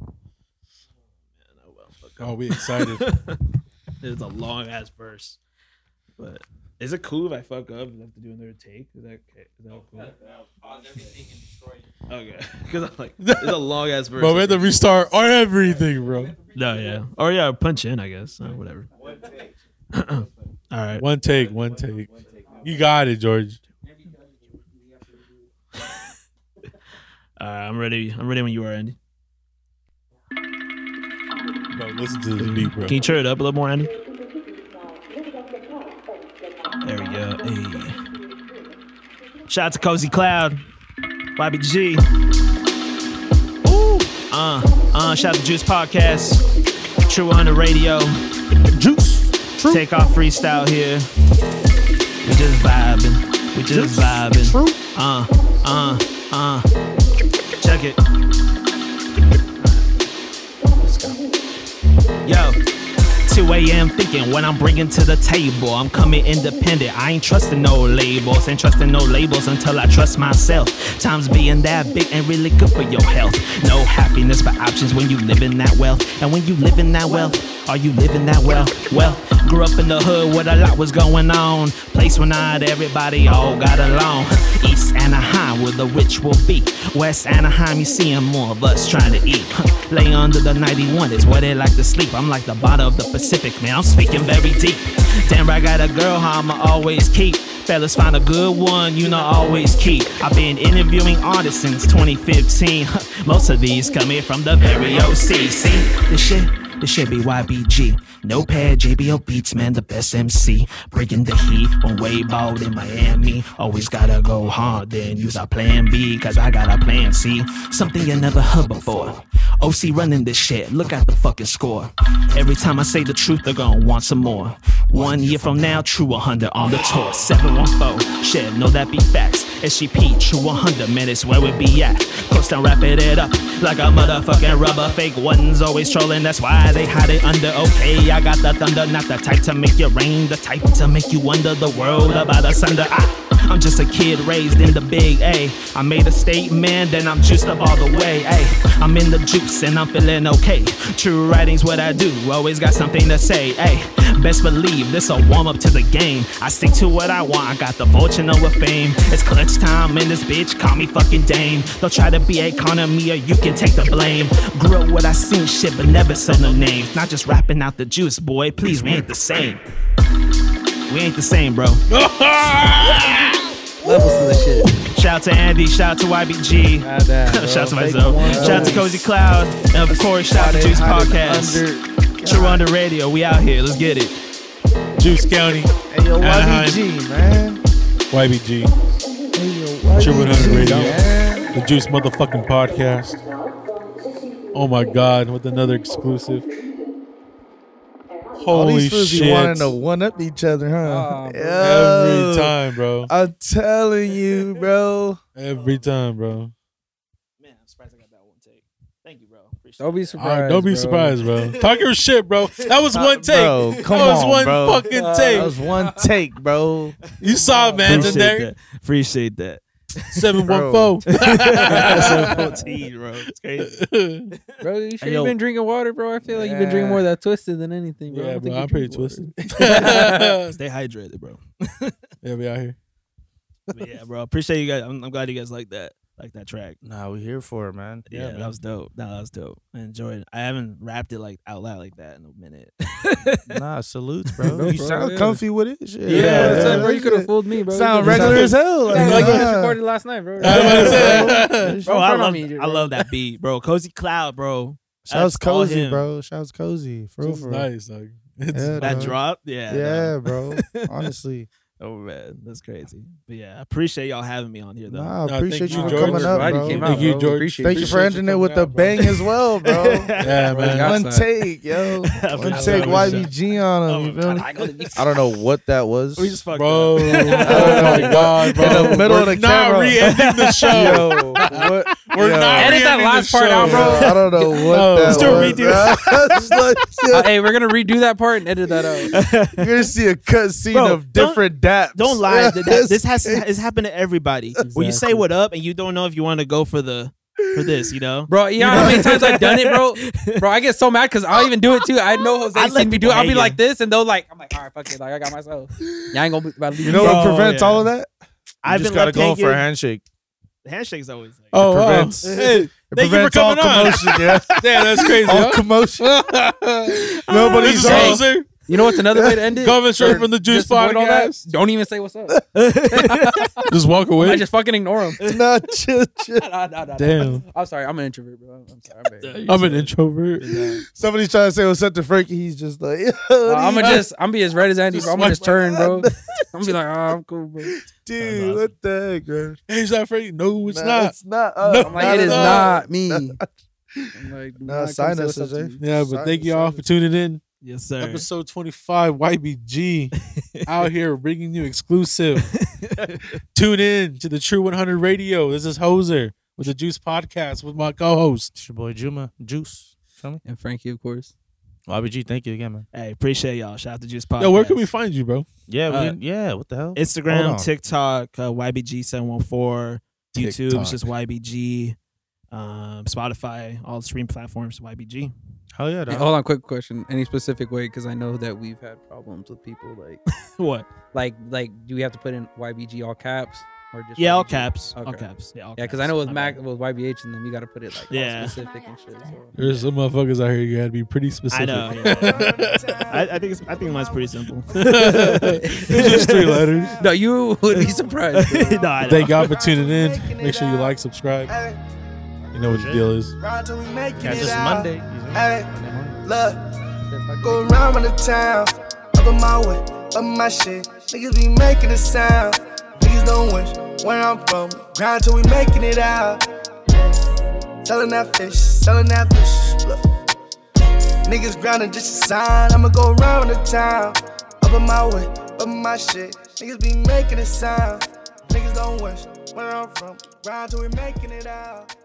[SPEAKER 5] Man, oh, well, fuck
[SPEAKER 2] Oh,
[SPEAKER 5] up.
[SPEAKER 2] we excited.
[SPEAKER 5] it was a long ass verse, but Is it cool if I fuck up and have to do another take? Is that okay? Is that cool? Okay, because I'm like, it's a long ass verse.
[SPEAKER 2] Bro, we had to restart on everything, bro.
[SPEAKER 5] No, yeah. Or yeah, punch in, I guess. Uh, whatever. All right.
[SPEAKER 2] One take, one take. You got it, George.
[SPEAKER 5] All right. Uh, I'm ready. I'm ready when you are, Andy.
[SPEAKER 2] Bro, listen to this beat, bro.
[SPEAKER 5] Can you turn it up a little more, Andy? There we go. Hey. Shout out to Cozy Cloud, Bobby G. Ooh. Uh, uh, shout out to Juice Podcast, True Under Radio,
[SPEAKER 2] Juice. True.
[SPEAKER 5] Take Off Freestyle here. We just vibing. We just vibing.
[SPEAKER 2] True.
[SPEAKER 5] Uh, uh, uh. Check it. Yo. 2 a.m. thinking what I'm bringing to the table. I'm coming independent. I ain't trusting no labels. Ain't trusting no labels until I trust myself. Times being that big ain't really good for your health. No happiness for options when you living that wealth. And when you living that wealth, are you living that well? Well, grew up in the hood where a lot was going on. Place where not everybody all got along. East Anaheim where the rich will be. West Anaheim, you seeing more of us trying to eat. Lay under the 91 is where they like to sleep. I'm like the bottom of the Pacific, man. I'm speaking very deep. Damn right, got a girl, how I'ma always keep. Fellas, find a good one, you know, always keep. I've been interviewing artists since 2015. Most of these come here from the very OC. See, this shit this should be YBG. No pad, JBL Beats, man, the best MC. Breaking the heat when way bald in Miami. Always gotta go hard, then use our plan B, cause I got a plan C. Something you never heard before. OC running this shit, look at the fucking score. Every time I say the truth, they're gonna want some more. One year from now, True 100 on the tour. 714, shit, know that be facts. SGP, True 100, man, it's where we be at. Coast down, wrapping it up like a motherfucking rubber. Fake ones always trolling, that's why they hide it under. Okay, I got the thunder, not the type to make it rain, the type to make you wonder the world about us under. Ah. I, I'm just a kid raised in the big A. I made a statement, then I'm juiced up all the way. Ay, I'm in the juice and I'm feeling okay. True writing's what I do, always got something to say. Ay, best believe this a warm up to the game. I stick to what I want, I got the fortune over fame. It's clutch time in this bitch, call me fucking Dame. Don't try to be a con of me or you can take the blame. Grow what I seen shit, but never sell no names. Not just rapping out the juice, boy, please, we ain't the same. We ain't the same, bro.
[SPEAKER 4] Levels to the shit.
[SPEAKER 5] Shout out to Andy, shout out to YBG, shout out to myself, shout out to Cozy Cloud, and of course, shout out to Juice Podcast. Toronto Radio, we out here, let's get it.
[SPEAKER 2] Juice County,
[SPEAKER 1] Hey, yo,
[SPEAKER 2] Anaheim.
[SPEAKER 1] YBG, man.
[SPEAKER 2] YBG,
[SPEAKER 1] Hey, yo, YBG,
[SPEAKER 2] True 100 Radio.
[SPEAKER 1] man.
[SPEAKER 2] the Juice motherfucking podcast. Oh my god, with another exclusive.
[SPEAKER 1] All
[SPEAKER 2] Holy
[SPEAKER 1] these fools be wanting
[SPEAKER 2] shit.
[SPEAKER 1] to one up each other, huh?
[SPEAKER 4] Oh, bro.
[SPEAKER 1] Yo,
[SPEAKER 2] Every time, bro.
[SPEAKER 1] I'm telling you, bro.
[SPEAKER 2] Every time, bro.
[SPEAKER 5] Man, I'm surprised I got that one take. Thank you, bro. Appreciate
[SPEAKER 4] Don't be
[SPEAKER 2] All
[SPEAKER 4] surprised.
[SPEAKER 2] right, don't be
[SPEAKER 4] bro.
[SPEAKER 2] surprised, bro. Talk your shit, bro. That was
[SPEAKER 1] Uh,
[SPEAKER 2] one take.
[SPEAKER 1] bro, come
[SPEAKER 2] that was
[SPEAKER 1] on,
[SPEAKER 2] one
[SPEAKER 1] bro.
[SPEAKER 2] fucking
[SPEAKER 4] Uh,
[SPEAKER 1] That
[SPEAKER 2] take.
[SPEAKER 1] was one take, bro.
[SPEAKER 2] You saw it, man. in there.
[SPEAKER 5] Appreciate that.
[SPEAKER 2] Seven one four.
[SPEAKER 5] bro. It's crazy.
[SPEAKER 4] Bro, you sure
[SPEAKER 5] Hey, yo.
[SPEAKER 4] you've been drinking water, bro? I feel like you've been drinking more of that twisted than anything, bro. I
[SPEAKER 2] Yeah,
[SPEAKER 4] don't
[SPEAKER 2] bro.
[SPEAKER 4] think you
[SPEAKER 2] I'm pretty
[SPEAKER 4] drink water.
[SPEAKER 2] twisted. yeah,
[SPEAKER 5] Stay hydrated, bro.
[SPEAKER 2] we out here.
[SPEAKER 5] But yeah, bro. Appreciate you guys. I'm, I'm glad you guys like that, like that track.
[SPEAKER 3] Nah, we here for it, man.
[SPEAKER 5] Yeah, that was dope. No, that was dope. I enjoyed it. I haven't rapped it like out loud like that in a minute.
[SPEAKER 3] nah, salutes, bro.
[SPEAKER 4] Bro,
[SPEAKER 3] you
[SPEAKER 4] bro,
[SPEAKER 3] sound
[SPEAKER 4] yeah.
[SPEAKER 3] comfy with it. Shit.
[SPEAKER 4] Yeah,
[SPEAKER 2] Yeah,
[SPEAKER 4] what's
[SPEAKER 2] yeah,
[SPEAKER 4] up, bro? You
[SPEAKER 1] that's
[SPEAKER 4] could have
[SPEAKER 1] it.
[SPEAKER 4] fooled me, bro.
[SPEAKER 1] Sound regular as hell. Like,
[SPEAKER 4] Yeah, like you just
[SPEAKER 1] nah.
[SPEAKER 4] recorded last night, bro.
[SPEAKER 2] I was about to say.
[SPEAKER 4] Just
[SPEAKER 5] bro,
[SPEAKER 4] don't
[SPEAKER 5] I
[SPEAKER 4] front on
[SPEAKER 5] love,
[SPEAKER 4] me, dude,
[SPEAKER 5] I
[SPEAKER 4] bro.
[SPEAKER 5] love that beat, bro. Cozy Cloud, bro.
[SPEAKER 3] Sounds
[SPEAKER 5] That's all
[SPEAKER 3] cozy,
[SPEAKER 5] him.
[SPEAKER 3] bro. Sounds cozy. For real,
[SPEAKER 2] It's
[SPEAKER 3] for real.
[SPEAKER 2] nice, like it's
[SPEAKER 3] Yeah,
[SPEAKER 5] That
[SPEAKER 3] dog.
[SPEAKER 5] drop, yeah.
[SPEAKER 3] Yeah,
[SPEAKER 5] no.
[SPEAKER 3] bro. Honestly,
[SPEAKER 5] Oh man, that's crazy. But yeah, I appreciate y'all having me on here though.
[SPEAKER 3] nah,
[SPEAKER 2] No, thank
[SPEAKER 3] appreciate you
[SPEAKER 2] you,
[SPEAKER 3] for
[SPEAKER 2] George.
[SPEAKER 3] coming
[SPEAKER 2] Glad
[SPEAKER 3] up,
[SPEAKER 4] Glad
[SPEAKER 3] bro.
[SPEAKER 4] you came
[SPEAKER 2] Thank
[SPEAKER 4] out,
[SPEAKER 2] you,
[SPEAKER 4] bro.
[SPEAKER 2] George.
[SPEAKER 4] Appreciate
[SPEAKER 1] Thank you for ending it with the bang as well, bro.
[SPEAKER 2] yeah,
[SPEAKER 4] Bro, you
[SPEAKER 2] man.
[SPEAKER 4] got-
[SPEAKER 1] one
[SPEAKER 4] Outside.
[SPEAKER 1] take, yo. One
[SPEAKER 5] Outside.
[SPEAKER 1] take YBG on him.
[SPEAKER 5] Oh, my
[SPEAKER 1] You feel
[SPEAKER 5] God,
[SPEAKER 1] me?
[SPEAKER 5] I, gotta-
[SPEAKER 1] I don't know what that was.
[SPEAKER 5] we just fucked
[SPEAKER 2] Bro,
[SPEAKER 5] up.
[SPEAKER 2] oh my god, bro!
[SPEAKER 1] In the middle
[SPEAKER 2] We're
[SPEAKER 1] of the
[SPEAKER 2] not
[SPEAKER 1] camera.
[SPEAKER 2] re-ending the show.
[SPEAKER 1] Yo, what?
[SPEAKER 2] We're
[SPEAKER 1] Yo.
[SPEAKER 2] not
[SPEAKER 4] Edit that
[SPEAKER 2] re-ending
[SPEAKER 4] last
[SPEAKER 2] the
[SPEAKER 4] part
[SPEAKER 2] show,
[SPEAKER 4] out,
[SPEAKER 1] Bro, I don't know what
[SPEAKER 2] No.
[SPEAKER 1] that
[SPEAKER 2] Let's do a
[SPEAKER 1] was. It's like, yo,
[SPEAKER 4] Uh, hey, we're gonna redo that part and edit that out.
[SPEAKER 1] You're gonna see a cut scene
[SPEAKER 5] Bro,
[SPEAKER 1] of
[SPEAKER 5] don't-
[SPEAKER 1] different daps.
[SPEAKER 5] Don't lie. Th- th-
[SPEAKER 1] Yes.
[SPEAKER 5] this has it's happened to everybody. When you say
[SPEAKER 2] Exactly.
[SPEAKER 5] what up and you don't know if you want to go for the for this, you know?
[SPEAKER 4] Bro, you know how many times I've done it, bro? Bro, I get so mad because I'll even do it too. I know Jose
[SPEAKER 5] I'd
[SPEAKER 4] seen
[SPEAKER 5] let
[SPEAKER 4] me do
[SPEAKER 5] people
[SPEAKER 4] it. I'll be
[SPEAKER 5] hang
[SPEAKER 4] like
[SPEAKER 5] in.
[SPEAKER 4] this, and they'll like, I'm like, all right, fuck it. Like, I got myself. Y'all ain't gonna be about to leave.
[SPEAKER 6] You know
[SPEAKER 5] Bro,
[SPEAKER 6] what prevents
[SPEAKER 5] yeah.
[SPEAKER 6] all of that?
[SPEAKER 5] I've
[SPEAKER 3] just
[SPEAKER 5] been
[SPEAKER 3] gotta
[SPEAKER 5] left
[SPEAKER 3] go for a
[SPEAKER 5] hanging.
[SPEAKER 3] handshake.
[SPEAKER 5] The handshake's always like,
[SPEAKER 2] Oh, wow.
[SPEAKER 6] prevents-
[SPEAKER 2] Hey,
[SPEAKER 6] It
[SPEAKER 2] Thank you for
[SPEAKER 6] prevents all
[SPEAKER 2] coming on.
[SPEAKER 6] commotion. Yeah,
[SPEAKER 2] damn, that's crazy.
[SPEAKER 6] all
[SPEAKER 2] huh?
[SPEAKER 6] commotion.
[SPEAKER 2] This
[SPEAKER 6] Nobody's
[SPEAKER 2] is
[SPEAKER 6] all.
[SPEAKER 2] Jose
[SPEAKER 4] You know what's another way to end it?
[SPEAKER 2] coming straight
[SPEAKER 4] Or
[SPEAKER 2] from the Juice
[SPEAKER 4] just avoid all that.
[SPEAKER 2] Podcast.
[SPEAKER 4] Don't even say what's up.
[SPEAKER 2] Just walk
[SPEAKER 4] I
[SPEAKER 2] away.
[SPEAKER 4] just fucking ignore him.
[SPEAKER 6] Nah, chill, chill.
[SPEAKER 4] Nah, nah, nah, nah.
[SPEAKER 2] Damn,
[SPEAKER 4] I'm sorry. I'm an introvert, bro. I'm sorry. I'm, very-
[SPEAKER 2] I'm an introvert.
[SPEAKER 6] Somebody's trying to say what's up to Frankie. He's just like,
[SPEAKER 4] Uh, I'm gonna just, I'm be as red as Andy, bro. I'm gonna just
[SPEAKER 2] Just
[SPEAKER 4] turn, bro. I'm gonna be like, oh, I'm cool, bro.
[SPEAKER 6] dude,
[SPEAKER 5] awesome.
[SPEAKER 6] what the heck, man?
[SPEAKER 2] Hey, is that Freddy? No, it's
[SPEAKER 6] Nah,
[SPEAKER 2] not.
[SPEAKER 6] It's not. Uh,
[SPEAKER 2] No,
[SPEAKER 6] I'm
[SPEAKER 4] I'm like, it is
[SPEAKER 2] at
[SPEAKER 4] not me. I'm like,
[SPEAKER 6] Nah, eh?
[SPEAKER 4] nah, come
[SPEAKER 6] sign
[SPEAKER 4] say
[SPEAKER 6] us,
[SPEAKER 4] what's up to
[SPEAKER 1] eh?"
[SPEAKER 6] Jose.
[SPEAKER 4] me.
[SPEAKER 2] Yeah, but
[SPEAKER 6] Sorry,
[SPEAKER 2] thank you all
[SPEAKER 6] sorry.
[SPEAKER 2] for tuning in.
[SPEAKER 5] yes, sir.
[SPEAKER 2] Episode 25, YBG out here bringing you exclusive. Tune in to the True 100 Radio. This is Hoser with the Juice Podcast with my co host.
[SPEAKER 3] It's your boy Juma Juice.
[SPEAKER 4] And Frankie, of course.
[SPEAKER 3] YBG, thank you again, man.
[SPEAKER 5] hey, appreciate y'all. Shout out to Juice Podcast.
[SPEAKER 2] Yo, where can we find you, bro?
[SPEAKER 3] Yeah, we
[SPEAKER 5] Uh,
[SPEAKER 3] didn't- yeah. What the hell? Hold on.
[SPEAKER 5] Instagram, TikTok, uh, YBG714, YouTube,
[SPEAKER 2] TikTok.
[SPEAKER 5] it's just YBG, um, Spotify, all the stream platforms, YBG.
[SPEAKER 3] Hell yeah,
[SPEAKER 4] Hey,
[SPEAKER 3] dog.
[SPEAKER 4] hold on, quick question. Any specific way? Because I know that we've had problems with people like,
[SPEAKER 5] What?
[SPEAKER 4] like, like, do we have to put in YBG all caps or just
[SPEAKER 5] Yeah, all
[SPEAKER 4] YBG?
[SPEAKER 5] caps. All
[SPEAKER 4] Okay.
[SPEAKER 5] caps. Yeah, all
[SPEAKER 4] Yeah, because
[SPEAKER 5] caps.
[SPEAKER 4] I know with
[SPEAKER 5] My
[SPEAKER 4] Mac,
[SPEAKER 5] bad.
[SPEAKER 4] with YBH, and then you got to put it like all
[SPEAKER 5] Yeah.
[SPEAKER 4] specific and shit. So.
[SPEAKER 2] There's some motherfuckers out here you gotta be pretty
[SPEAKER 5] I
[SPEAKER 2] specific.
[SPEAKER 5] know. yeah. I, I think it's, I think mine's pretty simple.
[SPEAKER 2] it's just three letters.
[SPEAKER 4] No, you would be surprised. bro.
[SPEAKER 5] no, I
[SPEAKER 2] Thank
[SPEAKER 5] know.
[SPEAKER 2] y'all for tuning in. Make sure you like, subscribe. You know what the deal is.
[SPEAKER 6] Ride till we make it
[SPEAKER 3] Catch us
[SPEAKER 6] out.
[SPEAKER 3] Monday.
[SPEAKER 6] Hey, look.
[SPEAKER 4] Fuck
[SPEAKER 6] Go around with the town, up in my way, up my shit. Niggas be making a sound. Niggas don't wish where I'm from. Grind till we making it out. Selling that fish, selling that fish. Look. Niggas grinding just a sign. I'ma go around with the town, up in my way, up my shit. Niggas be making a sound. Niggas don't wish where I'm from. Grind till we making it out.